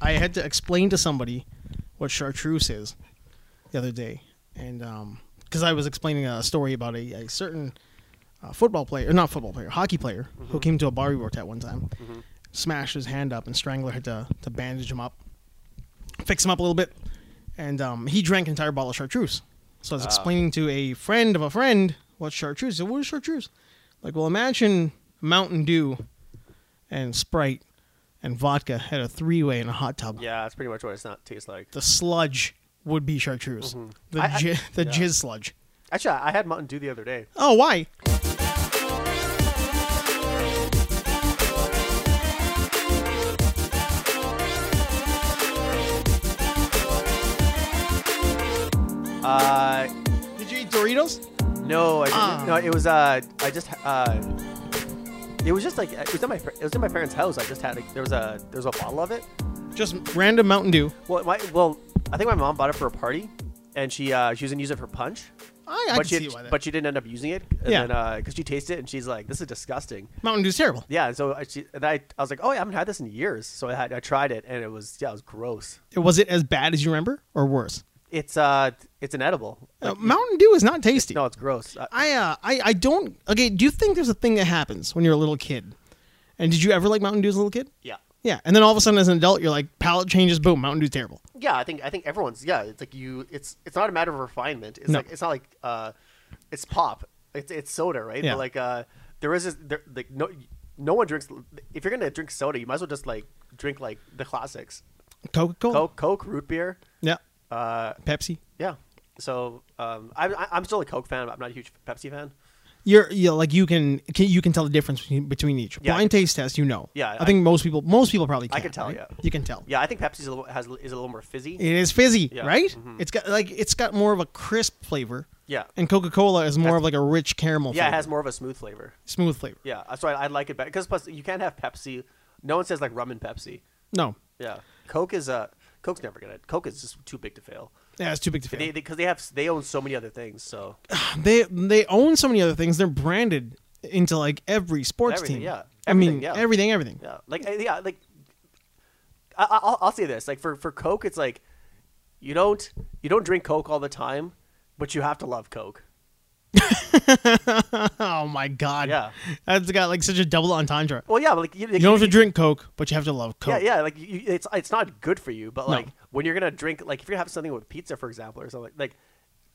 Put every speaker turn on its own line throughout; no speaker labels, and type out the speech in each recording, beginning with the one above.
I had to explain to somebody what chartreuse is the other day, and because I was explaining a story about a, a certain uh, football player, not football player, hockey player who came to a bar we worked at one time, smashed his hand up, and Strangler had to to bandage him up, fix him up a little bit, and um, he drank an entire bottle of chartreuse. So I was explaining to a friend of a friend what chartreuse. He said, what is chartreuse? Like, well, imagine Mountain Dew and Sprite and vodka had a three way in a hot tub.
Yeah, that's pretty much what it's not tastes like.
The sludge would be chartreuse. The
Mm-hmm. I- I-
ji- the
yeah.
jizz sludge.
Actually, I I had Mountain Dew the other day.
Oh, why?
Uh,
Did you eat Doritos?
no, I didn't.
Ah.
no, it was uh, I just uh, it was just like it was in my par- it was in my parents' house. I just had like, there was a there was a bottle of it.
Just random Mountain Dew.
Well, my well, I think my mom bought it for a party, and she uh, she was gonna use it for punch.
I, I
but
can
she
see why that.
but she didn't end up using it. And
Yeah.
Then because she tasted it and she's like, "This is disgusting."
Mountain Dew's terrible.
Yeah. and So I, she, and I I was like, "Oh, I haven't had this in years." So I had I tried it and it was yeah it was gross.
Was it as bad as you remember, or worse?
It's uh it's inedible.
Uh, Mountain Dew is not tasty.
No, it's gross. I,
I, uh, I I don't. Okay, do you think there's a thing that happens when you're a little kid? And did you ever like Mountain Dew as a little kid?
yeah.
Yeah, and then all of a sudden as an adult, you're like palate changes. Boom, Mountain Dew's terrible.
Yeah, I think I think everyone's yeah. It's like you. It's it's not a matter of refinement. It's
No.
like it's not like uh, it's pop. It's it's soda, right?
Yeah.
But like uh, there is this, there like no no one drinks. If you're gonna drink soda, you might as well just like drink like the classics:
Coca Cola.
Coke, Coke, root beer.
Yeah.
Uh,
Pepsi.
yeah. So um, I'm I- I'm still a Coke fan, but I'm not a huge Pepsi fan.
You're, you like you can, can you can tell the difference between, between each
Yeah, I
blind
can-
taste test. You know.
Yeah,
I,
I-
think most people most people probably. Can,
I can tell,
right?
yeah.
You can tell.
Yeah, I think Pepsi's a little, has is a little more fizzy.
It is fizzy,
Yeah. Mm-hmm.
right? It's got like it's got more of a crisp flavor.
Yeah.
And Coca Cola is more of like a rich caramel.
Yeah, it
flavor.
has more of a smooth flavor.
smooth flavor.
Yeah, so I, I like it better because plus you can't have Pepsi. No one says like rum and Pepsi.
No,
Yeah, Coke is uh, Coke's never gonna. Coke is just too big to fail.
yeah, it's too big to
They
fail.
because they, have they own so many other things. So
They they own so many other things. They're branded into like every sports
Everything,
team.
yeah.
I mean
Everything, yeah.
everything, everything.
yeah, like I- yeah, like I, I- I'll I'll say this like for for Coke, it's like you don't you don't drink Coke all the time, but you have to love Coke.
Oh my god.
Yeah.
That's got like such a double entendre.
Well, yeah, but like you,
You don't have to drink Coke, but you have to love
Yeah,
Coke.
yeah, like you, it's it's not good for you, but
No.
like when you're gonna drink, like if you're gonna have something with pizza, for example, or something like,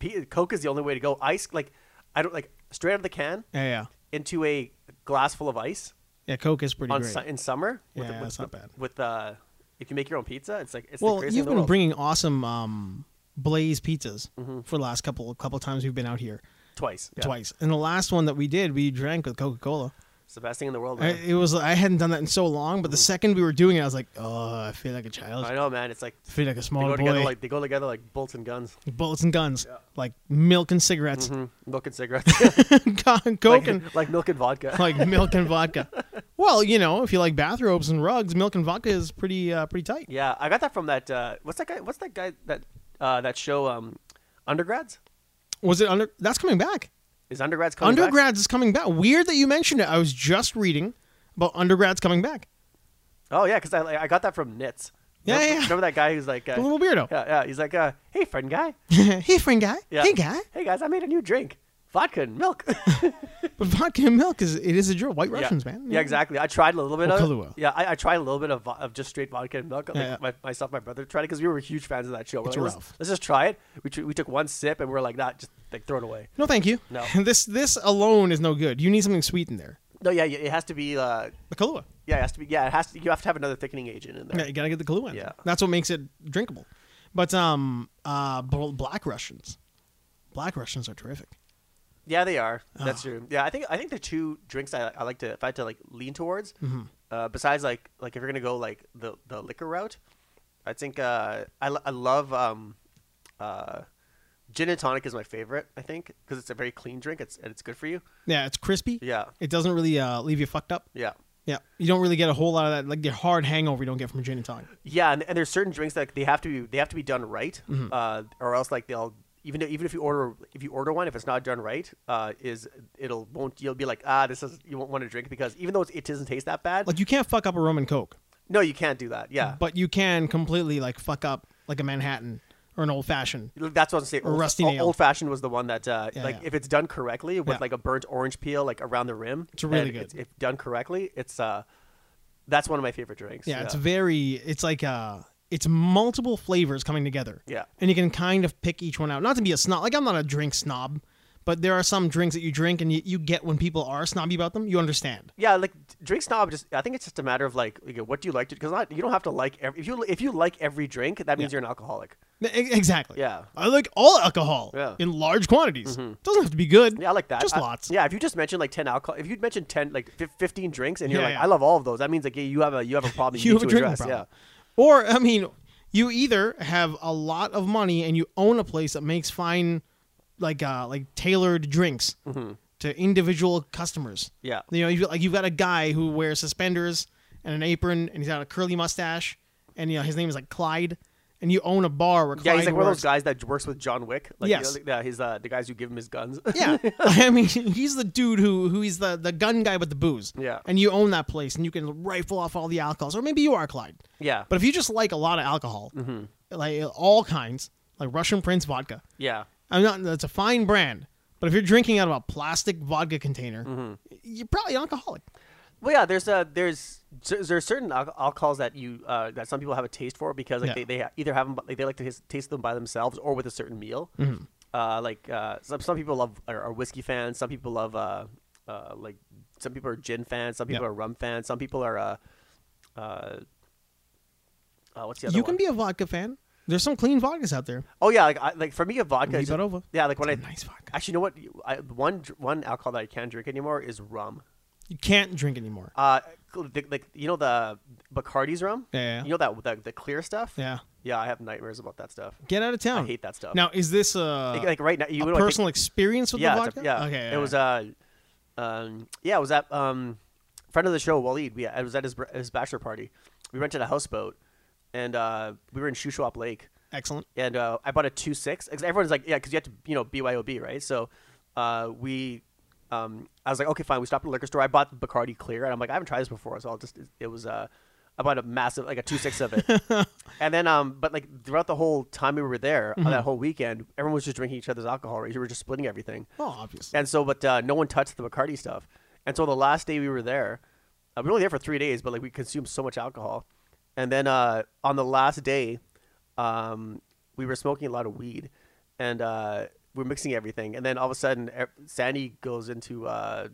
like Coke is the only way to go. Ice, like I don't like straight out of the can
yeah, yeah.
into a glass full of ice.
Yeah, Coke is pretty
on
great.
su- in summer. With,
Yeah,
with,
that's not bad.
With uh, if you make your own pizza, it's like it's the
well,
craziest
you've
in the
been
world.
bringing awesome um, Blaze pizzas for the last couple couple times we've been out here.
twice, yeah.
Twice, and the last one that we did, we drank with Coca Cola.
It's the best thing in the world.
I
Man.
It was I hadn't done that in so long, but the second we were doing it, I was like, "Oh, I feel like a
Mm-hmm. I,
child. I
know, man. It's like
feel like a
they
small
go together
boy."
like they go together like bolts and guns,
Bullets and guns, like milk and cigarettes,
mm, milk and cigarettes,
Co- coke
like,
Hmm. and
Mm-hmm. like milk and vodka.
like milk and vodka. Well, you know, if you like bathrobes and rugs, milk and vodka is pretty uh, pretty tight.
yeah, I got that from that. Uh, what's that guy? What's that guy that uh, that show? Um, undergrads
Was it under? That's coming back.
is undergrads coming back?
undergrads is coming back. Weird that you mentioned it. I was just reading about undergrads coming back.
Oh yeah, because I like, I got that from Nits.
Yeah,
remember,
yeah.
remember that guy who's like, uh,
A little weirdo.
yeah, yeah, he's like, uh, hey, friend guy,
hey, friend guy.
yeah.
Hey, guy.
hey guys, I made a new drink, vodka and milk.
But vodka and milk is it is a drill. White Russians,
yeah.
man.
Yeah, exactly. I tried a little bit
Or
of
Kahlua.
yeah. I, I tried a little bit of, vo- of just straight vodka and milk. Like
Yeah, yeah.
My, myself, and my brother tried it because we were huge fans of that show. We're
It's
like, let's,
rough.
let's just try it. We, tr- we took one sip and we are like, not just like throw it away.
No, thank you.
No.
this this alone is no good. You need something sweet in there.
No, yeah, yeah, it has to be. Uh,
The Kahlua.
yeah, it has to be. Yeah, it has to. You have to have another thickening agent in there.
Yeah, you gotta get the Kahlua. in there.
Yeah.
that's what makes it drinkable. But um, uh, bl- black Russians, black Russians are terrific.
Yeah, they are. That's true. Yeah, I think I think the two drinks I, I like to if I had to like lean towards, uh, besides like like if you're gonna go like the the liquor route, I think uh, I lo- I love um, uh, gin and tonic is my favorite. I think because it's a very clean drink. It's and it's good for you.
Yeah, it's crispy.
Yeah,
It doesn't really uh, leave you fucked up.
yeah,
Yeah, you don't really get a whole lot of that like the hard hangover you don't get from gin and tonic.
yeah. And, and there's certain drinks that they have to be they have to be done right, uh, or else like they'll. Even, though- even if you order if you order one if it's not done right uh, is it'll won't you'll be like ah this is you won't want to drink because even though it's, it doesn't taste that bad
Like you can't fuck up a rum and coke.
No, you can't do that. Yeah,
But you can completely like fuck up like a Manhattan or an old fashioned.
that's what I'm saying.
Mm-hmm. Or
Old,
rusty nail.
old fashioned was the one that, uh,
Yeah,
like,
yeah.
if it's done correctly with
Yeah.
like a burnt orange peel, like around the rim,
It's really
and
good.
It's, if done correctly, it's uh, that's one of my favorite drinks.
Yeah, it's very. It's like uh, it's multiple flavors coming together.
Yeah.
and you can kind of pick each one out. Not to be a snob. Like I'm not a drink snob, but there are some drinks that you drink and you, you get when people are snobby about them. You understand.
yeah, like d- drink snob. Just I think it's just a matter of like, you know, what do you like to? Because not you don't have to like every. If you if you like every drink, that means you're an alcoholic.
E- Exactly.
Yeah.
I like all alcohol.
Yeah. Mm-hmm.
In large quantities. Doesn't have to be good.
Yeah, I like that.
Just
I-
lots.
Yeah, if you just mentioned like ten alcohol, if you'd mentioned ten like fif- fifteen drinks, and you're
Yeah,
like,
yeah.
I love all of those, that means like yeah, you have a you have a problem.
You
need
have a
to
drinking
address.
problem.
Yeah.
Or I mean, you either have a lot of money and you own a place that makes fine, like uh, like tailored drinks to individual customers.
Mm-hmm. Yeah.
You know, you've, like you've got a guy who wears suspenders and an apron, and he's got a curly mustache, and you know his name is like Clyde, and you own a bar where Clyde
Yeah, he's like one of those
works.
guys that works with John Wick. Like,
Yes.
You know, yeah, he's uh, the guys who give him his guns.
Yeah, I mean, he's the dude who who he's the the gun guy with the booze.
Yeah.
and you own that place, and you can rifle off all the alcohols, or maybe you are Clyde.
yeah.
But if you just like a lot of alcohol,
Mm-hmm.
like all kinds, like Russian Prince vodka,
yeah.
I'm not. That's a fine brand. But if you're drinking out of a plastic vodka container,
Mm-hmm.
you're probably an alcoholic.
Well, yeah. There's uh, there's there's there's certain al- alcohols that you uh, that some people have a taste for because like
Yeah.
they, they either have them like, they like to his- taste them by themselves or with a certain meal.
Mm-hmm.
Uh, like uh, some some people love are, are whiskey fans. Some people love uh, uh, like some people are gin fans. Some people
Yeah.
are rum fans. Some people are uh, uh, uh what's the other
You
one?
can be a vodka fan. There's some clean vodkas out there.
oh yeah, like I, like for me a vodka. is-
Limonova.
Yeah, like when I
Nice vodka.
Actually, you know what? You- I, one dr- one alcohol that I can't drink anymore is rum.
You can't drink anymore.
Uh, cl- the, like you know the Bacardi's rum.
Yeah, yeah.
You know that the, the clear stuff.
Yeah.
Yeah, I have nightmares about that stuff.
Get out of town.
I hate that stuff.
Now, is this a,
like, like right now, you
a
know, I think-
personal experience with
yeah,
the
it's
vodka?
a- yeah.
Okay.
it was uh, um, yeah, it was at um, friend of the show Waleed. We I was at his br- his bachelor party. We rented a houseboat, and uh, we were in Shuswap Lake.
excellent.
and uh, I bought a two six. 'cause Everyone's like, yeah, because you have to, you know, BYOB, right? So uh, we, um, I was like, okay, fine. We stopped at a liquor store. I bought the Bacardi Clear, and I'm like, I haven't tried this before, so I'll just. It was uh, I bought a massive, like a two six of it, and then um, but like throughout the whole time we were there on that whole weekend, everyone was just drinking each other's alcohol. Right? We were just splitting everything.
Oh, obviously.
And so, but uh, no one touched the Bacardi stuff. And so the last day we were there, uh, we were only there for three days, but like we consumed so much alcohol. And then uh, on the last day, um, we were smoking a lot of weed, and uh, we are mixing everything. And then all of a sudden, e- Sandy goes into uh,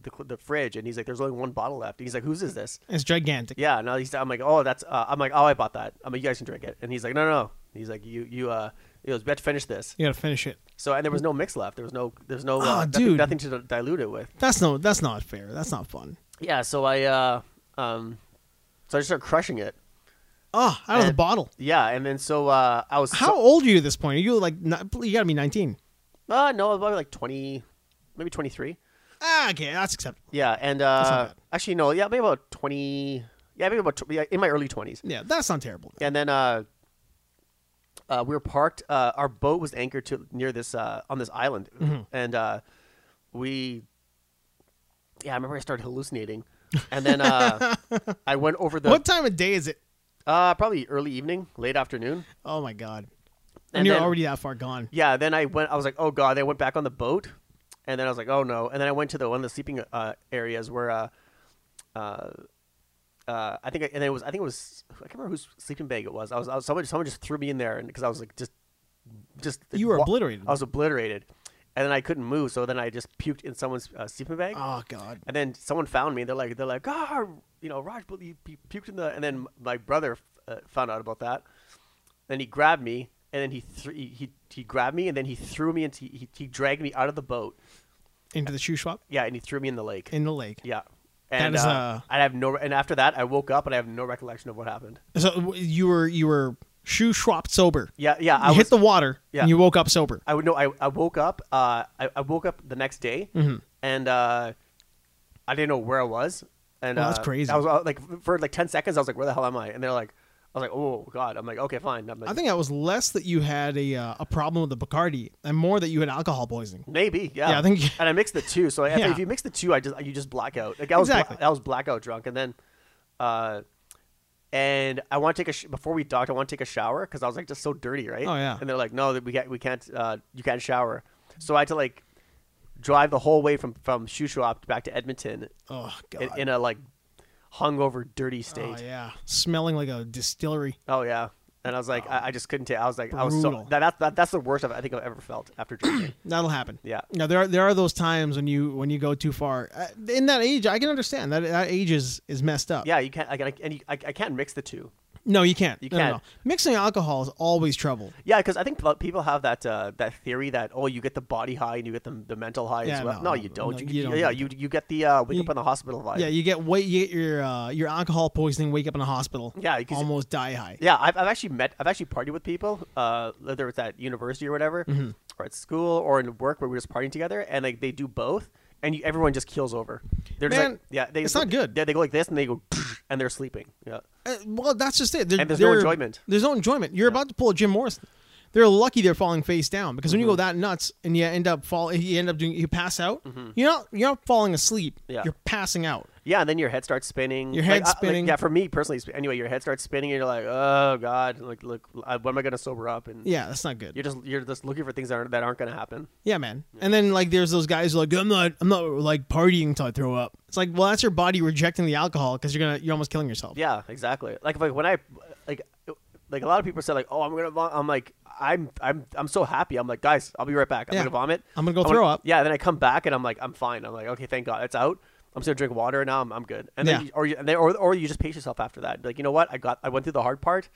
the cl- the fridge, and he's like, "There's only one bottle left." And he's like, "Whose is this?"
It's gigantic.
Yeah, no, he's. I'm like, oh, that's. Uh, I'm like, oh, I bought that. I'm like, you guys can drink it. And he's like, no, no. no. He's like, you, you, uh, he goes, we have to finish this.
You gotta finish it. and
So and there was no mix left. There was no there's no uh,
Ah,
nothing,
dude.
nothing to di- dilute it with.
That's no. That's not fair. That's not fun.
Yeah, so I uh um so I just started crushing it.
Oh, out of the
And-
bottle.
Yeah, and then so uh I was so-
How old are you at this point? Are you like ni- you gotta be 19?
uh no, I was probably like 20 maybe 23.
Ah, okay, that's acceptable.
Yeah, and
not
uh
bad.
actually no, yeah, maybe about 20 yeah, maybe about tw- yeah, in my early 20s.
Yeah, that's not terrible.
And then uh uh, we were parked. Uh, our boat was anchored to near this uh, on this island, and uh, we, yeah, I remember I started hallucinating, and then uh, I went over the
what time of day is it?
Uh, probably early evening, late afternoon.
Oh my god. And,
And
you're
then-
already that far gone.
Yeah. Then I went. I was like, oh god. I went back on the boat, and then I was like, oh no. And then I went to the one of the sleeping uh, areas where, uh, uh, uh, I think, I, and then it was. I think it was. I can't remember whose sleeping bag it was. I was. I was someone. Someone just threw me in there, and because I was like, just, just.
You were
wa-
obliterated.
I was obliterated, and then I couldn't move. So then I just puked in someone's uh, sleeping bag.
Oh god.
And then someone found me. They're like, they're like, ah, you know, Raj, but you pu- puked in the. And then my brother uh, found out about that. Then he grabbed me, and then he th- he, he he grabbed me, and then he threw me into he, he dragged me out of the boat.
Into the shoe shop
Yeah, and he threw me in the lake.
in the lake.
yeah, and
is,
uh,
uh,
I have no. And after that, I woke up, and I have no recollection of what happened.
So w- you were you were shoe shop sober.
Yeah, yeah,
You
I
hit
was.
the water
Yeah.
and you woke up sober.
I would know. I, I woke up. Uh, I, I woke up the next day,
Mm-hmm.
and uh, I didn't know where I was. And
Oh,
uh,
that's crazy.
I was uh, like, for like ten seconds, I was like, "Where the hell am I?" And they're like, "I was like, oh god." I'm like, "Okay, fine." I'm like,
I think that was less that you had a uh, a problem with the Bacardi and more that you had alcohol poisoning.
maybe, yeah.
Yeah, I think-
And I mixed the two. So I,
Yeah.
if you mix the two, I just you just black out. Like I was, bla-
Exactly.
I was blackout drunk, and then, uh, and I want to take a sh- before we talked. I want to take a shower because I was like just so dirty, right?
Oh, yeah.
And they're like, no, that we can't, we can't, uh, you can't shower. So I had to like drive the whole way from from shoe shop back to Edmonton
Oh god.
in, in a like hungover, dirty
oh
state.
yeah, smelling like a distillery.
Oh yeah. And I was like, I, I just couldn't take. I was like, I was
Brutal.
so that, that, that that's the worst I've, I think I've ever felt after drinking.
That'll happen.
Yeah.
Now there are there are those times when you when you go too far. Uh, in that age, I can understand that that age is is messed up.
yeah, you can't. I gotta, and you, I, I can't mix the two.
No, you can't.
You
No, no,
can't.
no. Mixing alcohol is always trouble.
Yeah, because I think pl- people have that uh, that theory that oh, you get the body high and you get the, the mental high
Yeah,
as well.
no,
No, you don't.
no,
you,
you don't
yeah,
get
you you get the uh, wake
You-
up in the hospital vibe.
Yeah, you get weight. You get your uh, your alcohol poisoning. Wake up in a hospital.
Yeah, because-
almost die high.
Yeah, I've, I've actually met, I've actually partied with people, uh, whether it's at university or whatever,
Mm-hmm.
or at school or in work where we're just partying together, and like they do both, and you, everyone just keels over. They're just
Man,
like, yeah, they,
it's not good.
Yeah, they go like this and they go, and they're sleeping. Yeah,
Uh, well, that's just it. They're-
And there's no
they're-
enjoyment.
There's no enjoyment. You're about to pull a Jim Morrison. They're lucky they're falling face down because when you go
Mm-hmm.
that nuts and you end up fall, you end up doing, you pass out. You're not, you're not falling asleep.
Mm-hmm. Yeah.
You're passing out.
yeah, and then your head starts spinning.
Your
Like,
head's
I- like,
spinning.
yeah, for me personally, sp- anyway, your head starts spinning, and you're like, oh god, like look, I, when am I gonna sober up? And
Yeah, that's not good.
you're just you're just looking for things that aren't that aren't gonna happen.
Yeah, man. And then like there's those guys who are like I'm not I'm not like partying until I throw up. It's like well that's your body rejecting the alcohol because you're gonna you're almost killing yourself.
Yeah, exactly. Like like when I like like a lot of people say like, "Oh, I'm gonna." Vom-. I'm like, I'm I'm I'm so happy. I'm like, guys, I'll be right back. I'm
Yeah.
gonna vomit.
I'm gonna go throw up.
Yeah, then I come back and I'm like, I'm fine. I'm like, okay, thank God, it's out. I'm just gonna drink water and now I'm, I'm good. And then
Yeah.
you, or you, and then, or or you just pace yourself after that. Like you know what? I got I went through the hard part.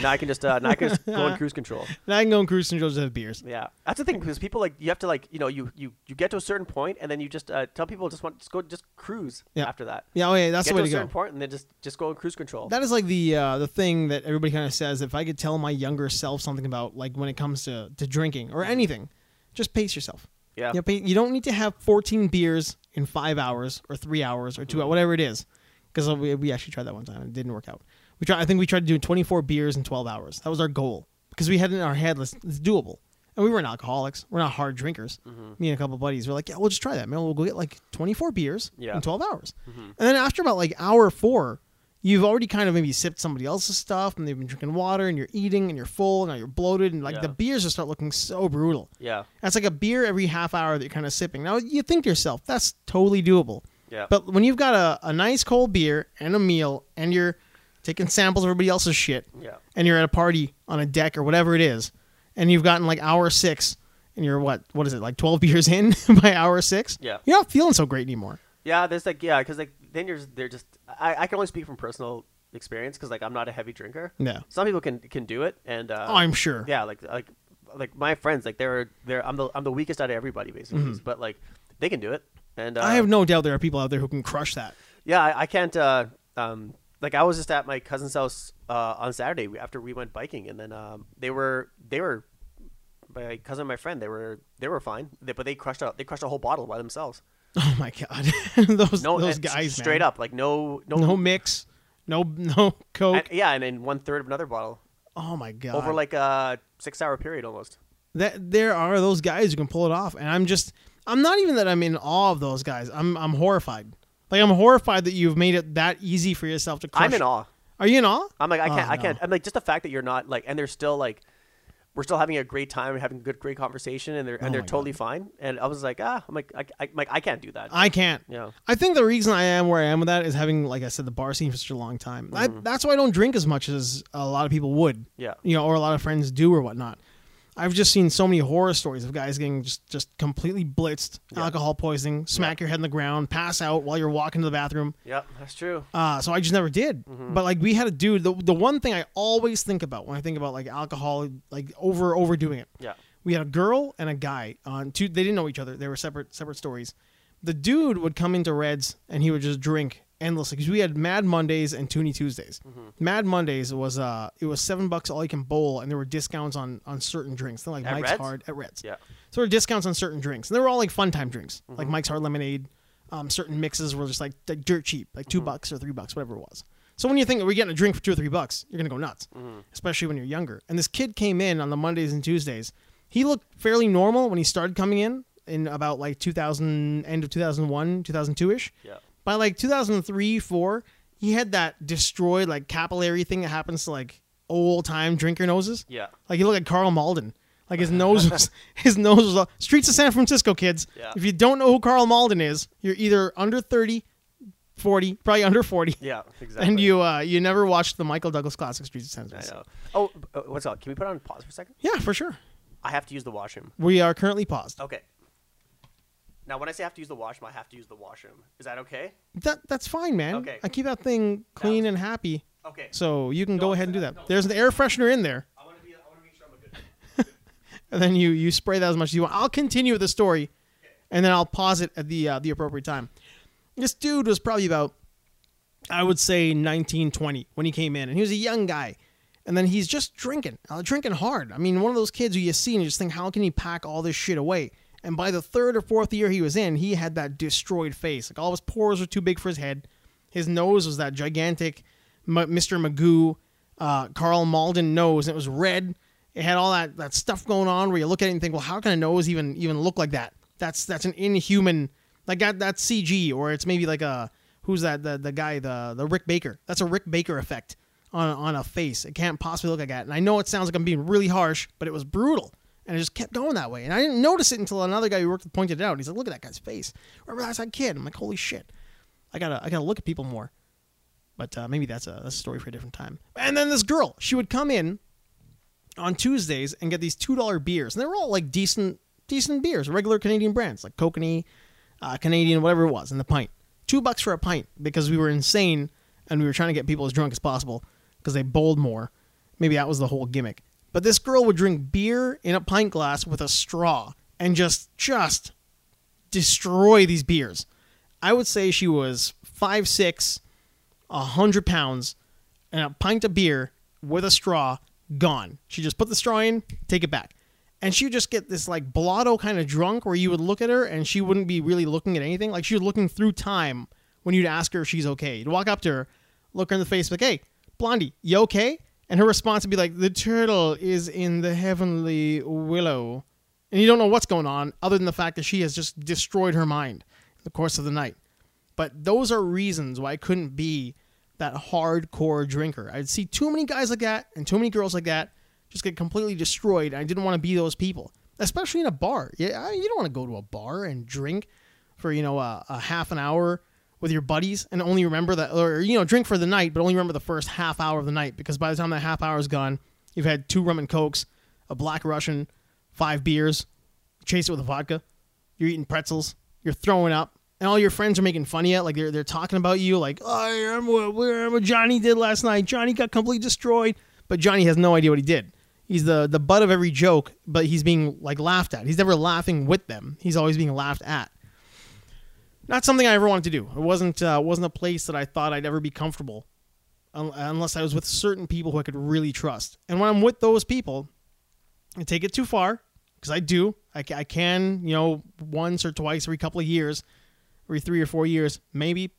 Now I can just uh, now I can just go on cruise control.
And I can go and cruise and just have beers.
Yeah, that's the thing because people like you have to like you know you you you get to a certain point and then you just uh, tell people just want just go just cruise
Yeah.
after that.
Yeah, oh yeah, that's
Get
the way
to a
to go.
certain point and then just just go on cruise control.
That is like the uh, the thing that everybody kind of says. If I could tell my younger self something about like when it comes to, to drinking or anything, just pace yourself.
Yeah.
You, know, pa- you don't need to have 14 beers in five hours or three hours or two
Mm-hmm.
hours, whatever it is. Because we, we actually tried that one time and it didn't work out. We tried. I think we tried to do 24 beers in 12 hours. That was our goal because we had it in our head. Let's, it's doable. And we weren't alcoholics. We're not hard drinkers.
Mm-hmm.
Me and a couple buddies were like, yeah, we'll just try that, man. We'll go get like 24 beers
Yeah.
in 12 hours.
Mm-hmm.
And then after about like hour four, you've already kind of maybe sipped somebody else's stuff and they've been drinking water and you're eating and you're full and now you're bloated and like
Yeah.
the beers just start looking so brutal.
yeah.
That's like a beer every half hour that you're kind of sipping. Now you think to yourself, that's totally doable.
Yeah.
But when you've got a, a nice cold beer and a meal and you're taking samples of everybody else's shit
Yeah.
and you're at a party on a deck or whatever it is, and you've gotten like hour six and you're what what is it, like twelve beers in by hour six?
Yeah.
You're not feeling so great anymore.
Yeah, there's like yeah, because like then you're just- they're just I, I can only speak from personal experience because like I'm not a heavy drinker.
No.
Some people can can do it, and uh,
Oh, I'm sure.
yeah, like like like my friends like they're they're I'm the I'm the weakest out of everybody basically, but like they can do it, and uh,
Mm-hmm. I have no doubt there are people out there who can crush that.
yeah I, I can't uh um like I was just at my cousin's house uh on Saturday after we went biking, and then um they were they were my cousin and my friend they were they were fine, they, but they crushed out they crushed a whole bottle by themselves.
Oh my god, those
No,
those
and s-
guys,
straight
man.
up like no no
no mix, no no coke.
And- yeah, and then one third of another bottle
oh my god,
over like a six-hour period almost.
that there are those guys who can pull it off and i'm just i'm not even that i'm in awe of those guys i'm i'm horrified like i'm horrified that you've made it that easy for yourself to crush
I'm in awe.
are you in awe
I'm like, I
Oh,
can't, I
no.
can't. I'm like, just the fact that you're not like, and they're still like, we're still having a great time, having good, great conversation, and they're and
Oh
they're
my God.
totally fine. And I was like, ah, I'm like, I, I, I'm like, I can't do that.
i can't
Yeah.
i think the reason i am where i am with that is having like i said the bar scene for such a long time I, that's why i don't drink as much as a lot of people would
Mm. Yeah.
you know or a lot of friends do or whatnot i've just seen so many horror stories of guys getting just just completely blitzed
Yeah.
alcohol poisoning smack your head in the ground pass out while you're walking to the bathroom
Yep, that's true.
Uh, so I just never did.
Mm-hmm.
But like we had a dude. The, the one thing I always think about when I think about like alcohol, like over overdoing it.
Yeah.
We had a girl and a guy on two. They didn't know each other. They were separate separate stories. The dude would come into Reds and he would just drink endlessly because we had Mad Mondays and Toonie Tuesdays.
Mm-hmm.
Mad Mondays was uh it was seven bucks all you can bowl and there were discounts on on certain drinks. They're like
At
Mike's
Reds?
Hard at Reds.
Yeah.
So there were discounts on certain drinks, and they were all like fun time drinks, like Mike's Hard Lemonade. Um, certain mixes were just like, like dirt cheap, like 2 bucks or three bucks, whatever it was. So when you think we're getting a drink for two or three bucks, you're gonna go nuts, especially when you're younger. And this kid came in on the Mondays and Tuesdays. He looked fairly normal when he started coming in in about like 2000, end of 2001, 2002 ish.
Yeah.
By like 2003, four, he had that destroyed like capillary thing that happens to like old time drinker noses.
Yeah.
Like he looked like Carl Malden. Like his nose was his nose was all, streets of San Francisco kids.
Yeah.
If you don't know who Carl Malden is, you're either under 30, 40, probably under 40.
Yeah. Exactly.
And you uh, you never watched the Michael Douglas classic Streets of San
I
Francisco.
know. Oh, uh, what's up? Can we put on pause for a second?
Yeah, for sure.
I have to use the washroom.
We are currently paused.
Okay. Now, when I say I have to use the washroom, I have to use the washroom. Is that okay?
That that's fine, man.
Okay.
I keep that thing clean and happy.
Okay.
So you can
No,
go ahead and do
uh,
that.
no.
There's the air freshener in there.
I want to be. I want to make sure I'm a good.
and then you you spray that as much as you want. I'll continue the story, and then I'll pause it at the uh, the appropriate time. This dude was probably about, I would say, nineteen twenty when he came in, and he was a young guy, and then he's just drinking, uh, drinking hard. I mean, one of those kids who you see and you just think, how can he pack all this shit away? And by the third or fourth year he was in, he had that destroyed face. Like all his pores were too big for his head. His nose was that gigantic M- Mr. Magoo, uh, Carl Malden nose. And it was red. It had all that, that stuff going on where you look at it and think, well, how can a nose even even look like that? That's that's an inhuman like that that's CG or it's maybe like a who's that the the guy the the Rick Baker. That's a Rick Baker effect on on a face. It can't possibly look like that. And I know it sounds like I'm being really harsh, but it was brutal. And it just kept going that way. And I didn't notice it until another guy who worked with pointed it out. He's like, look at that guy's face. Remember that's that kid. I'm like, holy shit. I gotta I gotta look at people more. But uh, maybe that's a, that's a story for a different time. And then this girl, she would come in on Tuesdays and get these two dollar beers, and they were all like decent, decent beers, regular Canadian brands like Kokanee, uh, Canadian, whatever it was, in the pint. Two bucks for a pint because we were insane and we were trying to get people as drunk as possible because they bowled more. Maybe that was the whole gimmick. But this girl would drink beer in a pint glass with a straw and just just destroy these beers. I would say she was five six, a hundred pounds, and a pint of beer with a straw gone. She just put the straw in, take it back. And she would just get this like blotto kind of drunk where you would look at her and she wouldn't be really looking at anything. Like she was looking through time when you'd ask her if she's okay. You'd walk up to her, look her in the face, like, hey, Blondie, you okay? And her response would be like, the turtle is in the heavenly willow. And you don't know what's going on other than the fact that she has just destroyed her mind in the course of the night. But those are reasons why I couldn't be that hardcore drinker. I'd see too many guys like that and too many girls like that just get completely destroyed. And I didn't want to be those people, especially in a bar. Yeah, I- you don't want to go to a bar and drink for you know a, a half an hour with your buddies and only remember that, or you know, drink for the night, but only remember the first half hour of the night because by the time that half hour is gone, you've had two rum and cokes, a black Russian, five beers, chase it with a vodka. You're eating pretzels. You're throwing up, and all your friends are making fun of you. Like they're they're talking about you. Like oh, I remember what, we remember what Johnny did last night. Johnny got completely destroyed, but Johnny has no idea what he did. He's the the butt of every joke, but he's being like laughed at. He's never laughing with them. He's always being laughed at. Not something I ever wanted to do. It wasn't uh, wasn't a place that I thought I'd ever be comfortable, un- unless I was with certain people who I could really trust. And when I'm with those people, and take it too far because I do. I, ca- I can, you know, once or twice every couple of years, every three or four years, maybe,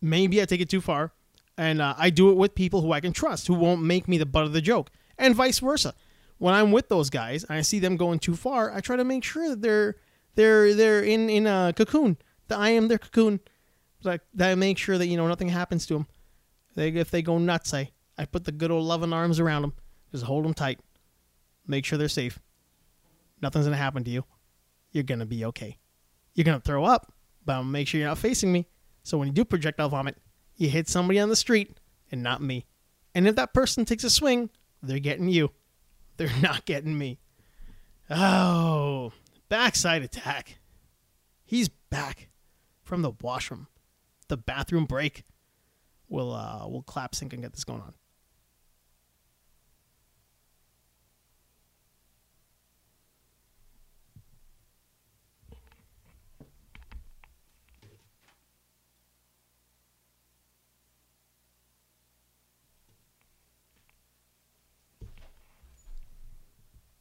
maybe I take it too far. And uh, I do it with people who I can trust, who won't make me the butt of the joke, and vice versa. When I'm with those guys and I see them going too far, I try to make sure that they're they're they're in in a cocoon. That I am their cocoon. That that I make sure that you know nothing happens to them. They if they go nuts, I I put the good old loving arms around them, just hold them tight make sure they're safe. Nothing's gonna happen to you. You're gonna be okay. You're gonna throw up, but I'm gonna make sure you're not facing me. So when you do projectile vomit, you hit somebody on the street and not me. And if that person takes a swing, they're getting you. They're not getting me. Oh, backside attack. He's back from the washroom, the bathroom break. We'll uh, we'll clap sync and get this going on.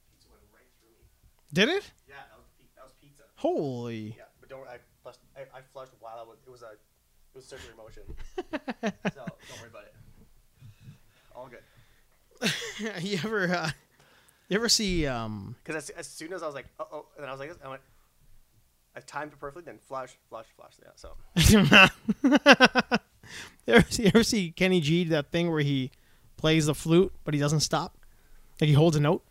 Pizza went right through me.
Did it?
Yeah, that was, pe- that was pizza.
Holy!
Yeah, but don't. worry, I flushed. I, I flushed while I was. It was a. It was circular motion. so don't worry about it. All good.
you ever uh, you ever see um
Because as, as soon as I was like, uh oh, and I was like this, I went. I timed it perfectly, then flush, flush, flush. Yeah. So
you You ever, see, you ever see Kenny G do that thing where he plays the flute but he doesn't stop? Like he holds a note.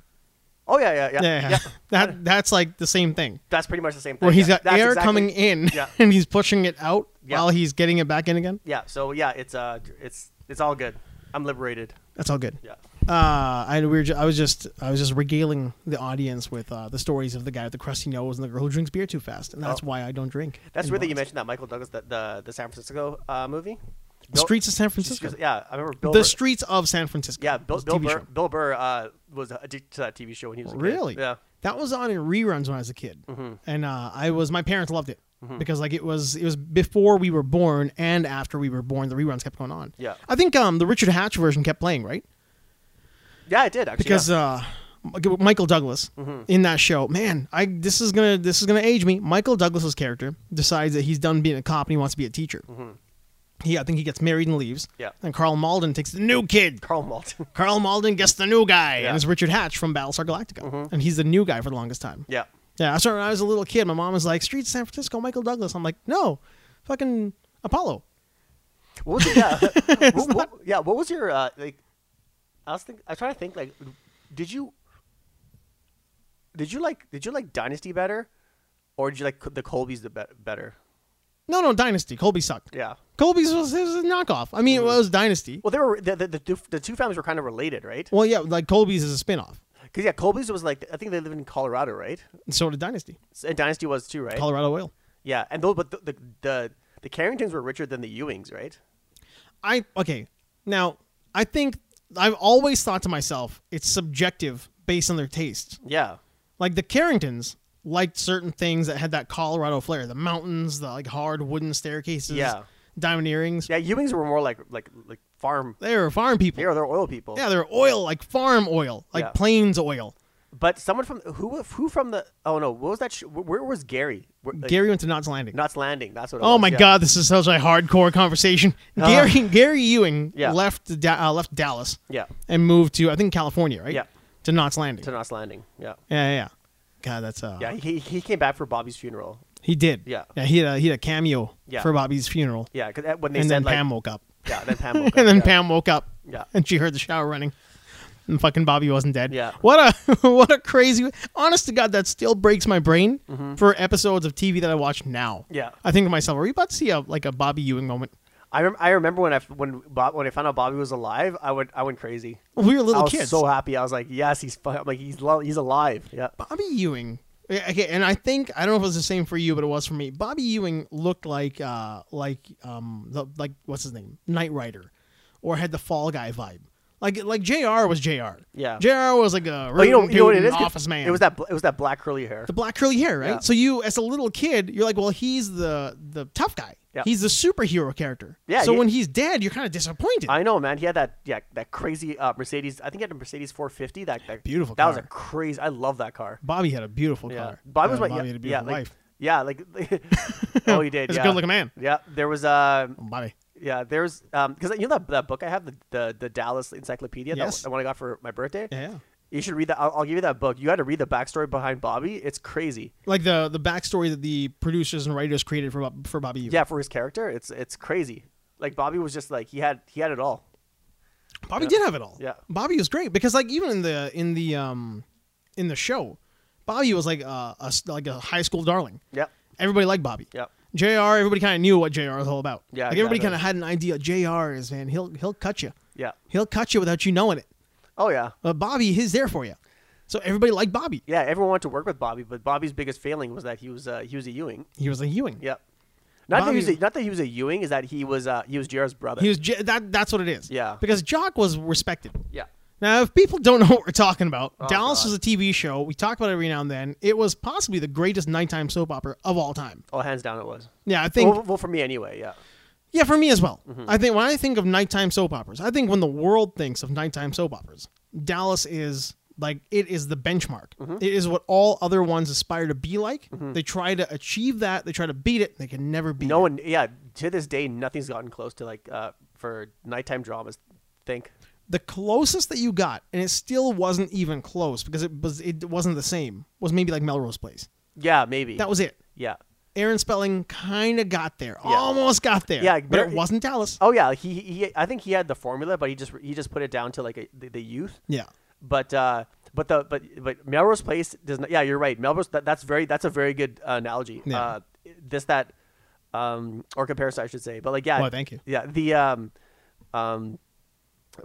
Oh yeah, yeah, yeah.
Yeah,
yeah.
that that's like the same thing.
That's pretty much the same thing.
Where he's
yeah.
got
That's
air
exactly-
coming in
Yeah.
and he's pushing it out
Yeah.
while he's getting it back in again.
Yeah. So yeah, it's uh, it's it's all good. I'm liberated.
That's all good.
Yeah.
Uh, I we were ju- I was just I was just regaling the audience with uh, the stories of the guy with the crusty nose and the girl who drinks beer too fast, and that's
Oh.
why I don't drink.
That's
anymore.
weird that you mentioned that Michael Douglas, that the the San Francisco uh, movie.
The
Bill-
streets of San Francisco.
Yeah, I remember Bill.
the
Burr-
streets of San Francisco.
yeah, Bill,
This
Bill
TV
Burr.
show.
Bill Burr uh, was addicted to that TV show when he was a kid.
Really?
Yeah. Mm-hmm.
That was on in reruns when I was a kid, and uh, I was my parents loved it because like it was it was before we were born and after we were born the reruns kept going on.
Yeah.
I think um the Richard Hatch version kept playing right
Yeah, I did actually.
because
yeah.
uh, M- Michael Douglas
Mm-hmm.
in that show, man, I this is gonna this is gonna age me. Michael Douglas's character decides that he's done being a cop and he wants to be a teacher. He I think he gets married and leaves.
Mm-hmm. Yeah.
and Carl Malden takes the new kid.
Carl Malton.
Carl Malden gets the new guy,
Yeah. Mm-hmm.
and it's Richard Hatch from Battlestar Galactica, and he's the new guy for the longest time.
yeah.
Yeah, I started when I was a little kid. My mom was like, "Streets of San Francisco, Michael Douglas." I'm like, "No, fucking Apollo."
What was it? Yeah. What- what- yeah. What was your uh, like? I was think I was trying to think like, did you did you like did you like Dynasty better, or did you like the Colbys the be- better?
No, no, Dynasty. Colby sucked.
Yeah.
Colby's was, it was a knockoff. I mean, it was Dynasty.
Well, they were the the, the, two, the two families were kind of related, right?
Well, yeah, like Colby's is a spinoff.
Because yeah, Colbys was like I think they lived in Colorado, right?
And so did Dynasty.
And Dynasty was too, right?
Colorado Oil.
yeah, and those but the, the the the Carringtons were richer than the Ewings, right?
I okay. Now, I think I've always thought to myself, it's subjective based on their taste.
Yeah,
Like the Carringtons liked certain things that had that Colorado flair, the mountains, the like hard wooden staircases,
Yeah.
diamond earrings.
yeah. Ewings were more like like like farm.
They were farm people.
They are they're oil people.
Yeah, they're oil, like farm oil, like
Yeah.
plains oil.
But someone from who who from the oh no, what was that? Sh- where, where was Gary? Where, like,
Gary went to Knott's Landing.
Knots Landing. That's what. It
oh
was,
my
yeah.
God, this is such a hardcore conversation.
Uh.
Gary Gary Ewing
Yeah.
left da- uh, left Dallas
Yeah,
and moved to I think California, right?
Yeah.
To Knott's Landing.
to Knots Landing. Yeah,
yeah, yeah, yeah. God, that's uh,
yeah. He he came back for Bobby's funeral.
he did.
Yeah.
yeah. He had a, he had a cameo
Yeah.
for Bobby's funeral,
Yeah, because when they
and
said
then
like
Pam woke up,
yeah, then Pam woke
and
up,
then
yeah.
Pam woke up,
Yeah.
and she heard the shower running, and fucking Bobby wasn't dead.
Yeah.
what a what a crazy. Honest to God, that still breaks my brain for episodes of TV that I watch now.
Mm-hmm. Yeah.
I think to myself, are we about to see a like a Bobby Ewing moment?
I, rem- I remember when I f- when Bob when I found out Bobby was alive, I went I went crazy.
We were little
I was
kids.
so happy. I was like, yes, he's fu- I'm like he's lo- he's alive. Yeah,
Bobby Ewing. Okay, and I think I don't know if it was the same for you, but it was for me. Bobby Ewing looked like uh like um the, like what's his name, Knight Rider, or had the Fall Guy vibe. Like like Jr. was Jr.
Yeah.
Jr. was like a
but you know
rootin'
you know what
dude,
it is? 'Cause
office man.
It was that bl- it was that black curly hair.
the black curly hair, right?
Yeah.
So you as a little kid, you're like, well, he's the the tough guy.
Yeah.
He's the superhero character.
Yeah,
So
he-
when he's dead, you're kind of disappointed.
I know, man. He had that yeah that crazy uh, Mercedes. I think he had a Mercedes 450. That, that
Beautiful
That was
car.
a crazy. I love that car.
Bobby had a beautiful
Yeah,
car.
Bobby was
Uh,
my
Bobby had
yeah,
a
yeah,
beautiful
like,
wife.
yeah, like oh, he did.
He's a
yeah.
good-looking man.
Yeah, there was uh,
Bobby.
yeah, there's um, because you know that, that book I have the the, the Dallas Encyclopedia
Yes.
that, that one I got for my birthday.
Yeah.
You should read that. I'll, I'll give you that book. You got to read the backstory behind Bobby. It's crazy.
like the the backstory that the producers and writers created for Bob- for Bobby Ewing.
Yeah, for his character, it's it's crazy. Like Bobby was just like he had he had it all.
Bobby did have it all.
Yeah.
Bobby was great because like even in the in the um in the show, Bobby was like a, a s- like a high school darling.
Yep.
Everybody liked Bobby.
Yep.
Jr. Everybody kind of knew what Jr. was all about.
Yeah,
like everybody
exactly.
kind of had an idea. Jr. is man, he'll he'll cut you.
Yeah.
He'll cut you without you knowing it.
Oh yeah.
But Bobby, he's there for you. So everybody liked Bobby.
Yeah. Everyone wanted to work with Bobby, but Bobby's biggest failing was that he was uh, he was a Ewing.
He was a Ewing.
Yep. Not that he was
Bobby-
a, not that he was a Ewing is that he was uh, he was Jr's brother.
He was J- that. That's what it is.
Yeah.
Because Jock was respected.
yeah.
Now, if people don't know what we're talking about,
Oh,
Dallas
God.
was a TV show. We talk about it every now and then. It was possibly the greatest nighttime soap opera of all time.
Oh, hands down it was.
Yeah, I think.
well, well, for me anyway. Yeah.
yeah, for me as well.
Mm-hmm.
I think when I think of nighttime soap operas, I think when the world thinks of nighttime soap operas, Dallas is like it is the benchmark.
Mm-hmm.
It is what all other ones aspire to be like. They try to achieve that. They try to beat it. They can never beat.
No
it.
one. Yeah. To this day, nothing's gotten close to like uh, for nighttime dramas. Think.
the closest that you got, and it still wasn't even close because it was it wasn't the same. Was maybe like Melrose Place.
Yeah. Maybe.
That was it.
yeah.
Aaron Spelling kind of got there,
Yeah.
almost got there.
Yeah,
but it
very-
wasn't Dallas.
Oh yeah, he, he I think he had the formula, but he just he just put it down to like a, the, the youth.
Yeah,
But uh, but the but but Melrose Place does not. Yeah, you're right. Melrose that, that's very that's a very good uh, analogy.
Yeah.
Uh, this that um or comparison I should say. But like yeah.
Well, thank you.
Yeah. The um um,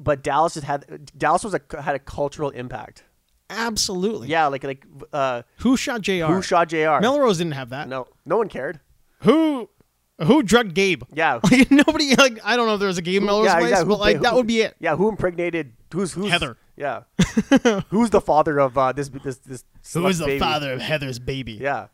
but Dallas just had Dallas was a had a cultural impact.
absolutely.
Yeah, like like uh,
Who shot Jr.
who shot Jr.
Melrose didn't have that.
No, no one cared.
Who who drugged Gabe?
Yeah.
Like nobody. Like I don't know if there was a Gabe Melrose place,
yeah, who-
but like
who-
that would be it.
Yeah, who impregnated? Who's who's
Heather.
Yeah, who's the father of uh, this this this?
Who
slut
is the
baby?
father of Heather's baby?
Yeah,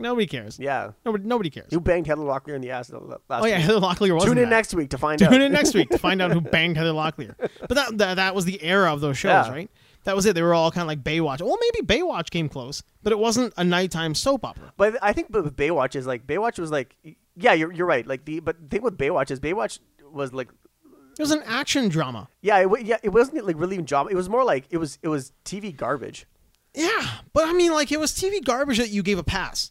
Nobody cares.
yeah.
Nobody, nobody cares.
Who banged Heather Locklear in the ass l- last?
Oh yeah,
week?
Heather Locklear was
Tune in
that.
next week to find out.
Tune in next week to find out who banged Heather Locklear. But that, that that was the era of those shows,
Yeah.
right? That was it. They were all kind of like Baywatch. Well, maybe Baywatch came close, but it wasn't a nighttime soap opera.
But I think with Baywatch is like Baywatch was like yeah you're you're right like the but the thing with Baywatch is Baywatch was like
It was an action drama.
yeah it, wa- yeah it wasn't like really job it was more like it was it was TV garbage.
Yeah, but I mean, like it was TV garbage that you gave a pass.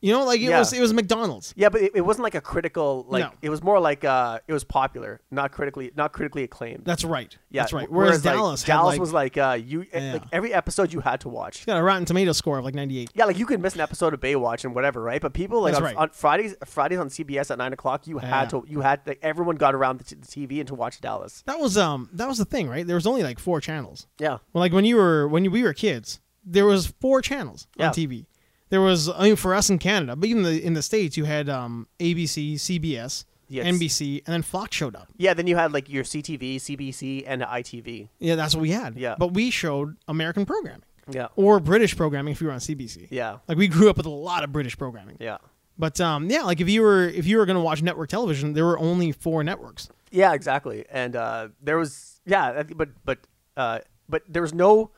You know, like it
Yeah.
was it was McDonald's.
Yeah, but it, it wasn't like a critical like
No.
it was more like uh it was popular not critically not critically acclaimed.
That's right.
Yeah,
That's right.
w-
Whereas,
like,
Dallas, had,
Dallas
like,
was like uh, you
Yeah.
like every episode you had to watch.
got a Rotten Tomato score of like ninety eight.
Yeah, like you could miss an episode of Baywatch and whatever, right? But people like
That's
on,
right.
on Fridays, Fridays on CBS at nine o'clock, you had
Yeah.
to, you had like everyone got around the, t- the TV and to watch Dallas.
That was um that was the thing, right? There was only like four channels.
Yeah,
Well, like when you were when we were kids, there was four channels
Yeah.
on TV. There was I mean for us in Canada, but even the, in the states, you had um, ABC, CBS,
Yes.
NBC, and then Fox showed up.
yeah. Then you had like your CTV, CBC, and ITV.
Yeah, that's what we had.
Yeah.
but we showed American programming
Yeah,
or British programming if you were on CBC.
yeah,
like we grew up with a lot of British programming.
yeah,
But um, yeah, like if you were if you were gonna watch network television, there were only four networks.
yeah. Exactly. And uh, there was yeah, I think- but but uh, but there was no.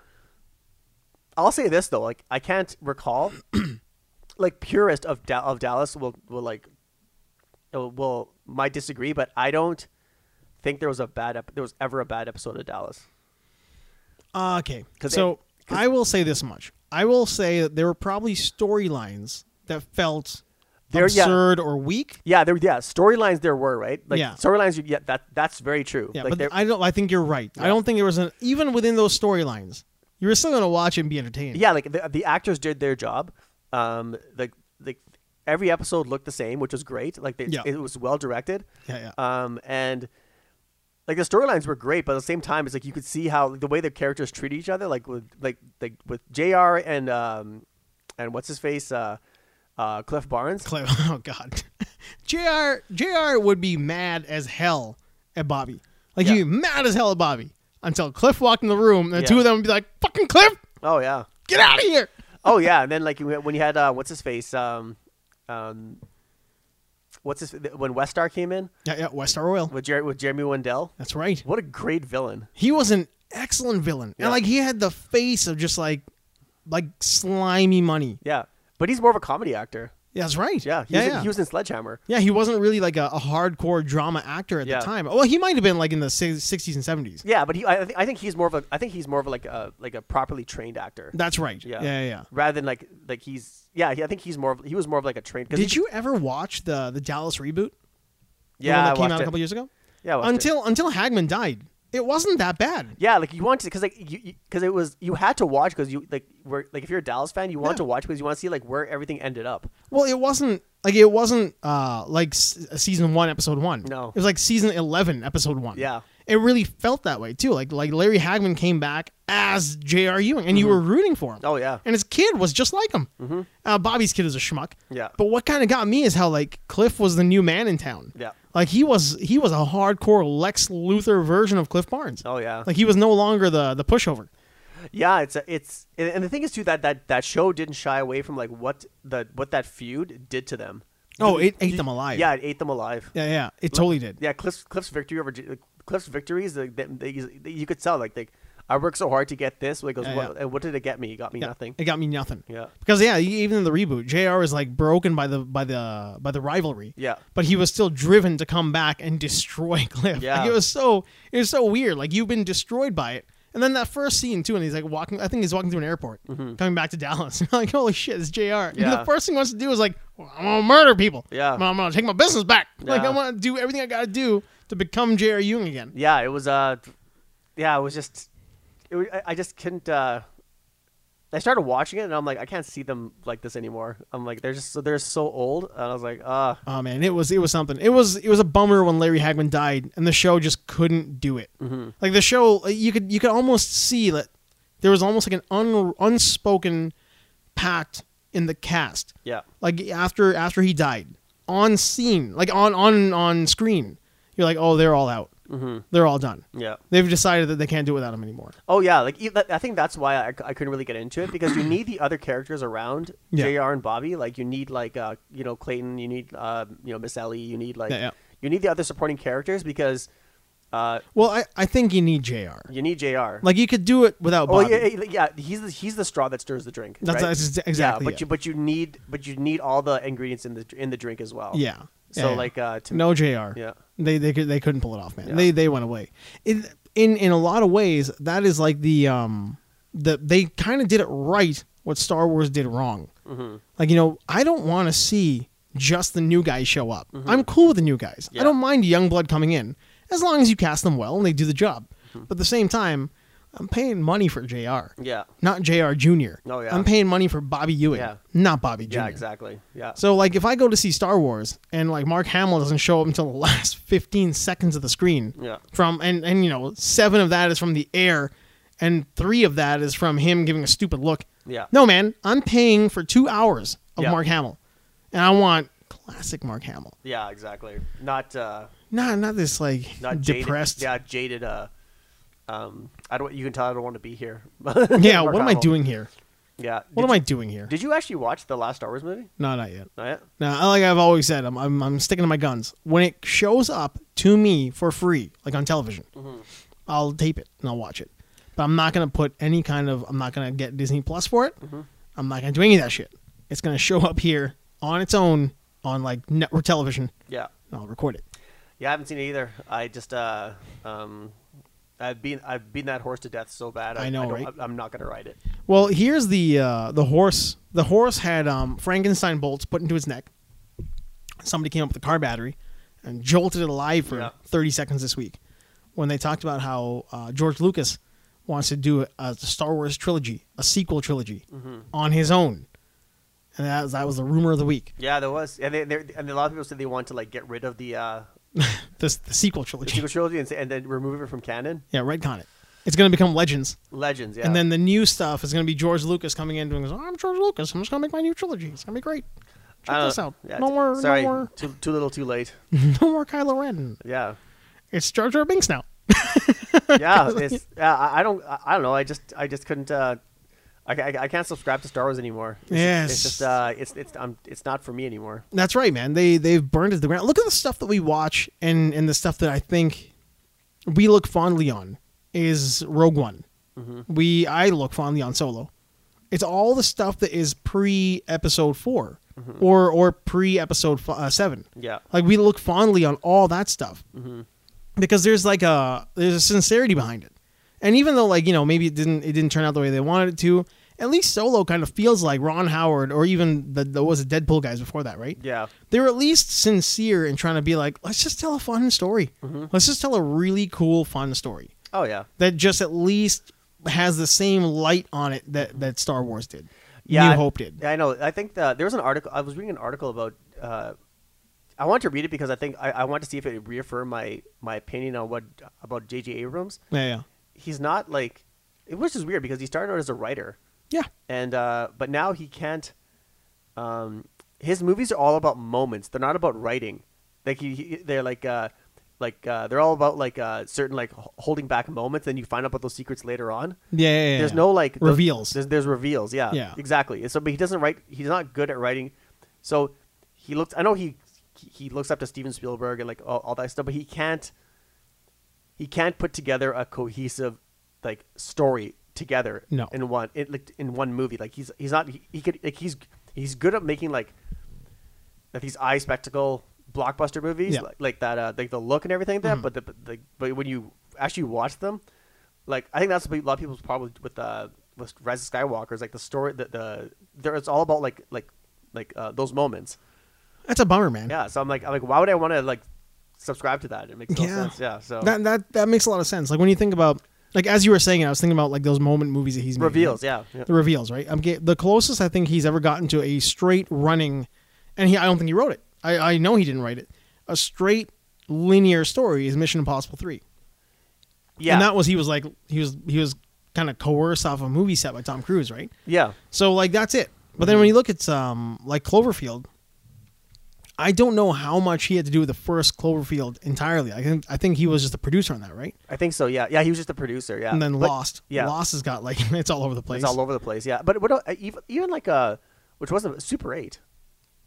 I'll say this though, like I can't recall, like purist of da- of Dallas will will like uh, will might disagree, but I don't think there was a bad ep- there was ever a bad episode of Dallas.
Uh, okay,
'Cause
so
it-
I will say this much: I will say that there were probably storylines that felt
There- yeah.
absurd or weak.
Yeah, there yeah storylines there were right like
Yeah.
storylines you- yeah that that's very true.
Yeah,
like,
but
there,
I don't. I think you're right. I
Yeah.
don't think there was an even within those storylines. You were still gonna watch and be entertained.
yeah, like the, the actors did their job. Um, like like every episode looked the same, which was great. Like they,
Yeah.
it was well directed.
yeah, yeah.
Um, and like the storylines were great, but at the same time, it's like you could see how the way the characters treat each other, like with like like with Jr. and um and what's his face, uh, uh, Cliff Barnes.
Clay- oh God, Jr. Jr. would be mad as hell at Bobby. Like
Yeah.
he'd be mad as hell at Bobby until Cliff walked in the room, and the two
Yeah.
of them would be like, "Fucking Cliff,
Oh yeah,
get out of here!"
oh yeah, and then like you- when you had uh, what's his face, um, um, what's his when Westar came in
Yeah, yeah. Westar Oil.
with Jer- with Jeremy Wendell.
That's right.
What a great villain.
He was an excellent villain,
Yeah.
and like he had the face of just like, like slimy money.
Yeah, but he's more of a comedy actor.
Yeah, that's right.
Yeah, he,
yeah,
was, in,
yeah.
he was in Sledgehammer.
Yeah, he wasn't really like a, a hardcore drama actor at
Yeah.
the time. Well, he might have been like in the si- 60s and 70s.
Yeah, but he, I, I thi- I think he's more of a, I think he's more of like a like a properly trained actor,
That's right. Yeah,
Yeah.
yeah, yeah.
rather than like like he's yeah. he- I think he's more of he was more of like a trained. 'cause
Did
he-
you ever watch the the Dallas reboot? The
Yeah,
one
I
that came
watched
out
it.
a couple years ago.
Yeah, I watched it.
Until until Hagman died, it wasn't that bad.
Yeah, like you wanted because like you because it was you had to watch because you like were like if you're a Dallas fan you want
Yeah.
to watch because you want to see like where everything ended up.
Well, it wasn't like it wasn't uh like s- season 1 episode 1.
No.
It was like season 11 episode 1.
Yeah.
It really felt that way too. Like like Larry Hagman came back as J.R. Ewing and you were rooting for him.
Oh yeah, Mm-hmm.
and his kid was just like him. Uh, Bobby's kid is a schmuck.
Yeah.
But what kind of got me is how like Cliff was the new man in town.
Yeah.
Like he was he was a hardcore Lex Luthor version of Cliff Barnes.
oh yeah,
Like he was no longer the the pushover.
yeah. It's a, it's and, and the thing is too that that that show didn't shy away from like what the what that feud did to them.
Oh, it ate
You-
them alive.
Yeah, it ate them alive.
Yeah, yeah. It totally did.
yeah, Cliff's Cliff's victory over J- Cliff's victories. Like, they, they, you could tell like they, I worked so hard to get this. Like, goes,
Yeah,
what, and what did it get me? It got me
Yeah.
nothing.
It got me nothing.
Yeah.
Because yeah, e, even in the reboot, JR is like broken by the by the by the rivalry.
Yeah.
But he was still driven to come back and destroy Cliff. Like,
Yeah.
it was so it was so weird. Like you've been destroyed by it. And then that first scene too, and he's like walking. I think he's walking through an airport, coming back to Dallas. like, holy shit, it's Jr. And
Mm-hmm. Yeah.
the first thing he wants to do is like, well, I'm gonna murder people.
Yeah.
I'm gonna, I'm gonna take my business back. Like,
Yeah.
I want to do everything I gotta do to become Jr. Ewing again.
yeah, it was. Uh, yeah, it was just. It was, I, I just couldn't. Uh, I started watching it, and I'm like, I can't see them like this anymore. I'm like, they're just they're so old, and I was like, ah,
Oh man, it was it was something. It was it was a bummer when Larry Hagman died, and the show just couldn't do it.
Mm-hmm.
Like the show, like, you could you could almost see that there was almost like an un, unspoken pact in the cast.
yeah,
Like after after he died, on scene, like on on on screen, you're like, oh, they're all out. Mm-hmm. They're all done.
yeah.
They've decided that they can't do it without him anymore.
Oh yeah, like e- that- I think that's why I, I couldn't really get into it because you need the other characters around
Yeah.
Jr. and Bobby. Like you need like uh you know Clayton, you need uh you know Miss Ellie, you need like
Yeah, yeah.
you need the other supporting characters because uh
Well, I, I think you need Jr.
you need Jr.
Like you could do it without
Oh
Bobby.
yeah, yeah, yeah, he's the, he's the straw that stirs the drink.
That's-
right?
that's ex- exactly
Yeah, but
it.
you but you need but you need all the ingredients in the in the drink as well.
Yeah.
So
Yeah.
like uh to
no Jr.
Yeah.
They they could they couldn't pull it off, man.
Yeah.
They they went away. In in in a lot of ways, that is like the um the they kind of did it right what Star Wars did wrong.
Mm-hmm.
Like you know, I don't want to see just the new guys show up. I'm cool with the new guys. I
Mm-hmm. Yeah.
don't mind young blood coming in as long as you cast them well and they do the job. But at the same time, I'm paying money for Jr.
Mm-hmm. yeah
Not Jr. Junior.
Oh, yeah.
I'm paying money for Bobby Ewing,
Yeah.
not Bobby Jr.
yeah exactly yeah
So like if I go to see Star Wars and like Mark Hamill doesn't show up until the last 15 seconds of the screen.
Yeah.
From and and you know, 7 of that is from the air and 3 of that is from him giving a stupid look.
yeah
No man, I'm paying for 2 hours of
Yeah.
Mark Hamill. And I want classic Mark Hamill.
yeah exactly not uh
Not not this like
not jaded-
depressed.
yeah, jaded. Uh, um, I don't. You can tell I don't want to be here.
Yeah,
Mark
what am I
Hamill.
doing here?
Yeah.
What
did
am I doing here?
Did you actually watch the last Star Wars movie?
no, not yet.
Not yet?
Now, like I've always said, I'm, I'm I'm sticking to my guns. When it shows up to me for free, like on television, I'll tape it and I'll watch it. But I'm not gonna put any kind of I'm not gonna get Disney Plus for it. I'm not gonna do any of that shit. It's gonna show up here on its own on like network television,
Yeah.
and I'll record it.
Yeah, I haven't seen it either. I just uh, um, I've been I've been that horse to death so bad.
I know,
don't-
right?
I'm not gonna ride it.
Well, here's the uh, the horse. The horse had um, Frankenstein bolts put into his neck. Somebody came up with a car battery and jolted it alive for
Yeah.
30 seconds this week when they talked about how uh, George Lucas wants to do a, a Star Wars trilogy, a sequel trilogy,
Mm-hmm.
on his own. And that, that was the rumor of the week.
Yeah, there was, and they, there- and a lot of people said they want to like get rid of the uh,
This the sequel
the
trilogy.
sequel trilogy and, say- and then remove it from canon.
yeah, redcon it. It's going to become Legends.
Legends, yeah.
And then the new stuff is going to be George Lucas coming in doing, this, I'm George Lucas. I'm just going to make my new trilogy. It's going to be great.
I
Check
don't-
this out.
yeah,
no
t-
more,
Sorry,
no more,
too too little, too late.
no more Kylo Ren.
Yeah.
It's Jar Jar Binks now.
yeah, it's, yeah. I I don't. I I don't know. I just. I just couldn't. Uh, I, I, I can't subscribe to Star Wars anymore. It's,
Yes.
It's just. Uh, it's. It's. Um, it's not for me anymore.
That's right, man. They they've burned it to the ground. Look at the stuff that we watch and and the stuff that I think we look fondly on is Rogue One.
Mm-hmm.
We I look fondly on Solo. It's all the stuff that is pre Episode 4
Mm-hmm.
or or pre Episode f- uh, seven.
Yeah.
Like we look fondly on all that stuff
Mm-hmm.
because there's like a there's a sincerity behind it. And even though like you know maybe it didn't it didn't turn out the way they wanted it to, at least Solo kind of feels like Ron Howard or even the, the what was it Deadpool guys before that, right?
Yeah.
They were at least sincere in trying to be like, let's just tell a fun story.
Mm-hmm.
Let's just tell a really cool fun story
Oh yeah.
that just at least has the same light on it that that Star Wars did.
Yeah.
New
I-
Hope did.
yeah, I know. I think the, there was an article. I was reading an article about. Uh, I want to read it because I think I, I want to see if it reaffirmed my my opinion on what about J.J. Abrams.
Yeah, yeah,
He's not like, which is weird because he started out as a writer.
yeah.
and uh, but now he can't. Um, his movies are all about moments. They're not about writing. Like he, he they're like uh, like uh, they're all about like uh, certain like h- holding back moments, and you find out about those secrets later on.
Yeah, yeah, yeah,
There's
yeah.
no like those-
Reveals.
There's, there's reveals. Yeah.
Yeah.
Exactly. So, but he doesn't write. He's not good at writing. So he looks. I know he he looks up to Steven Spielberg and like all, all that stuff, but he can't. He can't put together a cohesive like story together
No.
in one it, like, in one movie. Like he's he's not he, he could like he's he's good at making like like these eye spectacle blockbuster movies
Yeah. Mm-hmm.
like, like that uh, like the look and everything like that but the, but the but when you actually watch them like I think that's what a lot of people's problem with uh with Rise of Skywalker is like the story the the there it's all about like like like uh, those moments.
Mm-hmm. That's a bummer, man.
Yeah, so I'm like I'm like why would I want to like subscribe to that? It makes no
Yeah.
sense. Yeah, so
That that that makes a lot of sense. Like when you think about like as you were saying, it, I was thinking about like those moment movies that he's made, right?
reveals. Yeah, yeah.
the reveals, right? I'm get, the closest I think he's ever gotten to a straight running, and he I don't think he wrote it. I, I know he didn't write it. A straight linear story is Mission Impossible three,
yeah.
and that was he was like he was he was kind of coerced off a movie set by Tom Cruise, right?
yeah.
So like that's it. But then when you look at um like Cloverfield, I don't know how much he had to do with the first Cloverfield entirely. I think I think he was just a producer on that, right?
I think so. Yeah, yeah. He was just a producer. Yeah,
and then
But-
Lost.
yeah.
Lost has got like it's all over the place.
It's all over the place. Yeah, but what uh, even even like uh, which wasn't Super Eight.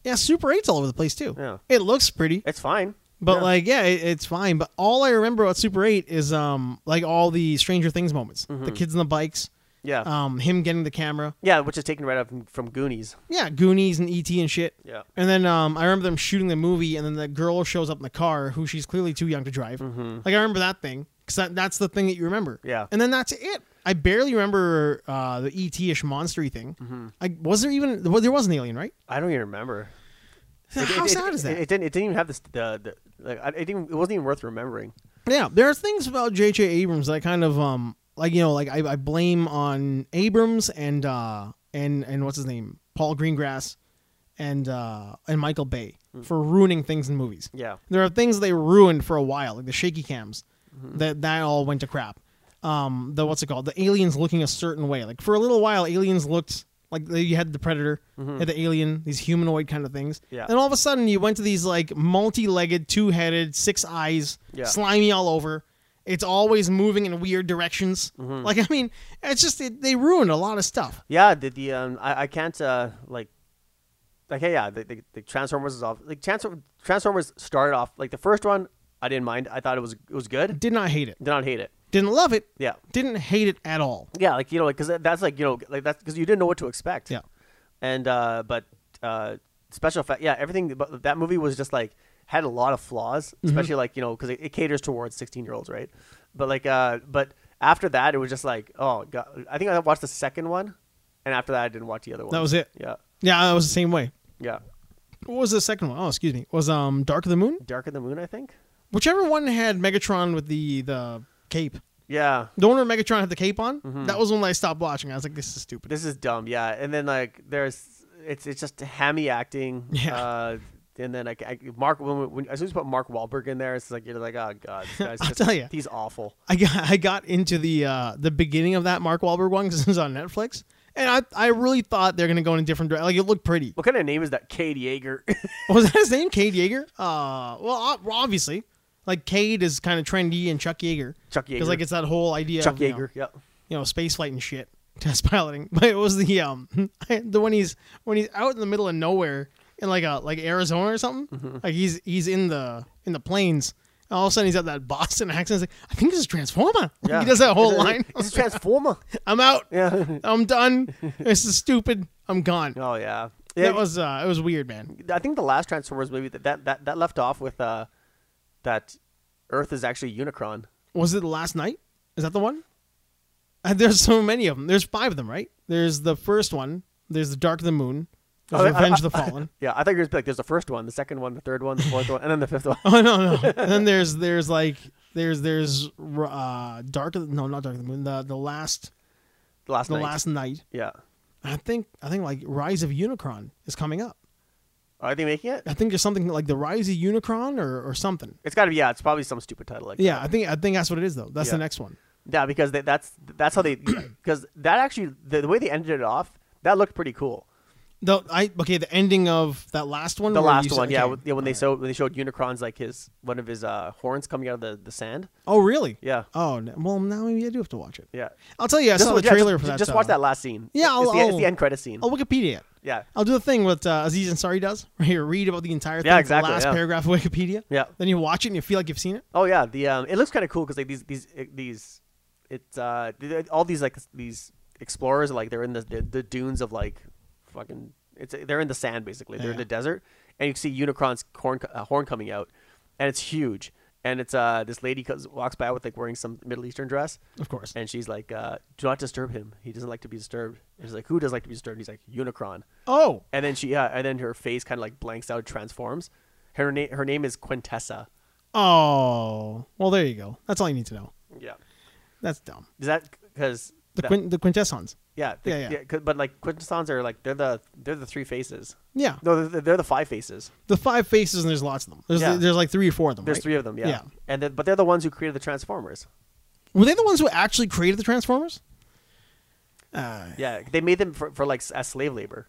yeah, Super 8's all over the place too.
Yeah.
It looks pretty,
It's fine.
but
Yeah.
like yeah, it, it's fine. But all I remember about Super 8 is um like all the Stranger Things moments, the kids on the bikes,
Mm-hmm. yeah,
um him getting the camera,
yeah, which is taken right out from, from Goonies.
yeah, Goonies and ET and shit.
Yeah,
And then um, I remember them shooting the movie, and then the girl shows up in the car who she's clearly too young to drive. Like I remember that thing because that, that's the thing that you remember.
Mm-hmm. Yeah.
And then that's it. I barely remember uh, the ET-ish monstery thing.
Mm-hmm.
I was there even well, there was an alien, right?
I don't even remember.
How
it,
sad
it,
is that?
It, it didn't. It didn't even have this. The, the like, I, it didn't. It wasn't even worth remembering.
yeah, there are things about J.J. Abrams that I kind of um like you know like I, I blame on Abrams and uh and and what's his name Paul Greengrass and uh and Michael Bay
Mm.
for ruining things in movies.
Yeah,
there are things they ruined for a while, like the shaky cams.
Mm-hmm.
That that all went to crap. Um, the what's it called? The aliens looking a certain way. Like for a little while, aliens looked like they- you had the predator, you had the alien, these humanoid kind of things.
Mm-hmm. Yeah.
And all of a sudden, you went to these like multi-legged, two-headed, six eyes,
Yeah.
slimy all over. It's always moving in weird directions.
Mm-hmm.
Like I mean, it's just it, they ruined a lot of stuff.
yeah. The the um, I, I can't uh like. Like hey, yeah, the, the, the Transformers is off. Like Transform- Transformers started off like the first one. I didn't mind. I thought it was it was good.
Did not hate it.
Did not hate it.
Didn't love it.
Yeah,
Didn't hate it at all.
Yeah, like you know, like because that's like you know, like that's because you didn't know what to expect.
Yeah.
And uh, but uh, special effect, yeah, everything. But that movie was just like had a lot of flaws,
Mm-hmm.
especially like you know because it, it caters towards sixteen year olds, right? But like, uh, but after that, it was just like, oh god, I think I watched the second one, and after that, I didn't watch the other one.
That was it.
Yeah,
Yeah, that was the same way.
yeah.
what was the second one? Oh, excuse me. Was um Dark of the Moon?
Dark of the Moon, I think.
Whichever one had Megatron with the the cape.
Yeah,
The one where Megatron had the cape on.
Mm-hmm.
That was when I stopped watching. I was like, this is stupid.
this is dumb. Yeah, and then like there's it's it's just hammy acting.
Yeah.
Uh, and then like I, Mark when, when as soon as you put Mark Wahlberg in there, it's like you're like oh god, this guy's
I'll
just,
tell ya.
he's awful.
I got I got into the uh, the beginning of that Mark Wahlberg one because it was on Netflix, and I I really thought they're gonna go in a different direction. Like it looked pretty.
What kind of name is that? Cade Yeager.
was that his name? Cade Yeager. Uh, well, ob- obviously, like Cade is kind of trendy, and Chuck Yeager.
Chuck Yeager.
Because like it's that whole idea.
Chuck
of, you know,
Yeager. Yep.
you know, space flight and shit, test piloting. But it was the um the when he's when he's out in the middle of nowhere in like a like Arizona or something.
Mm-hmm.
Like he's he's in the in the plains. And all of a sudden he's got that Boston accent. He's like, I think this is Transformer. Like,
Yeah.
he does that whole line.
It's a Transformer.
I'm out.
yeah.
I'm done. This is stupid. I'm gone.
Oh yeah. yeah.
That was uh it was weird, man.
I think the last Transformers movie that that that, that left off with uh that Earth is actually Unicron.
Was it last night? Is that the one? Uh, There's so many of them. There's five of them, right? There's the first one. There's the Dark of the Moon. There's
Oh, I-
Revenge of the Fallen.
Yeah, I thought you were gonna be like, there's the first one, the second one, the third one, the fourth one, and then the fifth one.
Oh no, no. and then there's there's like there's there's uh dark of the, no not dark of the moon the the last
The last
the
night.
last night.
Yeah.
I think I think like Rise of Unicron is coming up.
Are they making it?
I think there's something like the Rise of Unicron or or something.
It's got to be yeah. It's probably some stupid title like
Yeah, I think I think that's what it is though. That's the
Yeah.
next one.
that. yeah because they, that's that's how they because that actually the, the way they ended it off that looked pretty cool.
The I okay the ending of that last one.
The
where you
last
said-
one, yeah,
okay.
with- yeah, when they showed when they showed Unicron's like his one of his uh, horns coming out of the, the sand.
Oh really?
Yeah,
Oh n- well, now maybe I do have to watch it.
yeah.
I'll tell you, I saw
Just-
the
yeah,
trailer
just,
for that.
Just
uh,
watch that last scene.
Yeah,
it's,
I'll-
the, it's the
I'll-
end credit scene.
I'll Wikipedia it.
yeah,
I'll do the thing what uh, Aziz Ansari does, where you read about the entire thing,
Yeah,
the
exactly,
last
yeah.
paragraph of Wikipedia.
Yeah.
Then you watch it and you feel like you've seen it.
Oh yeah, the um, it looks kind of cool because like these these it- these it's uh th- all these like these explorers like they're in the the, the dunes of like fucking it's eh, they're in the sand basically they're in
Yeah.
the desert and you see Unicron's horn uh, horn coming out and it's huge and it's uh this lady comes, walks by with like wearing some Middle Eastern dress,
Of course.
and she's like, uh, "Do not disturb him. He doesn't like to be disturbed." And she's like, "Who does like to be disturbed?" And he's like, "Unicron."
Oh,
And then she, yeah, and then her face kind of like blanks out, transforms. Her name, her name is Quintessa.
oh. Well, there you go. That's all you need to know.
Yeah,
That's dumb.
is that because
The quin- the quintessons.
yeah, the,
Yeah, yeah.
'cause- but like quintessons are like they're the they're the three faces.
Yeah.
No, they're, they're the five faces.
The five faces and there's lots of them. There's
Yeah.
there's like three or four of them.
There's
right?
three of them. Yeah,
Yeah.
and then, but they're the ones who created the Transformers.
Were they the ones who actually created the Transformers? Uh,
Yeah, they made them for, for like s- as slave labor,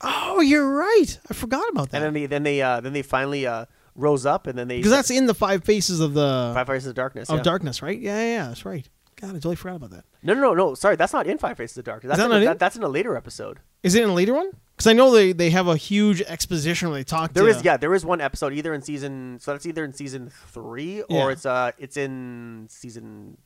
oh, you're right. I forgot about that.
and then they then they uh, then they finally uh, rose up, and then they
because that's Oh, in the five faces of the
Five Faces of Darkness.
of
yeah.
darkness, right? Yeah, yeah, yeah, that's right. God, I totally forgot about that.
No, no, no, no. Sorry, that's not in Five Faces of Darkness.
Is
That's
that
in a,
not it?
that, that's in a later episode.
Is it in a later one? Because I know they, they have a huge exposition where they talk.
There
to,
is yeah, there is one episode either in season so that's either in season three or
Yeah.
it's uh it's in season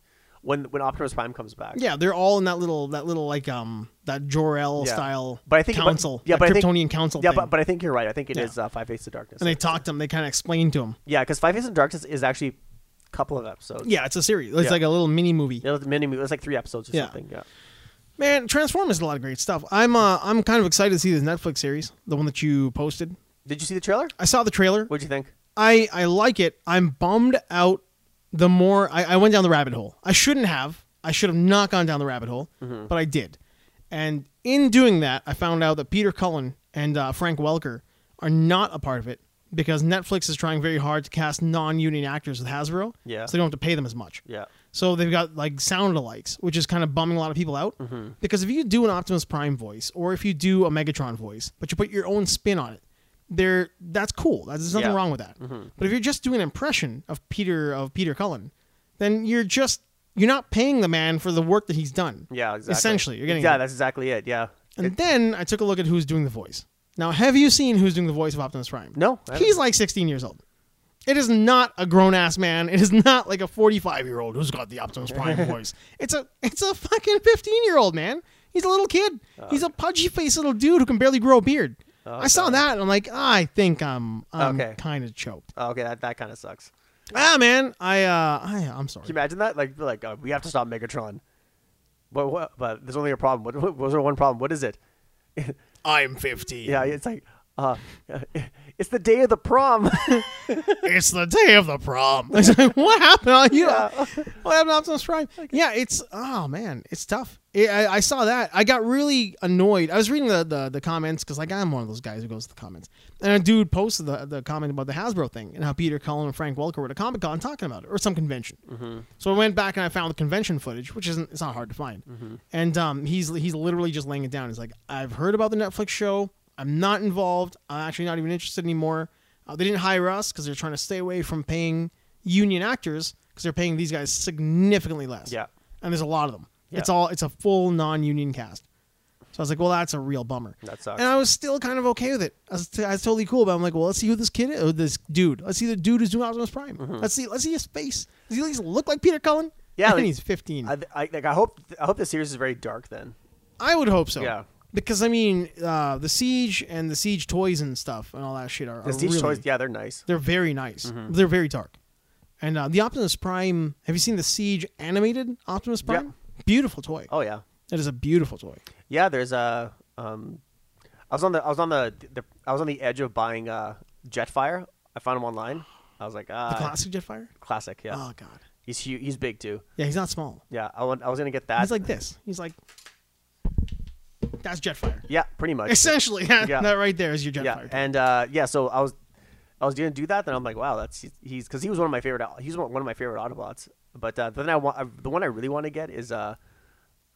when when Optimus Prime comes back.
yeah. They're all in that little that little like um that Jor El
Yeah.
style.
But I think- but-
council,
yeah,
that
but I think-
Kryptonian council.
Yeah,
thing.
but, but I think you're right. I think it is
Yeah.
uh, Five Faces of Darkness.
and they talk to him. They kind of explain to him.
yeah, because Five Faces of Darkness is actually a couple of episodes.
Yeah, it's a series. It's
Yeah.
like a little mini movie.
It was many. It was like three episodes or
Yeah.
something. Yeah.
Man, Transformers is a lot of great stuff. I'm uh, I'm kind of excited to see this Netflix series, the one that you posted.
Did you see the trailer?
I saw the trailer.
What'd you think?
I I like it. I'm bummed out. The more I, I went down the rabbit hole, I shouldn't have. I should have not gone down the rabbit hole, but I did. And in doing that, I found out that Peter Cullen and uh, Frank Welker are not a part of it because Netflix is trying very hard to cast non-union actors with Hasbro.
Yeah.
So they don't have to pay them as much.
Yeah.
So they've got like sound alikes, which is kind of bumming a lot of people out.
Mm-hmm.
Because if you do an Optimus Prime voice or if you do a Megatron voice, but you put your own spin on it, there that's cool. That's, there's nothing
Yeah. Mm-hmm.
wrong with that. But if you're just doing an impression of Peter of Peter Cullen, then you're just you're not paying the man for the work that he's done.
Yeah. Exactly.
Essentially, you're getting
Yeah, that's exactly it. Yeah.
And then I took a look at who's doing the voice. Now, have you seen who's doing the voice of Optimus Prime?
No, I haven't.
He's like 16 years old. It is not a grown ass man. It is not like a 45 year old who's got the Optimus Prime voice. It's a it's a fucking 15 year old man. He's a little kid.
Uh,
He's a pudgy faced little dude who can barely grow a beard. I saw that and I'm like, I think I'm, I'm
Oh, Okay.
kind of choked.
Oh, okay, that, that kind of sucks.
Ah, man, I uh, I I'm sorry.
Can you imagine that? Like, like uh, we have to stop Megatron. But what? But there's only a problem. What, what was there one problem? What is it?
I'm 15.
Yeah, it's like, uh, it's the day of the prom.
Hmm. it's the day of the prom. It's like, what happened? Are you, What happened to Optimus Prime? Yeah, it's oh man, it's tough. I- I, I saw that. I got really annoyed. I was reading the the, the comments because like I'm one of those guys who goes to the comments. And a dude posted the, the comment about the Hasbro thing and how Peter Cullen and Frank Welker were at a Comic Con talking about it or some convention. So I went back and I found the convention footage, which isn't it's not hard to find. And um, he's he's literally just laying it down. He's like, I've heard about the Netflix show. I'm not involved. I'm actually not even interested anymore. Uh, they didn't hire us because they're trying to stay away from paying union actors because they're paying these guys significantly less.
Yeah.
and there's a lot of them.
Yeah.
It's all it's a full non-union cast. So I was like, well, that's a real bummer.
That sucks.
And I was still kind of okay with it. I was, t- I was totally cool, but I'm like, well, let's see who this kid is, or this dude. Let's see the dude who's doing Optimus Prime. Let's see, let's see his face. Does he at least look like Peter Cullen?
Mm-hmm. Yeah,
and
like-
he's 15.
I,
I,
I, like, I hope, I hope the series is very dark then.
Oh, would hope so.
Yeah.
because I mean, uh, the siege and the siege toys and stuff and all that shit are,
The
are
Siege
really,
toys, yeah, they're nice.
They're very nice.
Mm-hmm.
They're very dark. And uh, the Optimus Prime. Have you seen the Siege animated Optimus
Yeah.
Prime? Beautiful toy.
Oh yeah,
It is a beautiful toy.
yeah. There's a, um, I was on the, I was on the, the I was on the edge of buying uh, Jetfire. I found him online. I was like, ah,
The classic Jetfire.
classic. Yeah,
Oh god.
he's huge, he's big too.
Yeah, he's not small.
Yeah, I want, I was gonna get that.
He's like this. He's like that's Jetfire.
yeah, pretty much.
Essentially, that,
Yeah.
that right there is your Jetfire.
yeah,
toy.
and uh, yeah, so I was, I was gonna do that, then I'm like, wow, that's he's because he was one of my favorite, Au- he's one one of my favorite Autobots. But uh, then I want I, the one I really want to get is uh,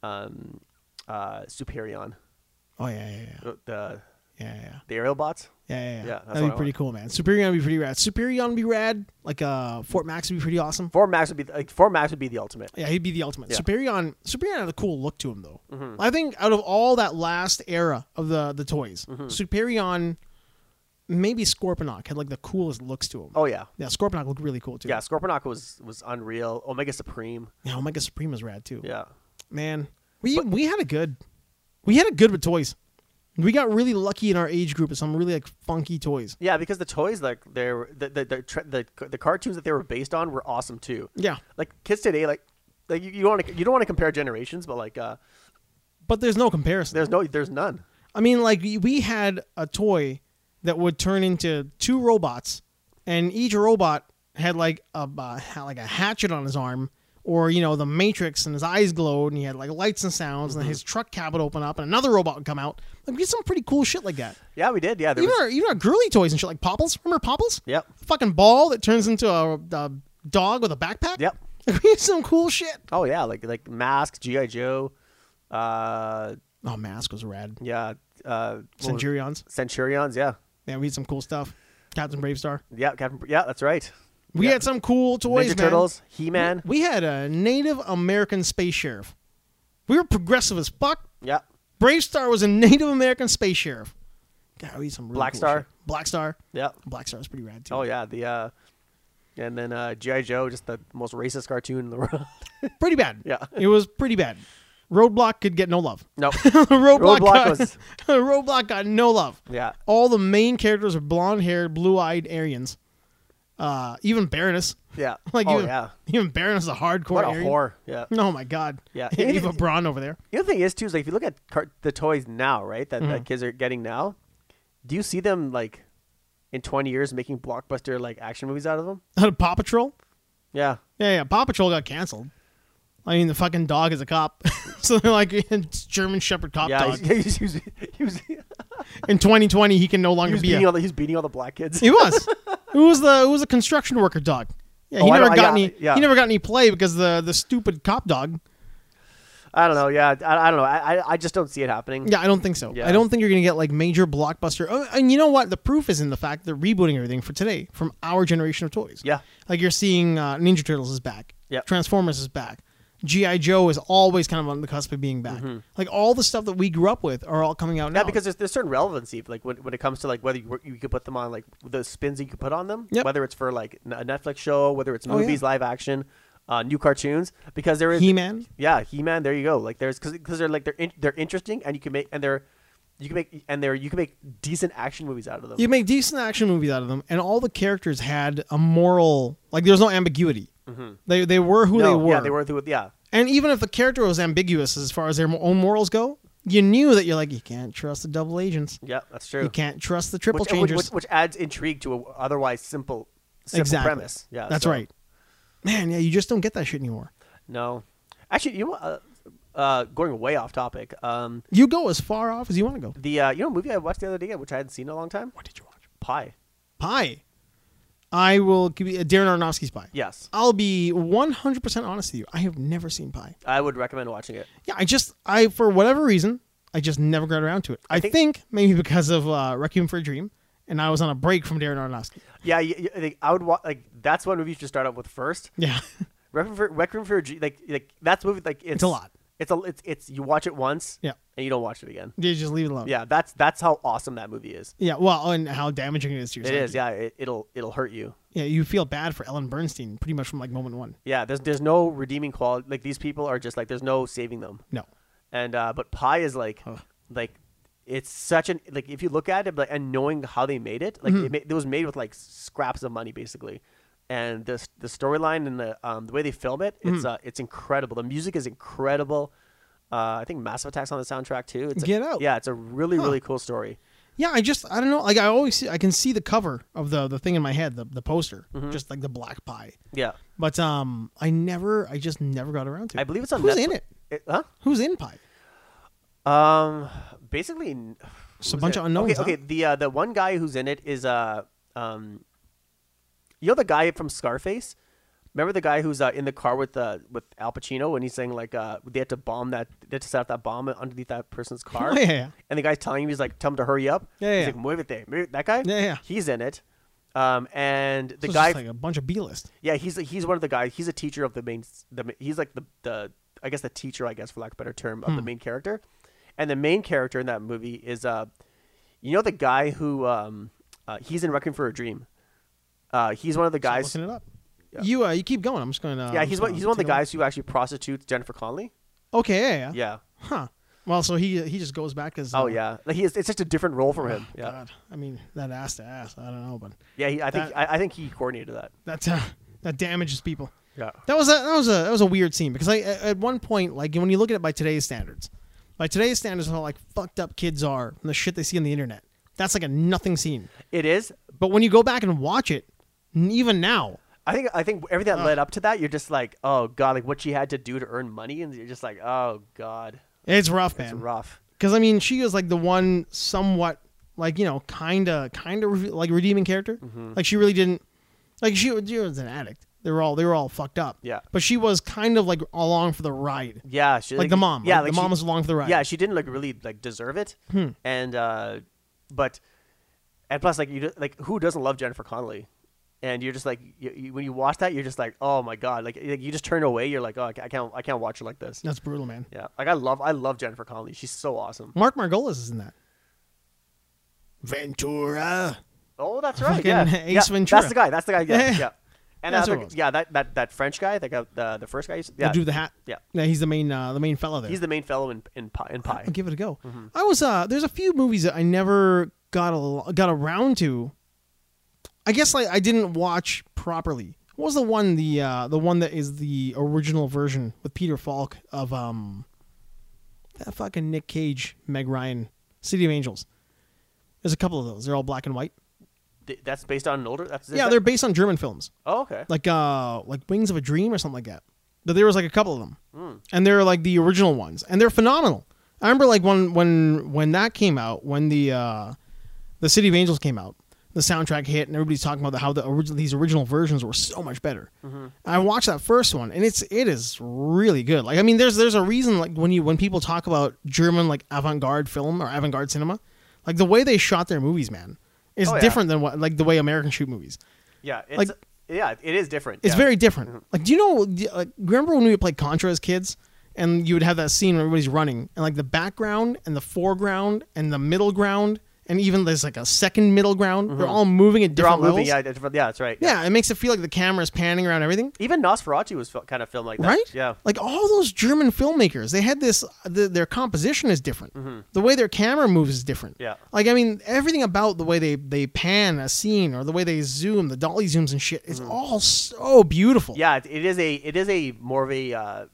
um, uh, Superion,
oh yeah, yeah, yeah,
the the,
yeah, yeah,
the aerial bots.
yeah, yeah. yeah.
Yeah, that's
That'd
what
be
I
pretty
want.
cool, man. Superion would be pretty rad. Superion would be rad. Like uh, Fort Max would be pretty awesome.
Four Max would be the- like four Max would be the ultimate.
yeah, he'd be the ultimate.
Yeah. Mm-hmm.
Superion, Superion had a cool look to him though. I think out of all that last era of the the toys,
Mm-hmm.
Superion, maybe Scorponok had like the coolest looks to him.
Oh yeah,
Yeah, Scorponok looked really cool too.
yeah. Scorponok was was unreal. Omega Supreme.
Yeah, Omega Supreme is rad too.
Yeah,
man. We we had a good, we had a good with toys. We got really lucky in our age group with some really like funky toys.
Yeah, because the toys like they're the the the, tra- the the cartoons that they were based on were awesome too.
Yeah,
Like kids today, like like you, you want to you don't want to compare generations, but like uh,
but there's no comparison.
there's no there's none.
I mean, like we- we had a toy that would turn into two robots, and each robot had like a uh, had like a hatchet on his arm, or you know the Matrix, and his eyes glowed, and he had like lights and sounds,
Mm-hmm.
and his truck cab would open up, and another robot would come out. Like we had some pretty cool shit like that.
Yeah, we did. Yeah, there
Even
was,
our even our girly toys and shit like Popples. Remember Popples?
Yep.
Fucking ball that turns into a, a dog with a backpack.
Yep.
we had some cool shit.
oh yeah, like like Mask, GI Joe, uh,
Oh, mask was rad.
yeah, uh, what was-
Centurions.
Centurions. Yeah,
Yeah, we had some cool stuff. Captain Bravestar.
yeah, Captain. Yeah, that's right.
We
Yeah.
had some cool toys,
Ninja
man.
Turtles, He Man.
We had a Native American space sheriff. We were progressive as fuck.
Yeah,
Brave Star was a Native American space sheriff. God, we had some really
Black
cool
Star.
shit. Black Star.
yeah.
Black Star was pretty rad too.
Oh yeah, the uh, and then uh, GI Joe, just the most racist cartoon in the world.
Pretty bad.
Yeah.
It was pretty bad. Roadblock could get no love.
no,
Roadblock,
Roadblock
got,
was-
Roadblock got no love.
yeah,
All the main characters are blonde-haired, blue-eyed Aryans. Uh, even Baroness.
yeah.
Like
oh
even,
yeah,
even Baroness is a hardcore
what a
Aryan.
whore. Yeah.
Oh my god.
Yeah.
Eva Braun over there.
The other thing is too is like if you look at car- the toys now, right, that,
Mm-hmm.
that kids are getting now, do you see them like in twenty years making blockbuster like action movies out of them?
Paw Patrol.
Yeah,
Yeah, yeah. Paw Patrol got canceled. I mean, the fucking dog is a cop, so they're like it's German Shepherd cop
yeah.
dog.
He was, he was, he was, he
In 2020, he can no longer
was
be.
beating
A,
all the, he was beating all the black kids.
he was. Who was the who was the construction worker dog? Yeah, he
Oh, I
never
don't- I
got
got-
any.
yeah.
He never got any play because the the stupid cop dog.
I don't know. Yeah, I, I don't know. I, I I just don't see it happening.
Yeah, I don't think so.
Yeah.
I don't think you're gonna get like major blockbuster. Oh, and you know what? The proof is in the fact they're rebooting everything for today from our generation of toys.
Yeah.
like you're seeing uh, Ninja Turtles is back.
Yep.
Transformers is back. GI Joe is always kind of on the cusp of being back. Like all the stuff that we grew up with are all coming out now.
Mm-hmm. Yeah, because there's, there's certain relevancy, like when, when it comes to like whether you, were- you could put them on like the spins that you could put on them,
Yep.
whether it's for like n- a Netflix show, whether it's
Oh, yeah.
movies, live action, uh, new cartoons, because there is
He-Man?
yeah, He Man. There you go. Like there's because they're like they're in, they're interesting and you can make and they're you can make and they're you can make decent action movies out of them.
you make decent action movies out of them, and all the characters had a moral. Like there's no ambiguity. They they were who
Mm-hmm. No,
they were.
Yeah, they were through. Yeah,
And even if the character was ambiguous as far as their own morals go, you knew that you're like you can't trust the double agents.
yeah, that's true.
You can't trust the triple
which, which,
changers.
which, which adds intrigue to a otherwise simple, simple
exactly.
premise. Yeah,
that's
so-
right. Man, yeah, you just don't get that shit anymore.
No, actually, you know, what, uh, uh, going way off topic. Um,
You go as far off as you want to go.
The uh, you know a movie I watched the other day, which I hadn't seen in a long time.
What did you watch?
Pie.
Pie. I will give you Darren Aronofsky's Pie.
Yes,
I'll be 100% honest with you. I have never seen Pie.
I would recommend watching it.
Yeah, I just, I, for whatever reason, I just never got around to it. I,
think-
think, maybe because of uh, Requiem for a Dream, and I was on a break from Darren Aronofsky.
Yeah, y- y- I think I would watch. Like that's one movie you should start out with first.
Yeah.
Requiem for Requiem for a Dr- like like that's a movie like it's,
It's a lot.
It's a it's it's you watch it once.
Yeah.
and you don't watch it again.
you just leave it alone.
Yeah, that's that's how awesome that movie is.
Yeah, well, and how damaging it is to
It
yourself.
is. Yeah, it, it'll it'll hurt you.
Yeah, you feel bad for Ellen Bernstein pretty much from like moment one.
Yeah, there's there's no redeeming quality. Like these people are just like there's no saving them.
No.
and uh, but pie is like like it's such an like if you look at it like and knowing how they made it like
Mm-hmm.
it, ma- it was made with like scraps of money basically and the s- the storyline and the um, the way they film it
Mm-hmm.
it's uh, it's incredible the music is incredible uh, I think Massive Attack's on the soundtrack too it's a-
Get out.
yeah it's a really really cool story
Yeah, I just I don't know. Like I always see, I can see the cover of the the thing in my head, the the poster, just like the black pie.
yeah
But um, I never, I just never got around to. it.
I believe it's on
Who's
Netflix.
in it?
It- huh
Who's in pie?
Um, basically, n-
Just
who
a
was
bunch
it?
of unknowns,
Okay, okay.
huh?
The uh, the one guy who's in it is uh um, you know the guy from Scarface. Remember the guy who's uh, in the car with uh, with Al Pacino and he's saying like uh, they had to bomb that they had to set up that bomb underneath that person's car.
Oh, yeah, yeah.
And the guy's telling him he's like, tell him to hurry up.
Yeah,
He's
yeah.
like, muévete, muévete. That guy.
Yeah, yeah.
He's in it. Um, and the
So it's
guy
just like a bunch of B list.
yeah, he's he's one of the guys. He's a teacher of the main. The ma- he's like the the I guess the teacher, I guess for lack of a better term,
Hmm.
of the main character. And the main character in that movie is uh, you know the guy who um, uh, he's in Requiem for a Dream. Uh, he's one of the guys.
looking it up. You uh, you keep going. I'm just going to.
Yeah, he's one. He's one of the guys who actually prostitutes Jennifer Connelly.
Okay, yeah, yeah.
Yeah,
Huh. Well, so he he just goes back as.
Oh
uh,
yeah, like he is, it's just a different role from him. Yeah,
Oh, God, I mean that ass to ass. I don't know, but
yeah. He, I think
That-
I, I think he coordinated that.
that's uh, that damages people.
Yeah,
That was a that was a that was a weird scene because I at at one point like when you look at it by today's standards, by today's standards of how like fucked up kids are and the shit they see on the internet, that's like a nothing scene.
it is.
But when you go back and watch it, n- even now,
I think I think everything that led up to that, you're just like, oh god, like what she had to do to earn money, and you're just like, oh god,
it's rough,
it's
man.
rough.
Because I mean, she is like the one somewhat like you know kinda kinda re- like redeeming character.
Mm-hmm.
Like she really didn't like she, was- she was an addict. They were all they were all fucked up.
Yeah.
but she was kind of like along for the ride.
Yeah, she,
Like, the mom.
Yeah,
like, the
she-
mom was Hmm. along for the ride.
Yeah, she didn't like really like deserve it. And uh but and plus like you just, like who doesn't love Jennifer Connelly? And you're just like you, you, when you watch that, you're just like, oh my god! Like, like, you just turn away. You're like, oh, I ca- I can't, I can't watch her like this.
that's brutal, man.
Yeah, like I love, I love Jennifer Connelly. She's so awesome.
Mark Margolis is in that. Ventura.
Oh, that's right.
Fucking
Yeah,
Ace
yeah,
Ventura.
That's the guy. That's the guy. Yeah,
Yeah.
yeah. And
That's
uh,
who
like,
it was.
yeah, that, that that French guy, that guy, the the first guy. you s-
Yeah.
Yeah,
The dude with the hat.
Yeah.
Yeah, he's the main uh, the main fella there.
he's the main fellow in in Pi. In pie.
I'll give it a go.
Mm-hmm.
I was uh there's a few movies that I never got a, got around to. I guess like I didn't watch properly. What was the one the uh the one that is the original version with Peter Falk of um that fucking Nick Cage, Meg Ryan, City of Angels. There's a couple of those. They're all black and white.
Th- That's based on an older. That's is
yeah,
that-
they're based on German films.
Oh, okay.
like uh like Wings of a Dream or something like that. But there was like a couple of them,
Hmm.
and they're like the original ones, and they're phenomenal. I remember like when when when that came out, when the uh, the City of Angels came out, the soundtrack hit, and everybody's talking about how the original these original versions were so much better.
Mm-hmm.
I watched that first one, and it's it is really good. Like I mean, there's there's a reason like when you when people talk about German like avant garde film or avant garde cinema, like the way they shot their movies, man, is
Oh, yeah.
different than what like the way Americans shoot movies.
Yeah, it's,
like-
yeah, it is different.
It's
yeah.
very different. Like, do you know? do you- Like, remember when we would play Contra as kids, and you would have that scene where everybody's running, and like the background and the foreground and the middle ground, and even there's like a second middle ground. They're all moving at
Mm-hmm. They're all
different
moving.
levels.
Yeah, it's- yeah, that's right.
yeah, it makes it feel like the camera is panning around everything.
Even Nosferatu was fil- kind of filmed like that.
Right?
Yeah.
Like all those German filmmakers, they had this. The, their composition is different. The way their camera moves is different.
Mm-hmm. Yeah.
Like I mean, everything about the way they they pan a scene or the way they zoom, the dolly zooms and shit,
Mm-hmm.
is all so beautiful.
Yeah, it, it is a it is a more of a uh,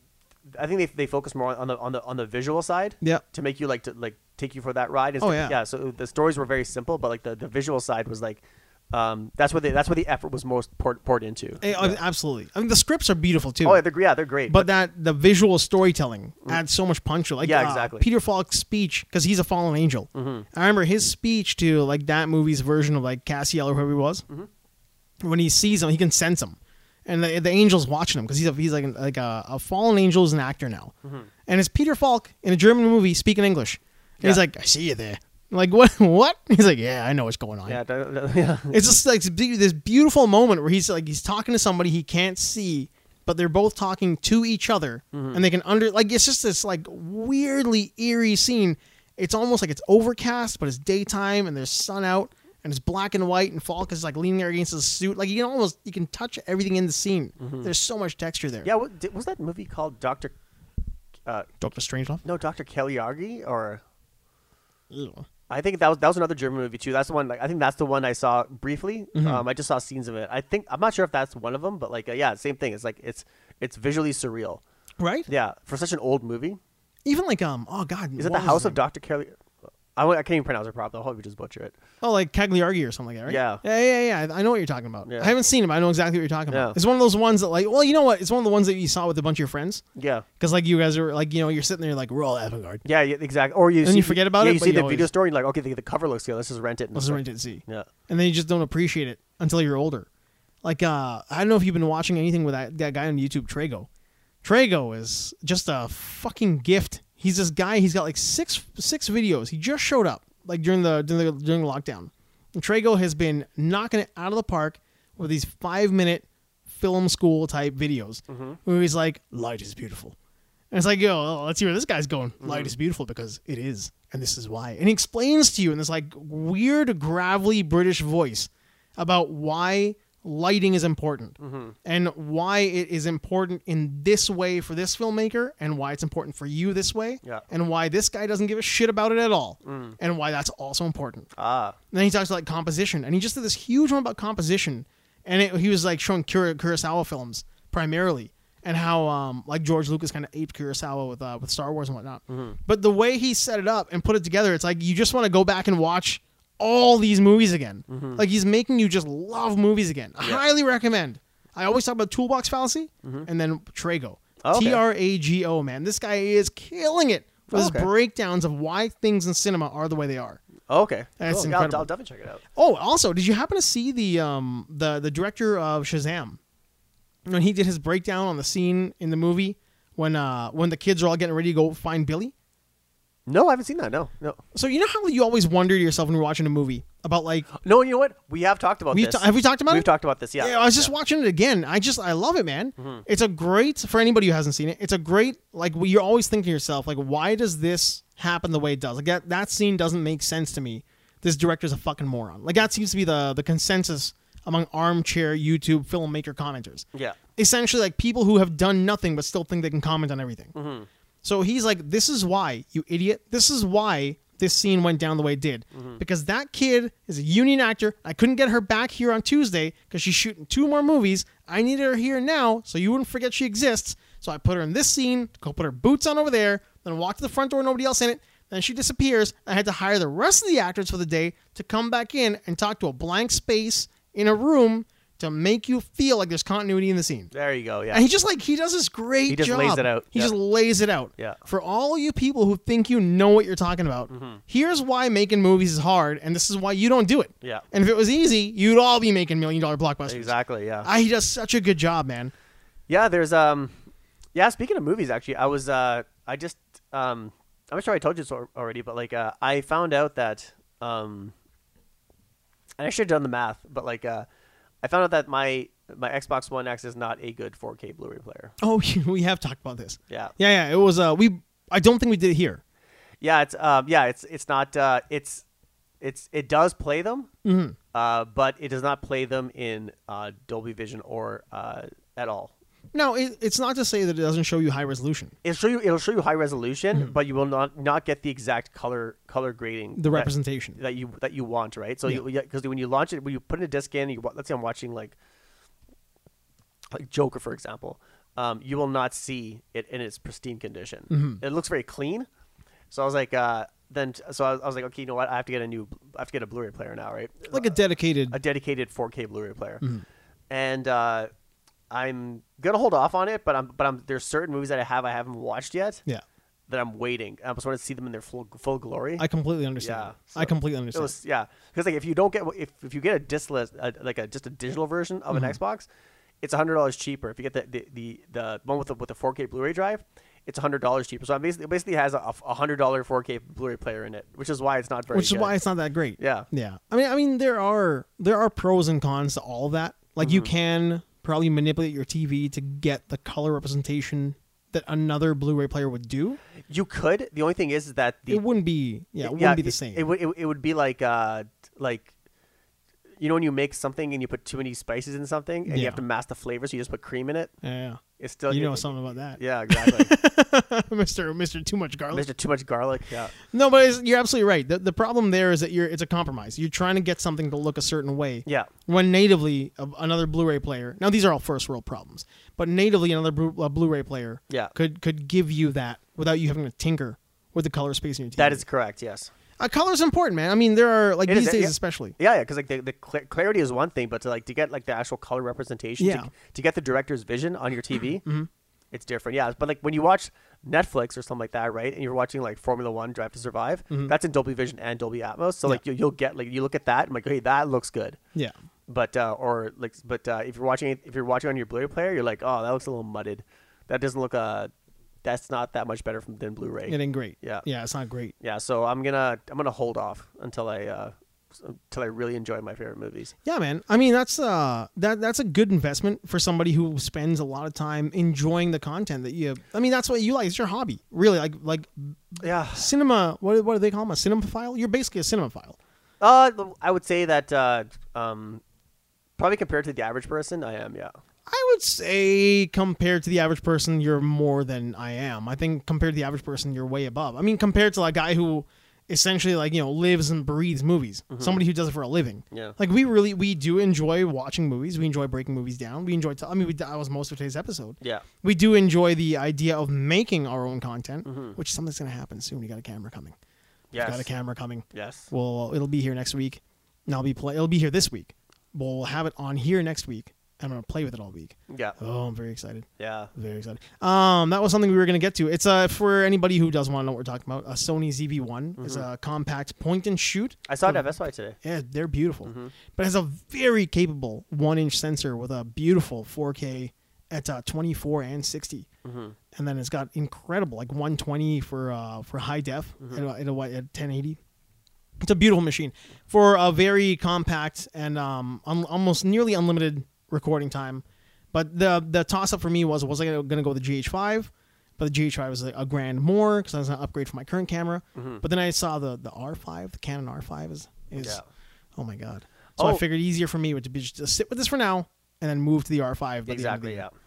I think they, they focus more on the on the on the visual side.
Yeah.
To make you like to like take you for that ride. It's
Oh,
like-
yeah.
Yeah. So the stories were very simple, but like the, the visual side was like, um, that's what the, that's what the effort was most poured, poured into.
Eh, uh, Absolutely. I mean, the scripts are beautiful too.
Oh yeah, they're yeah they're great.
but that the visual storytelling adds so much punch. to it. Like
Yeah,
uh,
exactly. Mm-hmm.
Peter Falk's speech because he's a fallen angel. I remember his speech to like that movie's version of like Cassiel or whoever he was.
Mm-hmm.
When he sees him, he can sense him, and the, the angel's watching him because he's a, he's like an, like a, a fallen angel is an actor now,
Mm-hmm.
and it's Peter Falk in a German movie speaking English. And He's
Yeah.
like, I see you there. I'm like what? What? He's like, yeah, I know what's going on.
yeah, da- da- yeah.
It's just like this beautiful moment where he's like he's talking to somebody he can't see, but they're both talking to each other,
Mm-hmm.
and they can under like it's just this like weirdly eerie scene. It's almost like it's overcast, but it's daytime and there's sun out, and it's black and white, and Falk is like leaning there against his suit. Like you can almost you can touch everything in the scene.
Mm-hmm.
There's so much texture there.
yeah. What, did, was that movie called Doctor? Uh,
Doctor Strangelove.
no, Doctor Kellyargi or
Ew.
I think that was that was another German movie too. That's the one. Like, I think that's the one I saw briefly.
Mm-hmm.
Um, I just saw scenes of it. I think I'm not sure if that's one of them, but like uh, yeah, same thing. It's like it's it's visually surreal.
Right?
Yeah, for such an old movie.
Even like um oh god,
Is
what
it the
was
House
his
of
name?
Doctor Kelly? I, won't- I can't even pronounce it properly. I'll probably just butcher it.
Oh, like Cagliargi or something like that, right?
Yeah.
Yeah, yeah, yeah. I know what you're talking about.
Yeah.
I haven't seen him. I know exactly what you're talking about.
Yeah.
It's one of those ones that, like, well, you know what? It's one of the ones that you saw with a bunch of your friends.
Yeah,
Because, like, you guys are, like, you know, you're sitting there, like, we're all avant garde.
yeah, yeah exactly. Or you
And
see,
you forget about
yeah,
it,
You
but
see
you
the video
always-
store, and you're like, okay, the, the cover looks good. Let's just rent it. and
This is
stuff.
what I didn't see.
Yeah.
And then you just don't appreciate it until you're older. Like, uh, I don't know if you've been watching anything with that, that guy on YouTube, Trago. Trago is just a fucking gift. He's this guy. He's got like six six videos. He just showed up like during the during the, during the lockdown. And Trago has been knocking it out of the park with these five minute film school type videos
Mm-hmm.
where he's like, "Light is beautiful," and it's like, "Yo, oh, let's see where this guy's going."
Mm-hmm.
Light is beautiful because it is, and this is why. And he explains to you in this like weird, gravelly British voice about why lighting is important
Mhm.
and why it is important in this way for this filmmaker and why it's important for you this way
Yeah.
and why this guy doesn't give a shit about it at all
Mm.
and why that's also important.
Ah.
And then he talks about like, composition and he just did this huge one about composition and it, he was like showing Kur- Kurosawa films primarily and how um, like George Lucas kind of aped Kurosawa with uh, with Star Wars and whatnot.
Mm-hmm.
But the way he set it up and put it together, it's like you just want to go back and watch all these movies again.
Mm-hmm.
Like he's making you just love movies again. I Highly recommend. I always talk about Toolbox Fallacy and then Trago.
Mm-hmm. Oh, okay.
T R A G O, man. This guy is killing it with his
Oh, Okay.
breakdowns of why things in cinema are the way they are.
Okay.
That's
Cool. Yeah, I'll-
incredible.
I'll definitely check it out.
Oh, also, did you happen to see the um the the director of Shazam when he did his breakdown on the scene in the movie when uh when the kids are all getting ready to go find Billy?
No, I haven't seen that. No, no,
So you know how you always wonder to yourself when you're watching a movie about like
no. You know what? We have talked about
we've
this.
ta- have we talked about
We've
it?
talked about this. Yeah.
yeah, I was just watching it again. I just I love it, man. It's a great for anybody who hasn't seen it. It's a great like you're always thinking to yourself like why does this happen the way it does? Like that, that scene doesn't make sense to me. This director's a fucking moron. Like that seems to be the the consensus among armchair YouTube filmmaker commenters.
Yeah.
Essentially like people who have done nothing but still think they can comment on everything. So he's like, "This is why, you idiot. This is why this scene went down the way it did. Because that kid is a union actor. I couldn't get her back here on Tuesday because she's shooting two more movies. I needed her here now so you wouldn't forget she exists. So I put her in this scene. Go put her boots on over there. Then walk to the front door. Nobody else in it. Then she disappears. I had to hire the rest of the actors for the day to come back in and talk to a blank space in a room." To make you feel like there's continuity in the scene.
There you go. Yeah.
And he just like he does this great
He just
job.
lays it out.
He
Yeah.
just lays it out.
Yeah.
For all you people who think you know what you're talking about,
Mm-hmm.
here's why making movies is hard, and this is why you don't do it.
Yeah.
And if it was easy, you'd all be making million dollar blockbusters.
Exactly. Yeah.
Ah, he does such a good job, man.
Yeah, there's um, yeah. Speaking of movies, actually, I was uh, I just um, I'm sure I told you this al- already, but like uh, I found out that um, and I should have done the math, but like uh, I found out that my my Xbox One X is not a good 4K Blu-ray player.
Oh, we have talked about this.
Yeah,
Yeah, yeah. It was uh we I don't think we did it here.
yeah, it's um, yeah, it's it's not uh, it's it's it does play them,
Mm-hmm.
uh, but it does not play them in uh, Dolby Vision or uh, at all.
No, it, it's not to say that it doesn't show you high resolution.
It'll show you. It'll show you high resolution, but you will not not get the exact color color grading.
Mm-hmm. The
that-
representation.
that you that you want, right? So you because when you launch it, when you put in a disc in, you, wa- let's say I'm watching like like Joker, for example, um, you will not see it in its pristine condition.
Mm-hmm.
It looks very clean. So I was like, uh, then so I was, I was like, okay, you know what? I have to get a new, I have to get a Blu-ray player now, right?
Like a dedicated
a dedicated 4K Blu-ray player,
Mm-hmm.
and uh, I'm gonna hold off on it, but I'm but I'm there's certain movies that I have I haven't watched yet
Yeah.
that I'm waiting. I just want to see them in their full full glory.
I completely understand.
Yeah,
that.
so
I completely
It
understand.
was yeah, because like if you don't get if, if you get a disc list, uh, like a just a digital version of
Mm-hmm.
an Xbox, it's hundred dollars cheaper. If you get the the, the, the one with the with the four K Blu-ray drive, it's hundred dollars cheaper. So it basically, it basically has a a hundred dollar four K Blu-ray player in it, which is why it's not very.
which is
good.
why it's not that great.
Yeah.
yeah. I mean, I mean, there are there are pros and cons to all of that. Like you can probably manipulate your TV to get the color representation that another Blu-ray player would do.
you could. The only thing is, is that the
it wouldn't be yeah, it wouldn't be the
it-
same.
It, would it, it would be like uh like. You know when you make something and you put too many spices in something and you
Yeah.
have to mask the flavor, so you just put cream in it.
yeah,
It's still
you
it-
know something about that,
Yeah, exactly.
Mister Mister Too Much Garlic.
There's too much garlic. Yeah.
No, but it's, you're absolutely right. The, the problem there is that you're it's a compromise. You're trying to get something to look a certain way.
Yeah.
when natively of another Blu-ray player. Now these are all first world problems, but natively another Blu- uh, Blu-ray player
Yeah.
could could give you that without you having to tinker with the color space in your TV.
That is correct. Yes.
uh, color is important, man. I mean, there are like
It is,
these days,
yeah.
especially.
Yeah, yeah. Because like the, the cl- clarity is one thing, but to like to get like the actual color representation,
Yeah. Mm-hmm.
to, to get the director's vision on your TV, it's different. Yeah, but like when you watch Netflix or something like that, right? And you're watching like Formula One Drive to Survive.
Mm-hmm.
That's in Dolby Vision and Dolby Atmos. So like you, you'll get like you look at that and like, hey, that looks good.
Yeah,
But uh, or like, but uh, if you're watching it- if you're watching on your Blu-ray player, you're like, oh, that looks a little mudded. That doesn't look uh, that's not that much better from than Blu-ray.
it ain't great.
Yeah.
yeah, it's not great.
Yeah, so I'm gonna I'm gonna hold off until I uh, s- until I really enjoy my favorite movies.
Yeah, man. I mean, that's uh that that's a good investment for somebody who spends a lot of time enjoying the content that you. I mean, that's what you like. It's your hobby, really. Like like
Yeah.
cinema. What what do they call them? A cinemaphile? You're basically a cinemaphile.
Uh, I would say that uh, um, Probably compared to the average person, I am. Yeah.
I would say compared to the average person, you're more than I am. I think compared to the average person, you're way above. I mean, compared to a guy who essentially like you know lives and breathes movies, somebody who does it for a living.
Mm-hmm. Yeah.
Like we really we do enjoy watching movies. We enjoy breaking movies down. We enjoy. T- I mean, we, that was most of today's episode.
Yeah.
We do enjoy the idea of making our own content, which something's gonna happen soon. You got a camera coming. You
Mm-hmm. Yes.
Got a camera coming.
Yes.
Well, it'll be here next week, and I'll be play. It'll be here this week. We'll have it on here next week, and I'm gonna play with it all week.
Yeah.
Oh, I'm very excited.
Yeah.
Very excited. Um, that was something we were gonna get to. It's uh for anybody who does want to know what we're talking about. A Sony ZV-1 is a compact point and shoot.
I saw it at Best Buy today.
Yeah, they're beautiful, but it has a very capable one-inch sensor with a beautiful 4K at uh, 24 and 60, and then it's got incredible like 120 for uh, for high def at, a- at, a, what, at 1080. It's a beautiful machine for a very compact and um, un- almost nearly unlimited recording time. But the the toss up for me was was I going to go with the GH5, but the GH5 was like a grand more because I was an upgrade from my current camera.
Mm-hmm.
But then I saw the the R5, the Canon R5 is is
Yeah.
oh my god. So I
Oh.
figured easier for me would be just sit with this for now and then move to the R5. by the end of the
Exactly.
year.
Yeah.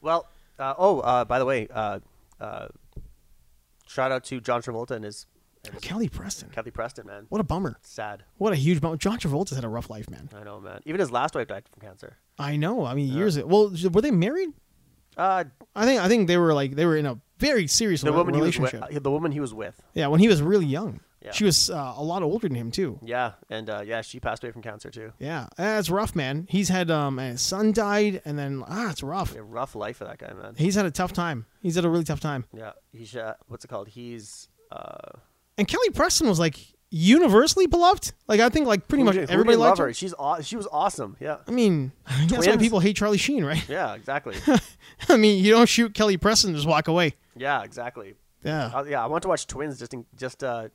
Well. Uh, oh, uh, by the way, uh, uh, shout out to John Travolta and his, and his
Kelly Preston,
Kelly Preston, man.
what a bummer.
Sad.
What a huge bummer. John Travolta's had a rough life, man.
I know, man. Even his last wife died from cancer.
I know. I mean, years. ago. Well, were they married?
Uh,
I think I think they were like they were in a very serious
the
rela-
woman he was
relationship.
with, uh, the woman he was with.
yeah, when he was really young.
Yeah.
She was uh, a lot older than him too.
Yeah, and uh, yeah, she passed away from cancer too.
Yeah, that's rough, man. He's had um, and his son died, and then ah, it's rough.
A rough life for that guy, man.
He's had a tough time. He's had a really tough time.
Yeah, he's uh, what's it called? He's uh,
And Kelly Preston was like universally beloved. Like I think like pretty
who
much
did- who
everybody
didn't love
liked
her. She's aw- she was awesome. Yeah,
I mean, that's why
Twins.
people hate Charlie Sheen, right?
yeah, exactly.
I mean, you don't shoot Kelly Preston, just walk away.
yeah, exactly.
Yeah.
Uh, yeah, I want to watch Twins just in, just uh,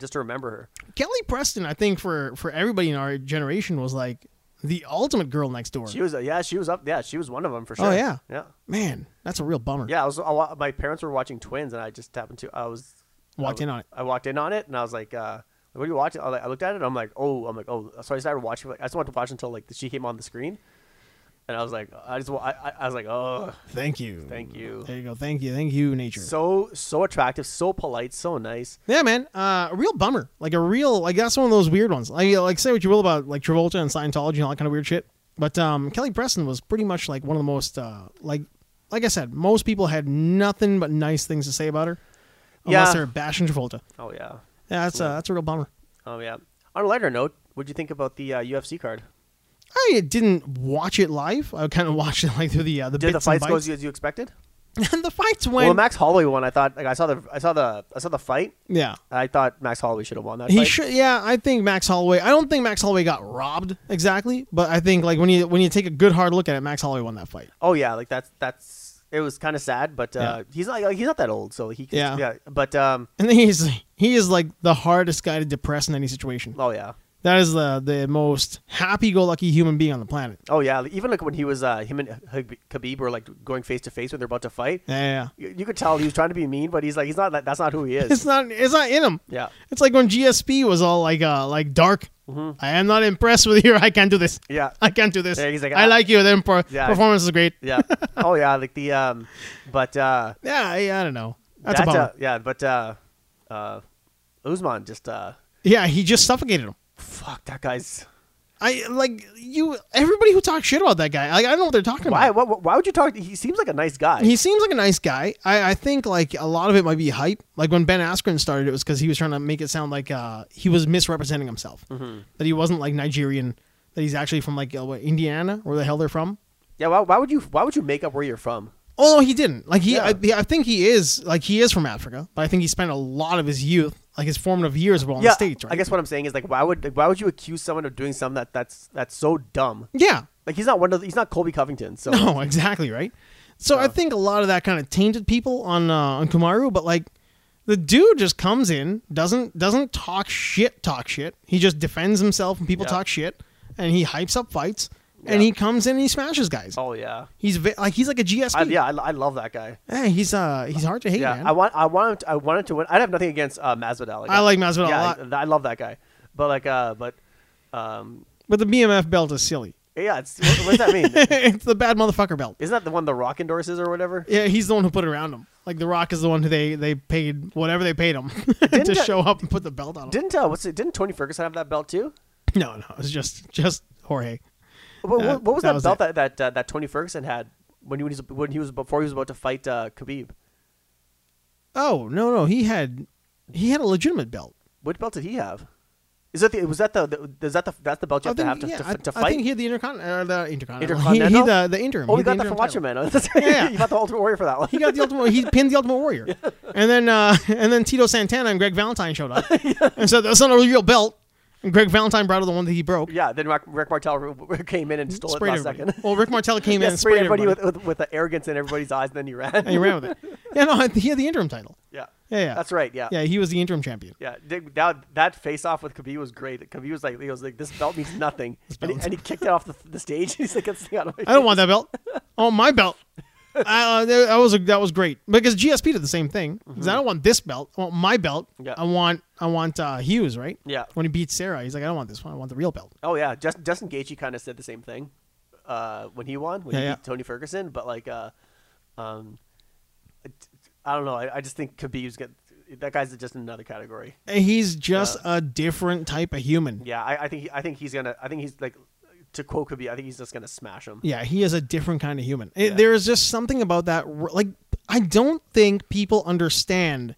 just to remember her.
Kelly Preston, I think for for everybody in our generation was like the ultimate girl next door.
She was uh, yeah, she was up yeah, she was one of them for sure.
Oh, yeah.
yeah,
Man, that's a real bummer.
yeah. I was I, wa- my parents were watching Twins, and I just happened to I was
Walked in on it.
I walked in on it, and I was like. Uh, what are you watching? I like- I looked at it. I'm like, oh, I'm like, oh. So I started watching. like, I just wanted to watch until like she came on the screen, and I was like, I just, wa- I, I- I was like, oh,
Thank you.
thank you.
There you go. Thank you. Thank you, nature.
so so attractive, so polite, so nice.
yeah, man. Uh, a real bummer. Like a real like that's one of those weird ones. Like like say what you will about like Travolta and Scientology and all that kind of weird shit. But um, Kelly Preston was pretty much like one of the most uh, like like I said, most people had nothing but nice things to say about her, unless
Yeah.
they're bashing Travolta.
Oh yeah,
Yeah, that's uh, that's a real bummer.
oh yeah. On a lighter note, what'd you think about the uh, UFC card?
I didn't watch it live. I kind of watched it like through the uh, the
Did the
bits and
fights go as
bites.
you, as you expected?
and the fights went.
Well, the Max Holloway one, I thought like I saw the I saw the I saw the fight.
yeah,
I thought Max Holloway should have won that.
He
fight.
should. Yeah, I think Max Holloway. I don't think Max Holloway got robbed exactly, but I think like when you when you take a good hard look at it, Max Holloway won that fight.
Oh yeah, like that's that's it was kind of sad, but uh,
Yeah.
he's not like, he's not that old, so he can,
Yeah.
But um,
And then he's he is like the hardest guy to depress in any situation.
oh yeah,
That is the the most happy go lucky human being on the planet.
oh yeah. like, Even like when he was uh, him and Hab- Khabib were like going face to face when they're about to fight.
Yeah, yeah,
You, you could tell he was trying to be mean, but he's like he's not. that- That's not who he
yeah. It's
is.
not it's not in him.
yeah.
It's like when GSP was all like uh like dark. I am not impressed with you. I can't do this.
Yeah.
I can't do this.
Mm-hmm. Yeah, he's like,
I
"Ah."
like you. Then per-
Yeah.
performance is great.
yeah. Oh yeah, like the um, but uh,
Yeah, I, I don't know. That's, a
that's
bummer.
a- yeah, but uh, uh, Usman just uh,
yeah, he just suffocated him.
fuck that guy's.
I like you. Everybody who talks shit about that guy, like I don't know what they're talking
Why?
about.
Why, why would you talk? He seems like a nice guy.
He seems like a nice guy. I, I think like a lot of it might be hype. Like when Ben Askren started, it was because he was trying to make it sound like uh, he was misrepresenting himself,
Mm-hmm.
that he wasn't like Nigerian, that he's actually from like uh, what, Indiana, where the hell they're from.
yeah. Why, why would you? Why would you make up where you're from?
Oh no, he didn't. Like he, I,
Yeah.
he- I think he is like he is from Africa, but I think he spent a lot of his youth, like his formative years, were in
yeah.
the states, right?
I guess what I'm saying is like, why would like, why would you accuse someone of doing something that that's that's so dumb?
Yeah.
Like he's not one of the, he's not Colby Covington. So
No, Oh, exactly right. So I think a lot of that kind of tainted people on uh, on Kumaru, but like the dude just comes in, doesn't doesn't talk shit, talk shit. He just defends himself when people
Yeah.
talk shit, and he hypes up fights, and
Yeah.
he comes in and he smashes guys.
oh yeah.
He's ve- like he's like a GSP.
I, yeah, I, I love that guy.
Eh, he's uh he's hard to hate.
Yeah,
man.
I want, I want, him to, I wanted to win. I'd have nothing against uh, Masvidal.
I like Masvidal a
yeah,
lot.
I, I love that guy, but like, uh, but, um,
but the BMF belt is silly.
yeah, it's, what, what does that mean?
it's the bad motherfucker belt.
Isn't that the one the Rock endorses or whatever?
Yeah, he's the one who put it around him. Like the Rock is the one who they they paid whatever they paid him to
Didn't I-
show up and put the belt on him.
Didn't uh, what's it? Didn't Tony Ferguson have that belt too?
no, no, it was just just Jorge.
What,
Uh,
what, what was
that
that,
was
belt that that, uh, that Tony Ferguson had when he was when he was before he was about to fight uh, Khabib?
Oh no, no, he had he had a legitimate belt.
What belt did he have? Is that the was that the, the is that the that's the belt you have to have to,
yeah,
to, to
I,
fight?
I think he had the intercon uh, the intercontinental. He, he
Intercontinental?
the, the interim.
oh,
he
we
had
got that
the
from
interim title.
Watchmen. That's right.
Yeah.
you got the Ultimate Warrior for that one.
He got the ultimate. He pinned the Ultimate Warrior, and then uh, and then Tito Santana and Greg Valentine showed up and said that's not a real belt. And Greg Valentine brought out the one that he broke.
yeah, then Rick, Rick Martel r- r- came in and stole it
sprayed
last
everybody.
second.
Well, Rick Martel came
Yeah,
in and sprayed
everybody,
everybody,
With, with, with the arrogance in everybody's eyes, and then he ran.
and he ran with it. Yeah, no, he had the interim title.
yeah.
Yeah, yeah.
that's right. Yeah,
Yeah, he was the interim champion.
Yeah, Dick, that that face off with Khabib was great. Khabib was like, he was like, this belt means nothing, and, he,
belt.
and he kicked it off the, the stage. He's like, get this thing out of my
I don't want that belt. Oh, my belt. I, uh, that that was a, that was great because GSP did the same thing. 'Cause I don't want this belt. I want my belt.
Mm-hmm. Yeah.
I want I want uh, Hughes right.
Yeah.
When he beat Sarah, he's like, I don't want this one. I want the real belt.
Oh yeah, Justin, Justin Gaethje kind of said the same thing uh, when he won when
Yeah,
he
yeah.
beat Tony Ferguson, but like, uh, um, it- I don't know. I, I just think Khabib's got that guy's just in another category.
And He's just a different type of human.
Yeah, I, I think he, I think he's gonna. I think he's like to quote Khabib. I think he's just gonna smash him.
Yeah, he is a different kind of human. It-
Yeah.
There is just something about that. r- Like, I don't think people understand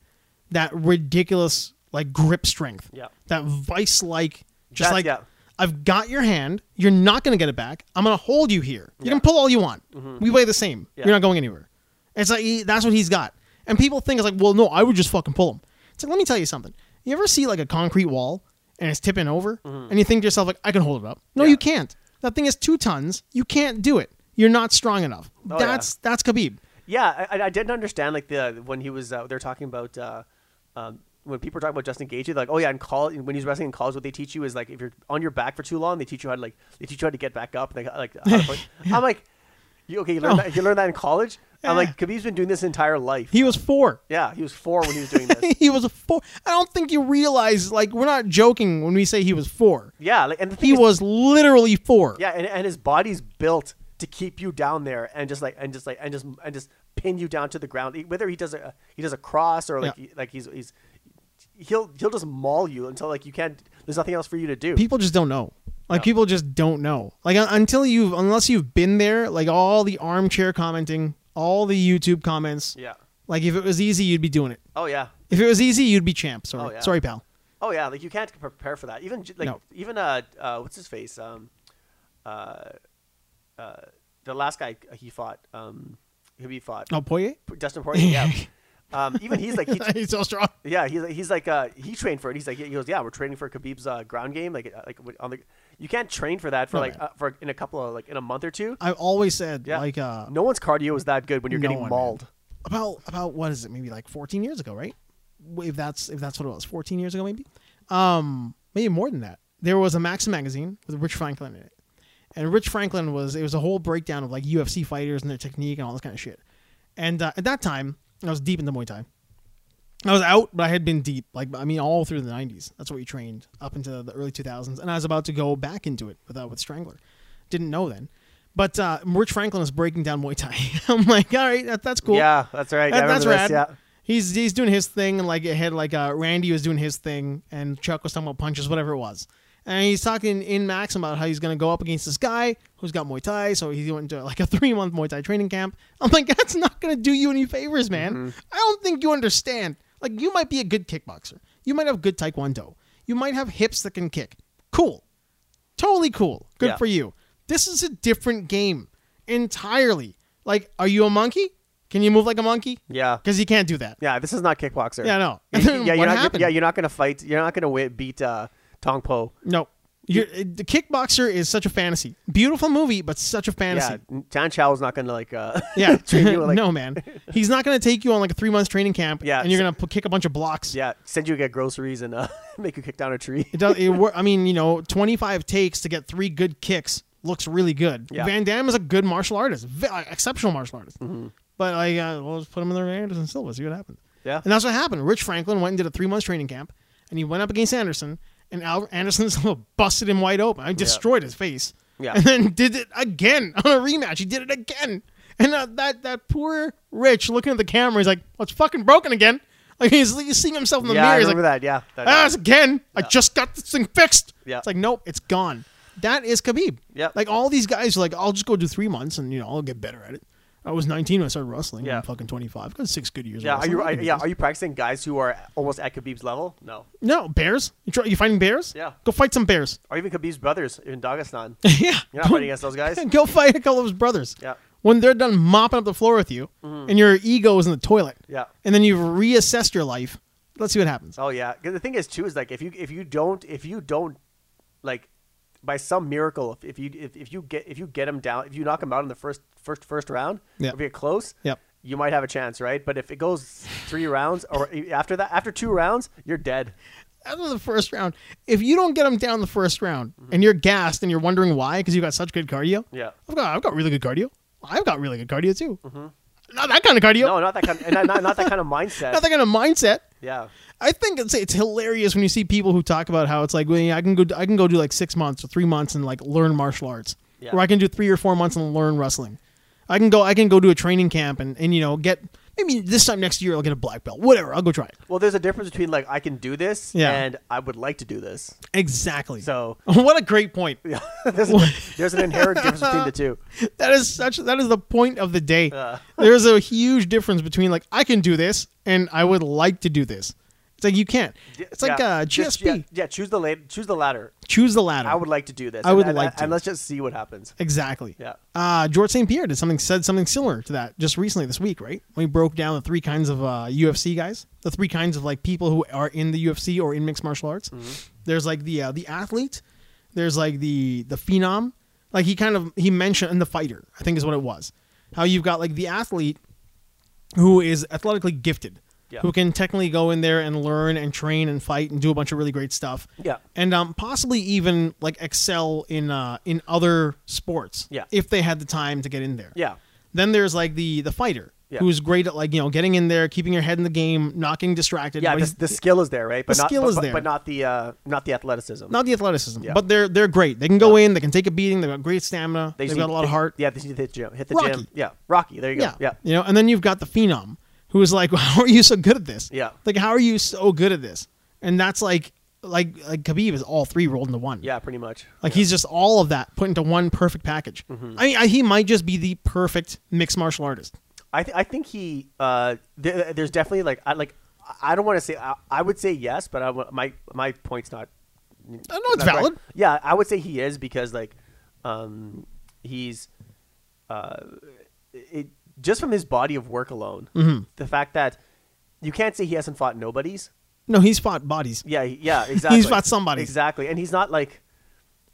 that ridiculous like grip strength.
Yeah.
That vice like, just
That-
like
yeah.
I've got your hand. You're not gonna get it back. I'm gonna hold you here. You
Yeah. Mm-hmm.
can pull all you want. We play the same.
Yeah.
You're not going anywhere. It's like he, that's what he's got. And people think it's like, well, no, I would just fucking pull him. It's like let me tell you something. You ever see like a concrete wall and it's tipping over, and you think to yourself like, I can hold it up. No,
Mm-hmm. Yeah.
you can't. That thing is two tons. You can't do it. You're not strong enough.
Oh, yeah.
that's that's Khabib.
Yeah, I, I- I didn't understand like the when he was uh, they're talking about uh, um, when people are talking about Justin Gaethje, they're like oh yeah, in college when he's wrestling in college, what they teach you is like if you're on your back for too long, they teach you how to like they teach you how to get back up. And they, like how to put- I'm like, you, okay, you learned
No.
that, you learned that in college. I'm
Yeah.
like Khabib's been doing this entire life.
He was four.
yeah, he was four when he was doing this.
he was a four. I don't think you realize like we're not joking when we say he was four.
yeah, like, and the thing
He
is-
was literally four.
Yeah, and, and his body's built to keep you down there and just like and just like and just and just pin you down to the ground. E, Whether he does a he does a cross or like
Yeah.
he- like he's he's he'll he'll just maul you until like you can't. There's nothing else for you to do.
people just don't know. Like
No.
people just don't know. Like un- until you've unless you've been there, like all the armchair commenting, all the YouTube comments.
yeah.
Like if it was easy, you'd be doing it.
Oh yeah.
If it was easy, you'd be champ. Sorry,
Oh, yeah.
sorry, pal.
Oh yeah. Like you can't prepare for that. Even j- like
No.
even uh, uh what's his face um uh uh the last guy he fought um who he fought
Oh, Poirier,
Dustin Poirier yeah. Um, even he's like he,
he's so strong.
Yeah, he's he's like uh, he trained for it. He's like he goes, yeah, we're training for Khabib's uh, ground game. Like uh, like on the you can't train for that for
No,
like
man.
uh, for in a couple of like in a month or two.
I've always said
Yeah,
like uh
no one's cardio is that good when you're
no
getting
one, man.
mauled.
about about what is it? Maybe like 14 years ago, right? If that's if that's what it was, 14 years ago maybe. Um, maybe more than that. There was a Maxim magazine with Rich Franklin in it, and Rich Franklin was it was a whole breakdown of like UFC fighters and their technique and all this kind of shit. And uh, at that time, I was deep into Muay Thai. I was out, but I had been deep. Like I mean, all through the '90s. That's what we trained up into the early 2000s, and I was about to go back into it with uh, with Strangler. Didn't know then, but uh, Rich Franklin was breaking down Muay Thai. I'm like, all right, that, that's cool.
Yeah, that's right.
That-
I
that's
remember
rad.
this, Yeah.
He's he's doing his thing, and like it had like uh, Randy was doing his thing, and Chuck was talking about punches, whatever it was. And he's talking in Max about how he's gonna go up against this guy who's got Muay Thai, so he went to like a three month Muay Thai training camp. I'm like, that's not gonna do you any favors, man.
Mm-hmm.
I don't think you understand. Like, you might be a good kickboxer, you might have good Taekwondo, you might have hips that can kick. Cool, totally cool. Good
Yeah.
for you. This is a different game entirely. Like, are you a monkey? Can you move like a monkey?
Yeah.
Because he can't do that.
Yeah. This is not kickboxer.
Yeah, no.
You- you- yeah,
What
you're not.
happened?
Yeah, you're not gonna fight. You're not gonna win, beat uh, Tong Po.
No. You're, the Kickboxer is such a fantasy. Beautiful movie, but such a
Yeah,
fantasy.
Chan Chao is not gonna like. Uh,
Yeah.
train you like.
no, man. He's not going to take you on like a three months training camp
Yeah,
and you're
so-
going to kick a bunch of blocks.
Yeah, send you to get groceries and uh, make you kick down a tree.
It does, it, wor- I mean, you know, 25 takes to get three good kicks looks really good.
Yeah.
Van Damme is a good martial artist, ve- uh, exceptional martial artist.
Mm-hmm.
But like, uh, we'll just put him in the ring with Anderson Silva, see what happens.
Yeah.
And that's what happened. Rich Franklin went and did a three months training camp, and he went up against Anderson, and Al- Anderson Silva busted him wide open. I mean, destroyed his face.
Yeah.
and then did it again on a rematch. He did it again, and uh, that that poor Rich looking at the camera, he's like, "Well, it's fucking broken again." Like he's, he's seeing himself in the
yeah, I
mirror. He's like,
remember that. Yeah, that-
ah, it's again. I just got this thing fixed.
Yeah.
It's like, nope, it's gone. That is Khabib.
Yeah.
Like all these guys are like, I'll just go do three months and you know I'll get better at it. I was 19 when I started wrestling.
Yeah.
I'm fucking 25. Got six good years. of
yeah. Are
wrestling.
you
I
I,
can do
yeah?
this.
Are you practicing guys who are almost at Khabib's level? No.
No bears. You try, you fighting bears?
Yeah.
Go fight some bears.
Or even Khabib's brothers in Dagestan.
yeah.
You're not fighting against those guys.
Go fight a couple of his brothers.
Yeah. Mm-hmm.
When they're done mopping up the floor with you, and your ego is in the toilet.
Yeah.
And then you've reassessed your life. Let's see what happens.
Oh yeah. 'Cause the thing is too is like if you if you don't if you don't like by some miracle if, if you if, if you get if you get him down if you knock him out in the first first first round
Yeah.
if you're close
Yep.
you might have a chance right but if it goes three rounds or e- after that after two rounds you're dead
after the first round, if you don't get them down the first round and you're gassed and you're wondering why because you've got such good cardio,
yeah
I've got I've got really good cardio. I've got really good cardio too. Not that kind of cardio.
Mm-hmm. no not that kind and not, not that kind of mindset
Not that kind of mindset.
yeah
I think it's it's hilarious when you see people who talk about how it's like, well, yeah, I can go I can go do like six months or three months and like learn martial arts,
Yeah.
or I can do three or four months and learn wrestling. I can go I can go do a training camp and and you know get maybe this time next year I'll get a black belt. Whatever, I'll go try it.
well there's a difference between like I can do this
Yeah.
and I would like to do this
Exactly.
so
what a great point.
yeah, there's, a, there's an inherent difference between the two
That is such. That is the point of the day.
Yeah.
There's a huge difference between like I can do this and I would like to do this. It's like you can't. It's like
yeah,
uh,
just-
GSP.
yeah, yeah choose the la- choose the latter
Choose the latter.
I would like to do this.
I
and-
would
and-
like to.
and let's just see what happens.
exactly.
Yeah.
Uh, George St. Pierre did something said something similar to that just recently this week, right? When he broke down the three kinds of uh, UFC guys, the three kinds of like people who are in the UFC or in mixed martial arts.
Mm-hmm.
There's like the uh, the athlete, there's like the the phenom, like he kind of he mentioned and the fighter, I think is what it was. How you've got like the athlete who is athletically gifted,
Yeah.
who can technically go in there and learn and train and fight and do a bunch of really great stuff.
Yeah.
And um, possibly even like excel in uh, in other sports.
Yeah.
If they had the time to get in there.
Yeah.
Then there's like the the fighter
Yeah.
who's great at like you know getting in there, keeping your head in the game, not getting distracted.
Yeah,
but
the,
he's-
the skill is there, right? But
the
not,
skill
but,
is
but-
there.
but not the uh, not the athleticism.
not the athleticism,
Yeah.
but they're they're great. They can go in, they can take a beating. They've got great stamina. They
just
have got
need-
a lot of
they-
heart.
Yeah, they just need to hit the gym. Hit the
Rocky.
gym. Yeah, Rocky. There you go. Yeah, yeah.
You know, and then you've got the phenom who is like, "How are you so good at this?
Yeah.
Like, how are you so good at this?" And that's like, like, like Khabib is all three rolled into one.
pretty much.
Like he's just all of that put into one perfect package.
Mm-hmm.
I mean, I, he might just be the perfect mixed martial artist.
I th- I think he uh, th- there's definitely like I like I don't want to say I, I would say yes, but I w- my my point's not.
I know it's
not correct.
valid.
Yeah, I would say he is because like um, he's uh, it just from his body of work alone,
Mm-hmm.
the fact that you can't say he hasn't fought nobodies.
No, he's fought bodies.
Yeah, he- yeah, exactly.
fought somebody.
Exactly, and he's not like,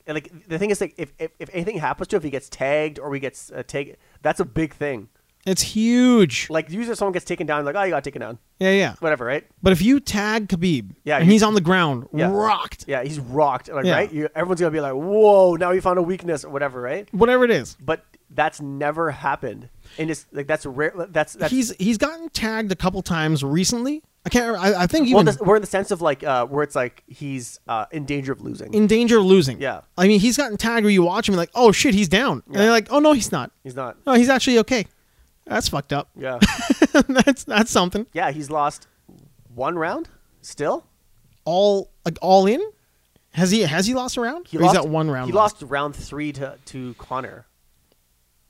and, like the thing is like if, if if anything happens to him, if he gets tagged or he gets uh, tagged, that's a big thing.
It's huge.
Like usually if someone gets taken down, like oh you got taken down,
Yeah, yeah.
whatever, right?
But if you tag Khabib,
Yeah,
and
you-
he's on the ground,
Yeah.
rocked,
Yeah, he's rocked, like
Yeah.
right? You, everyone's gonna be like, whoa, now he found a weakness or whatever, right?
whatever it is,
But that's never happened, and it's like that's rare. That's that's
he's he's gotten tagged a couple times recently. I can't. remember- I, I think even
well, this, we're in the sense of like uh, where it's like he's uh, in danger of losing.
in danger of losing.
Yeah.
I mean, he's gotten tagged where you watch him and like, oh shit, he's down. And they're like, oh no, he's not.
he's not.
No, he's actually okay. That's fucked up.
Yeah,
that's that's something.
yeah, he's lost one round still.
All like all in. Has he has he lost a round?
He
Or
lost
he's at one round.
He
left?
lost round three to to Connor.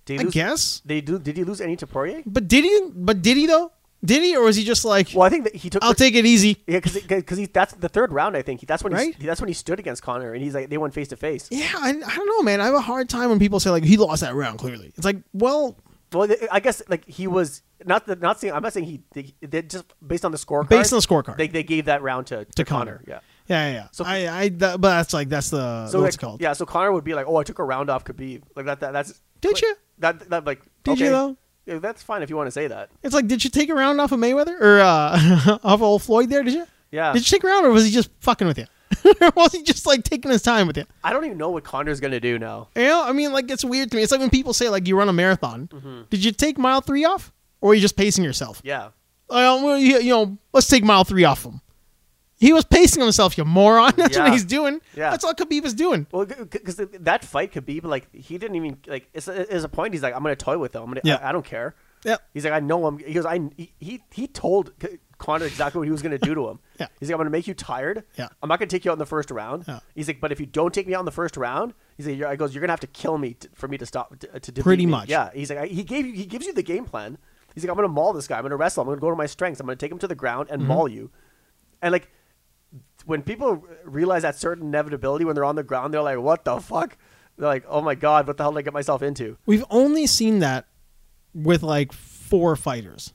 Did
I guess.
Did he, do, did he lose any to Poirier?
But did he? But did he though? Did he, or was he just like,
Well, I think that he took.
I'll take it easy?
yeah, because that's the third round. I think he, that's when he,
Right?
that's when he stood against Connor, and he's like they went face to face.
Yeah, I, I don't know, man. I have a hard time when people say like he lost that round. Clearly, it's like, well,
Well, th- I guess like he was not the, not saying I'm not saying he they, they just based on the scorecard.
Based on the scorecard.
they, they gave that round to, to,
to
Connor.
Connor.
Yeah.
yeah, yeah. yeah.
So-
So I, I, that, but that's like that's the
So
what's
like,
it called?
yeah, so Connor would be like, "Oh, I took a round off Khabib." Like that. that that's
Did
like,
you?
That that like
Did you,
okay.
though?
Yeah, that's fine if you want to say that.
It's like, did you take a round off of Mayweather or uh, off of old Floyd? There, did you?
Yeah.
Did you take a round, or was he just fucking with you? or was he just like taking his time with you?
I don't even know what Connor's gonna do now.
You know, I mean, like it's weird to me. It's like when people say like you run a marathon.
Mm-hmm.
Did you take mile three off, or are you just pacing yourself?
Yeah.
Well, well, you, you know, let's take mile three off him. He was pacing himself, you moron. That's what
Yeah.
he's doing.
Yeah.
That's all Khabib is doing.
Well, because that fight Khabib, like he didn't even like. It's, it's a point. He's like, I'm gonna toy with him. I'm gonna.
Yeah.
I, I don't care.
Yeah.
He's like, I know him. He goes, I he he, he told C- Connor exactly what he was gonna do to him.
Yeah.
He's like, I'm gonna make you tired.
Yeah.
I'm not gonna take you out in the first round.
Yeah.
He's like, but if you don't take me out in the first round, he's like, you're, I goes, you're gonna have to kill me t- for me to stop to, to defeat
Pretty
me."
much.
Yeah. He's like, I, he gave you he gives you the game plan. He's like, I'm gonna maul this guy. I'm gonna wrestle. him. I'm gonna go to my strengths. I'm gonna take him to the ground
Mm-hmm.
and maul you. And like when people realize that certain inevitability when they're on the ground, they're like, "What the fuck?" They're like, "Oh my god, what the hell did I get myself into?"
We've only seen that with like four fighters.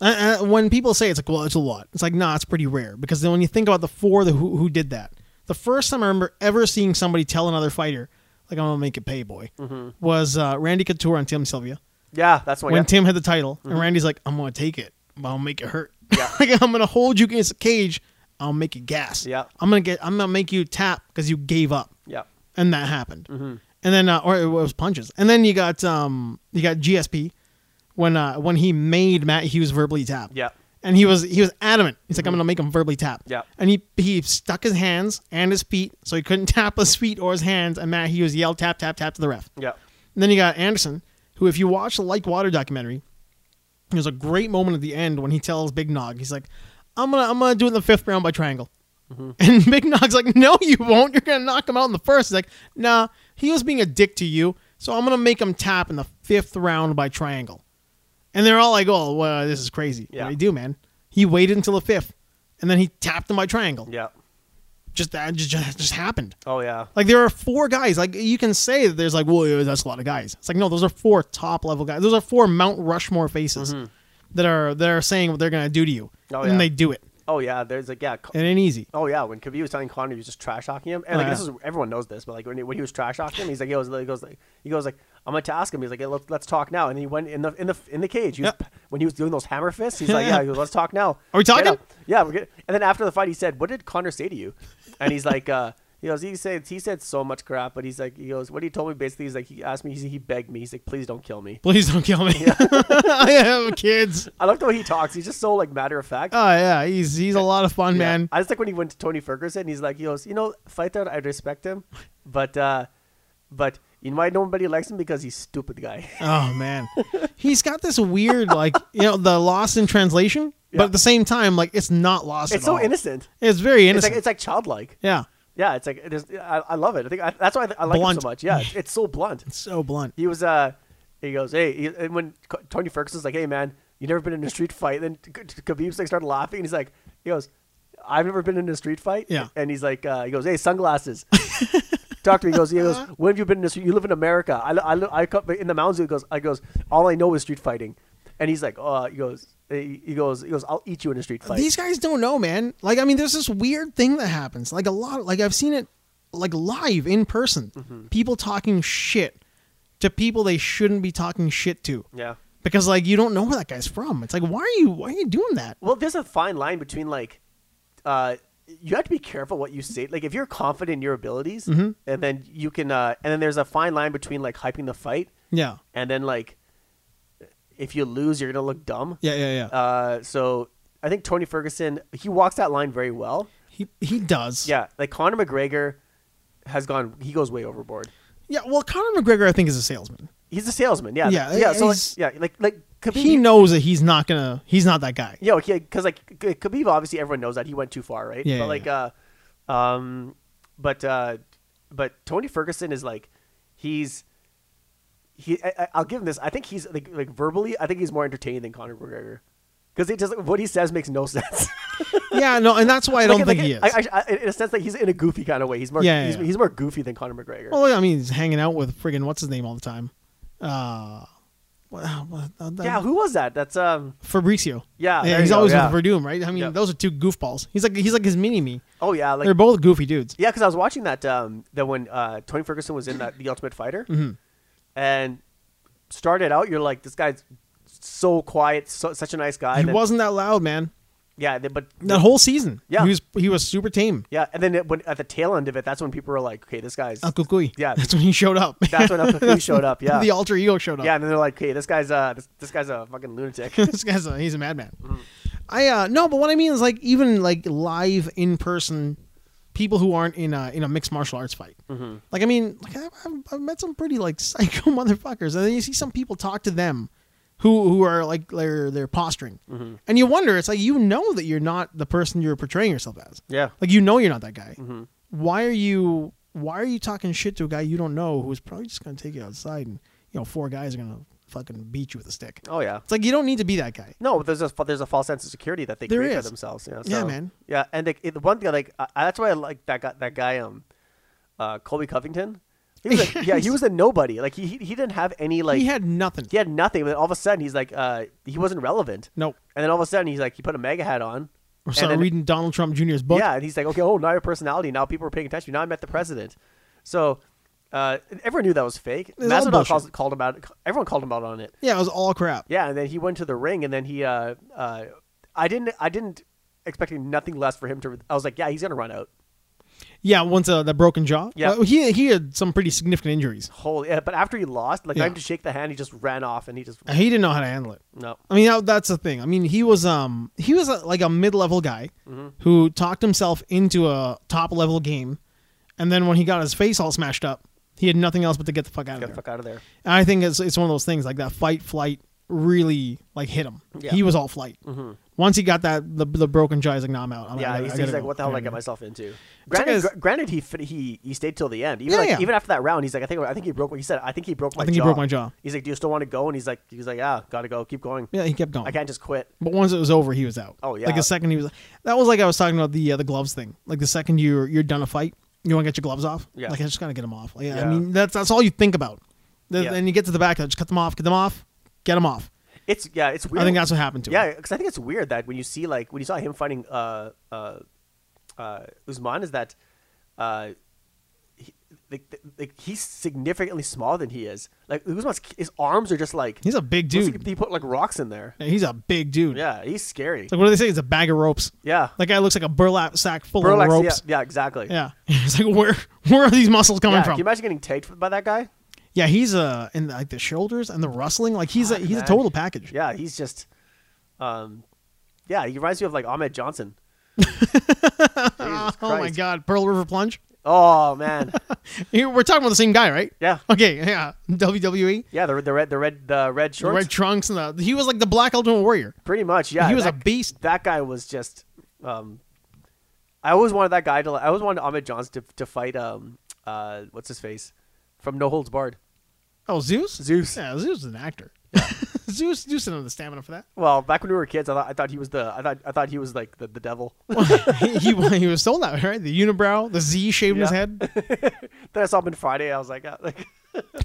Uh, uh, when people say it's like, well, it's a lot. It's like, nah, it's pretty rare because then when you think about the four that who, who did that, the first time I remember ever seeing somebody tell another fighter, like, I'm gonna make it pay, boy,
Mm-hmm.
was uh, Randy Couture and Tim Sylvia.
Yeah, that's one.
when
yeah. Mm-hmm.
Tim had the title, and Randy's like, "I'm gonna take it, but I'll make it hurt.
Yeah.
like I'm gonna hold you against the cage. I'll make you gas.
Yeah.
I'm gonna get. I'm gonna make you tap because you gave up,
yeah,
and that happened.
Mm-hmm.
And then, uh, or it was punches. And then you got um, you got GSP when uh when he made Matt Hughes verbally tap.
Yeah. Mm-hmm.
And he was he was adamant. He's like, I'm gonna make him verbally tap.
Yeah.
And he he stuck his hands and his feet, so he couldn't tap his feet or his hands. And Matt Hughes yelled tap tap tap to the ref.
yeah,
And then you got Anderson, who, if you watch the Like Water documentary, there's a great moment at the end when he tells Big Nog, he's like, "I'm gonna, I'm gonna do it in the fifth round by triangle."
Mm-hmm.
And Big Nog's like, "No, you won't. You're gonna knock him out in the first. He's like, "Nah, he was being a dick to you, so I'm gonna make him tap in the fifth round by triangle." And they're all like, "Oh, well, this is crazy."
Yeah.
What do you do, man? He waited until the fifth, and then he tapped him by triangle.
yeah.
Just that just, just just happened.
Oh yeah,
Like there are four guys. Like you can say that there's like, well, yeah, that's a lot of guys. It's like no, those are four top level guys. Those are four Mount Rushmore faces that are that are saying what they're gonna do to you,
Mm-hmm. Oh,
and
yeah.
they do it.
oh yeah. There's like yeah. Co-
It ain't easy.
Oh yeah, when Khabib was telling Conor he was just trash talking him, and
Oh,
like
yeah.
this is everyone knows this, but like when he, when he was trash talking him, he's like he goes, he goes like he goes like I'm gonna task him. He's like hey, let's let's talk now, and he went in the in the in the cage. He was,
Yeah.
When he was doing those hammer fists, he's like
Yeah.
yeah, he goes, let's talk now.
Are we
Get
talking?
up. Yeah, we're good. And then after the fight, he said, "What did Connor say to you?" And he's like, uh, he goes, he said he said so much crap, but he's like, he goes, what he told me basically is like he asked me, he, he begged me, he's like, please don't kill me.
Please don't kill me. I have kids.
I like the way he talks. He's just so like matter of fact.
Oh yeah, he's he's a lot of fun,
Yeah.
man.
I just like when he went to Tony Ferguson. He's like, he goes, you know, fighter, I respect him, but uh, but you know why nobody likes him because he's stupid guy.
Oh man, he's got this weird like you know the loss in translation, but
Yeah.
at the same time like it's not lost.
It's
at
so
all.
innocent.
It's very
It's
innocent.
like it's like childlike.
yeah,
Yeah, it's like it is, I, I love it. I think I, that's why I, I like him
Blunt.
so much. Yeah, it's, it's so blunt.
so blunt.
He was uh, he goes, hey, he, and when Co- Tony Ferguson's like, hey man, you never been in a street fight? Then K- Khabib's like started laughing. And he's like, he goes, I've never been in a street fight.
Yeah.
and he's like, uh, he goes, hey, sunglasses. Talk to me. He goes, he goes, when have you been in this? You live in America. I, li- I, li- I come in the mountains. He goes, I goes, all I know is street fighting. And he's like, uh, he goes, he he goes, he goes, I'll eat you in a street fight.
These guys don't know, man. Like, I mean, there's this weird thing that happens. Like a lot, like I've seen it, like live in person. People talking shit to people they shouldn't be talking shit to
yeah.
because, like, you don't know where that guy's from. It's like, why are you, why are you doing that?
Well, there's a fine line between like, uh, you have to be careful what you say. Like, if you're confident in your abilities,
Mm-hmm.
and then you can, uh, and then there's a fine line between like hyping the fight,
Yeah,
and then like, if you lose, you're gonna look dumb.
yeah, yeah, yeah.
Uh, so I think Tony Ferguson he walks that line very well.
he he does.
Yeah, like Conor McGregor has gone. He goes way overboard.
yeah. Well, Conor McGregor, I think, is a salesman.
He's a salesman. Yeah,
Yeah,
yeah. So like,
he's-
yeah, like like Khabib,
He knows that he's not gonna. He's not that guy.
Yeah, okay, because like K- Khabib, obviously everyone knows that he went too far, right?
Yeah, yeah,
But like, uh, um, but uh, but Tony Ferguson is like, he's he. I, I- I'll give him this. I think he's like like verbally. I think he's more entertaining than Conor McGregor because it just what he says makes no sense.
Yeah, no, and that's why I don't
Like,
think
like,
he is.
I, I, I, in a sense, like he's in a goofy kind of way. He's more
Yeah, yeah,
he's,
yeah.
he's more goofy than Conor McGregor.
well, I mean, he's hanging out with friggin' what's his name all the time. Uh, what, what,
yeah, who was that? That's um.
Fabricio. yeah
Yeah, there
he's
you go,
always
yeah.
with Verdum, right? I mean,
Yeah.
those are two goofballs. He's like he's like his mini me.
Oh yeah, like
They're both goofy dudes.
Yeah, because I was watching that um, that when uh, Tony Ferguson was in that The Ultimate Fighter,
Mm-hmm.
and started out, you're like, this guy's so quiet, so, such a nice guy.
He
and then-
wasn't that loud, man.
yeah, then- but
That whole season,
Yeah.
he was he was super tame.
yeah, and then it, when, at the tail end of it, that's when people were like, okay, this guy's
Uncle Kui.
Yeah.
that's when he showed up.
that's when Uncle Q showed up. Yeah,
the alter ego showed up.
yeah, and then they're like, okay, this guy's uh, this, this guy's a fucking lunatic.
this guy's a, he's a madman. I uh no, but what I mean is like even like live in person people who aren't in a in a mixed martial arts fight. Like I mean, like I, I've, I've met some pretty like psycho motherfuckers, and then you see some people talk to them who who are like they're they're posturing, and you wonder it's like you know that you're not the person you're portraying yourself as.
Yeah.
Like you know you're not that guy. Why are you why are you talking shit to a guy you don't know who's probably just gonna take you outside and you know four guys are gonna fucking beat you with a stick.
Oh yeah.
It's like you don't need to be that guy.
No, but there's a fa- there's a false sense of security that they
There
create for
is.
themselves. You know,
Yeah,
so-
man.
Yeah, and like, it, one thing like I, that's why I like that guy that guy um, uh, Colby Covington. He was a, yeah, he was a nobody. Like he he he didn't have any like
he had nothing.
he had nothing. But then all of a sudden he's like uh he wasn't relevant.
Nope.
And then all of a sudden he's like he put a mega hat on.
Or
and
started
then-
reading Donald Trump Jr.'s book.
Yeah, and he's like okay, oh now your personality. Now people are paying attention. Now I met the president. So. Uh, everyone knew that was fake.
all
Masvidal
bullshit.
calls, called him out. Everyone called him out on it.
Yeah, it was all crap.
Yeah, and then he went to the ring, and then he, uh, uh, I didn't, I didn't expecting nothing less for him to. I was like, yeah, he's gonna run out.
Yeah, once uh, that broken jaw.
Yeah.
Uh, he he had some pretty significant injuries.
Holy, yeah, but after he lost, like
Yeah.
I had to shake the hand, he just ran off, and he just
And He didn't know how to handle it.
no.
I mean, that, that's the thing. I mean, he was um he was a, like a mid level guy
Mm-hmm.
who talked himself into a top level game, and then when he got his face all smashed up, he had nothing else but to get the fuck out of
Get
there.
the fuck out of there.
And I think it's it's one of those things like that fight flight really like hit him.
Yeah. Mm-hmm.
He was all flight. Once he got that the, the broken jaw, he's like, nah, I'm out. I'm
Yeah, he's, he's like, what the hell did I get myself into?
like
Granted,
his-
gr- granted, he fit, he he stayed till the end. Even
Yeah,
like,
yeah.
even after that round, he's like, I think I think he broke. He said, I think he broke my.
think he
jaw.
broke my jaw.
He's like, do you still want to go? And he's like, he's like, yeah, gotta go, keep going.
Yeah, he kept going.
I can't just quit.
But once it was over, he was out.
Oh, yeah.
Like the second he was, that was like I was talking about the uh, the gloves thing. Like the second you're you're done a fight, you want to get your gloves off.
Yeah.
Like I just gotta get them off. Like, I
Yeah.
mean that's that's all you think about. Then
Yeah.
then you get to the back, I just cut them off, get them off, get them off.
It's yeah, it's weird.
I think that's what happened to him.
Yeah, because I think it's weird that when you see like when you saw him fighting uh uh uh Usman is that uh he, like, like he's significantly smaller than he is. Like Usman's his arms are just like
He's a big
looks
dude.
like He put like rocks in there.
Yeah, He's a big dude.
Yeah, he's scary.
It's like what do they say? He's a bag of ropes.
Yeah,
That guy looks like a burlap sack full
Burlax-
of ropes.
Yeah, yeah, exactly.
Yeah. it's like where where are these muscles coming
Yeah,
from?
Can you imagine getting tagged by that guy?
yeah, he's uh in like the shoulders and the rustling. Like he's a
Fuck,
he's a
man.
total package.
Yeah, he's just, um, yeah, he reminds me of like Ahmed Johnson. Jesus
Oh my
Christ.
God, Pearl River Plunge.
Oh man,
You- We're talking about the same guy, right?
yeah,
Okay, yeah. WWE.
yeah. The, the red, the red, the red
The
shorts.
red trunks and the he was like the black ultimate warrior.
Pretty much, yeah.
he was
that,
a beast.
That guy was just. Um, I always wanted that guy to. I always wanted Ahmed Johnson to, to fight. Um, uh, what's his face, from No Holds Barred.
Oh, Zeus?
Zeus.
Yeah, Zeus is an actor. Zeus Zeus didn't have the stamina for that.
Well, back when we were kids, I thought I thought he was the. I thought I thought he was like the, the devil.
he, he he was sold out, right? The unibrow, the Z shaved in his
Yeah.
head.
then I saw him on Friday. I was like, uh, like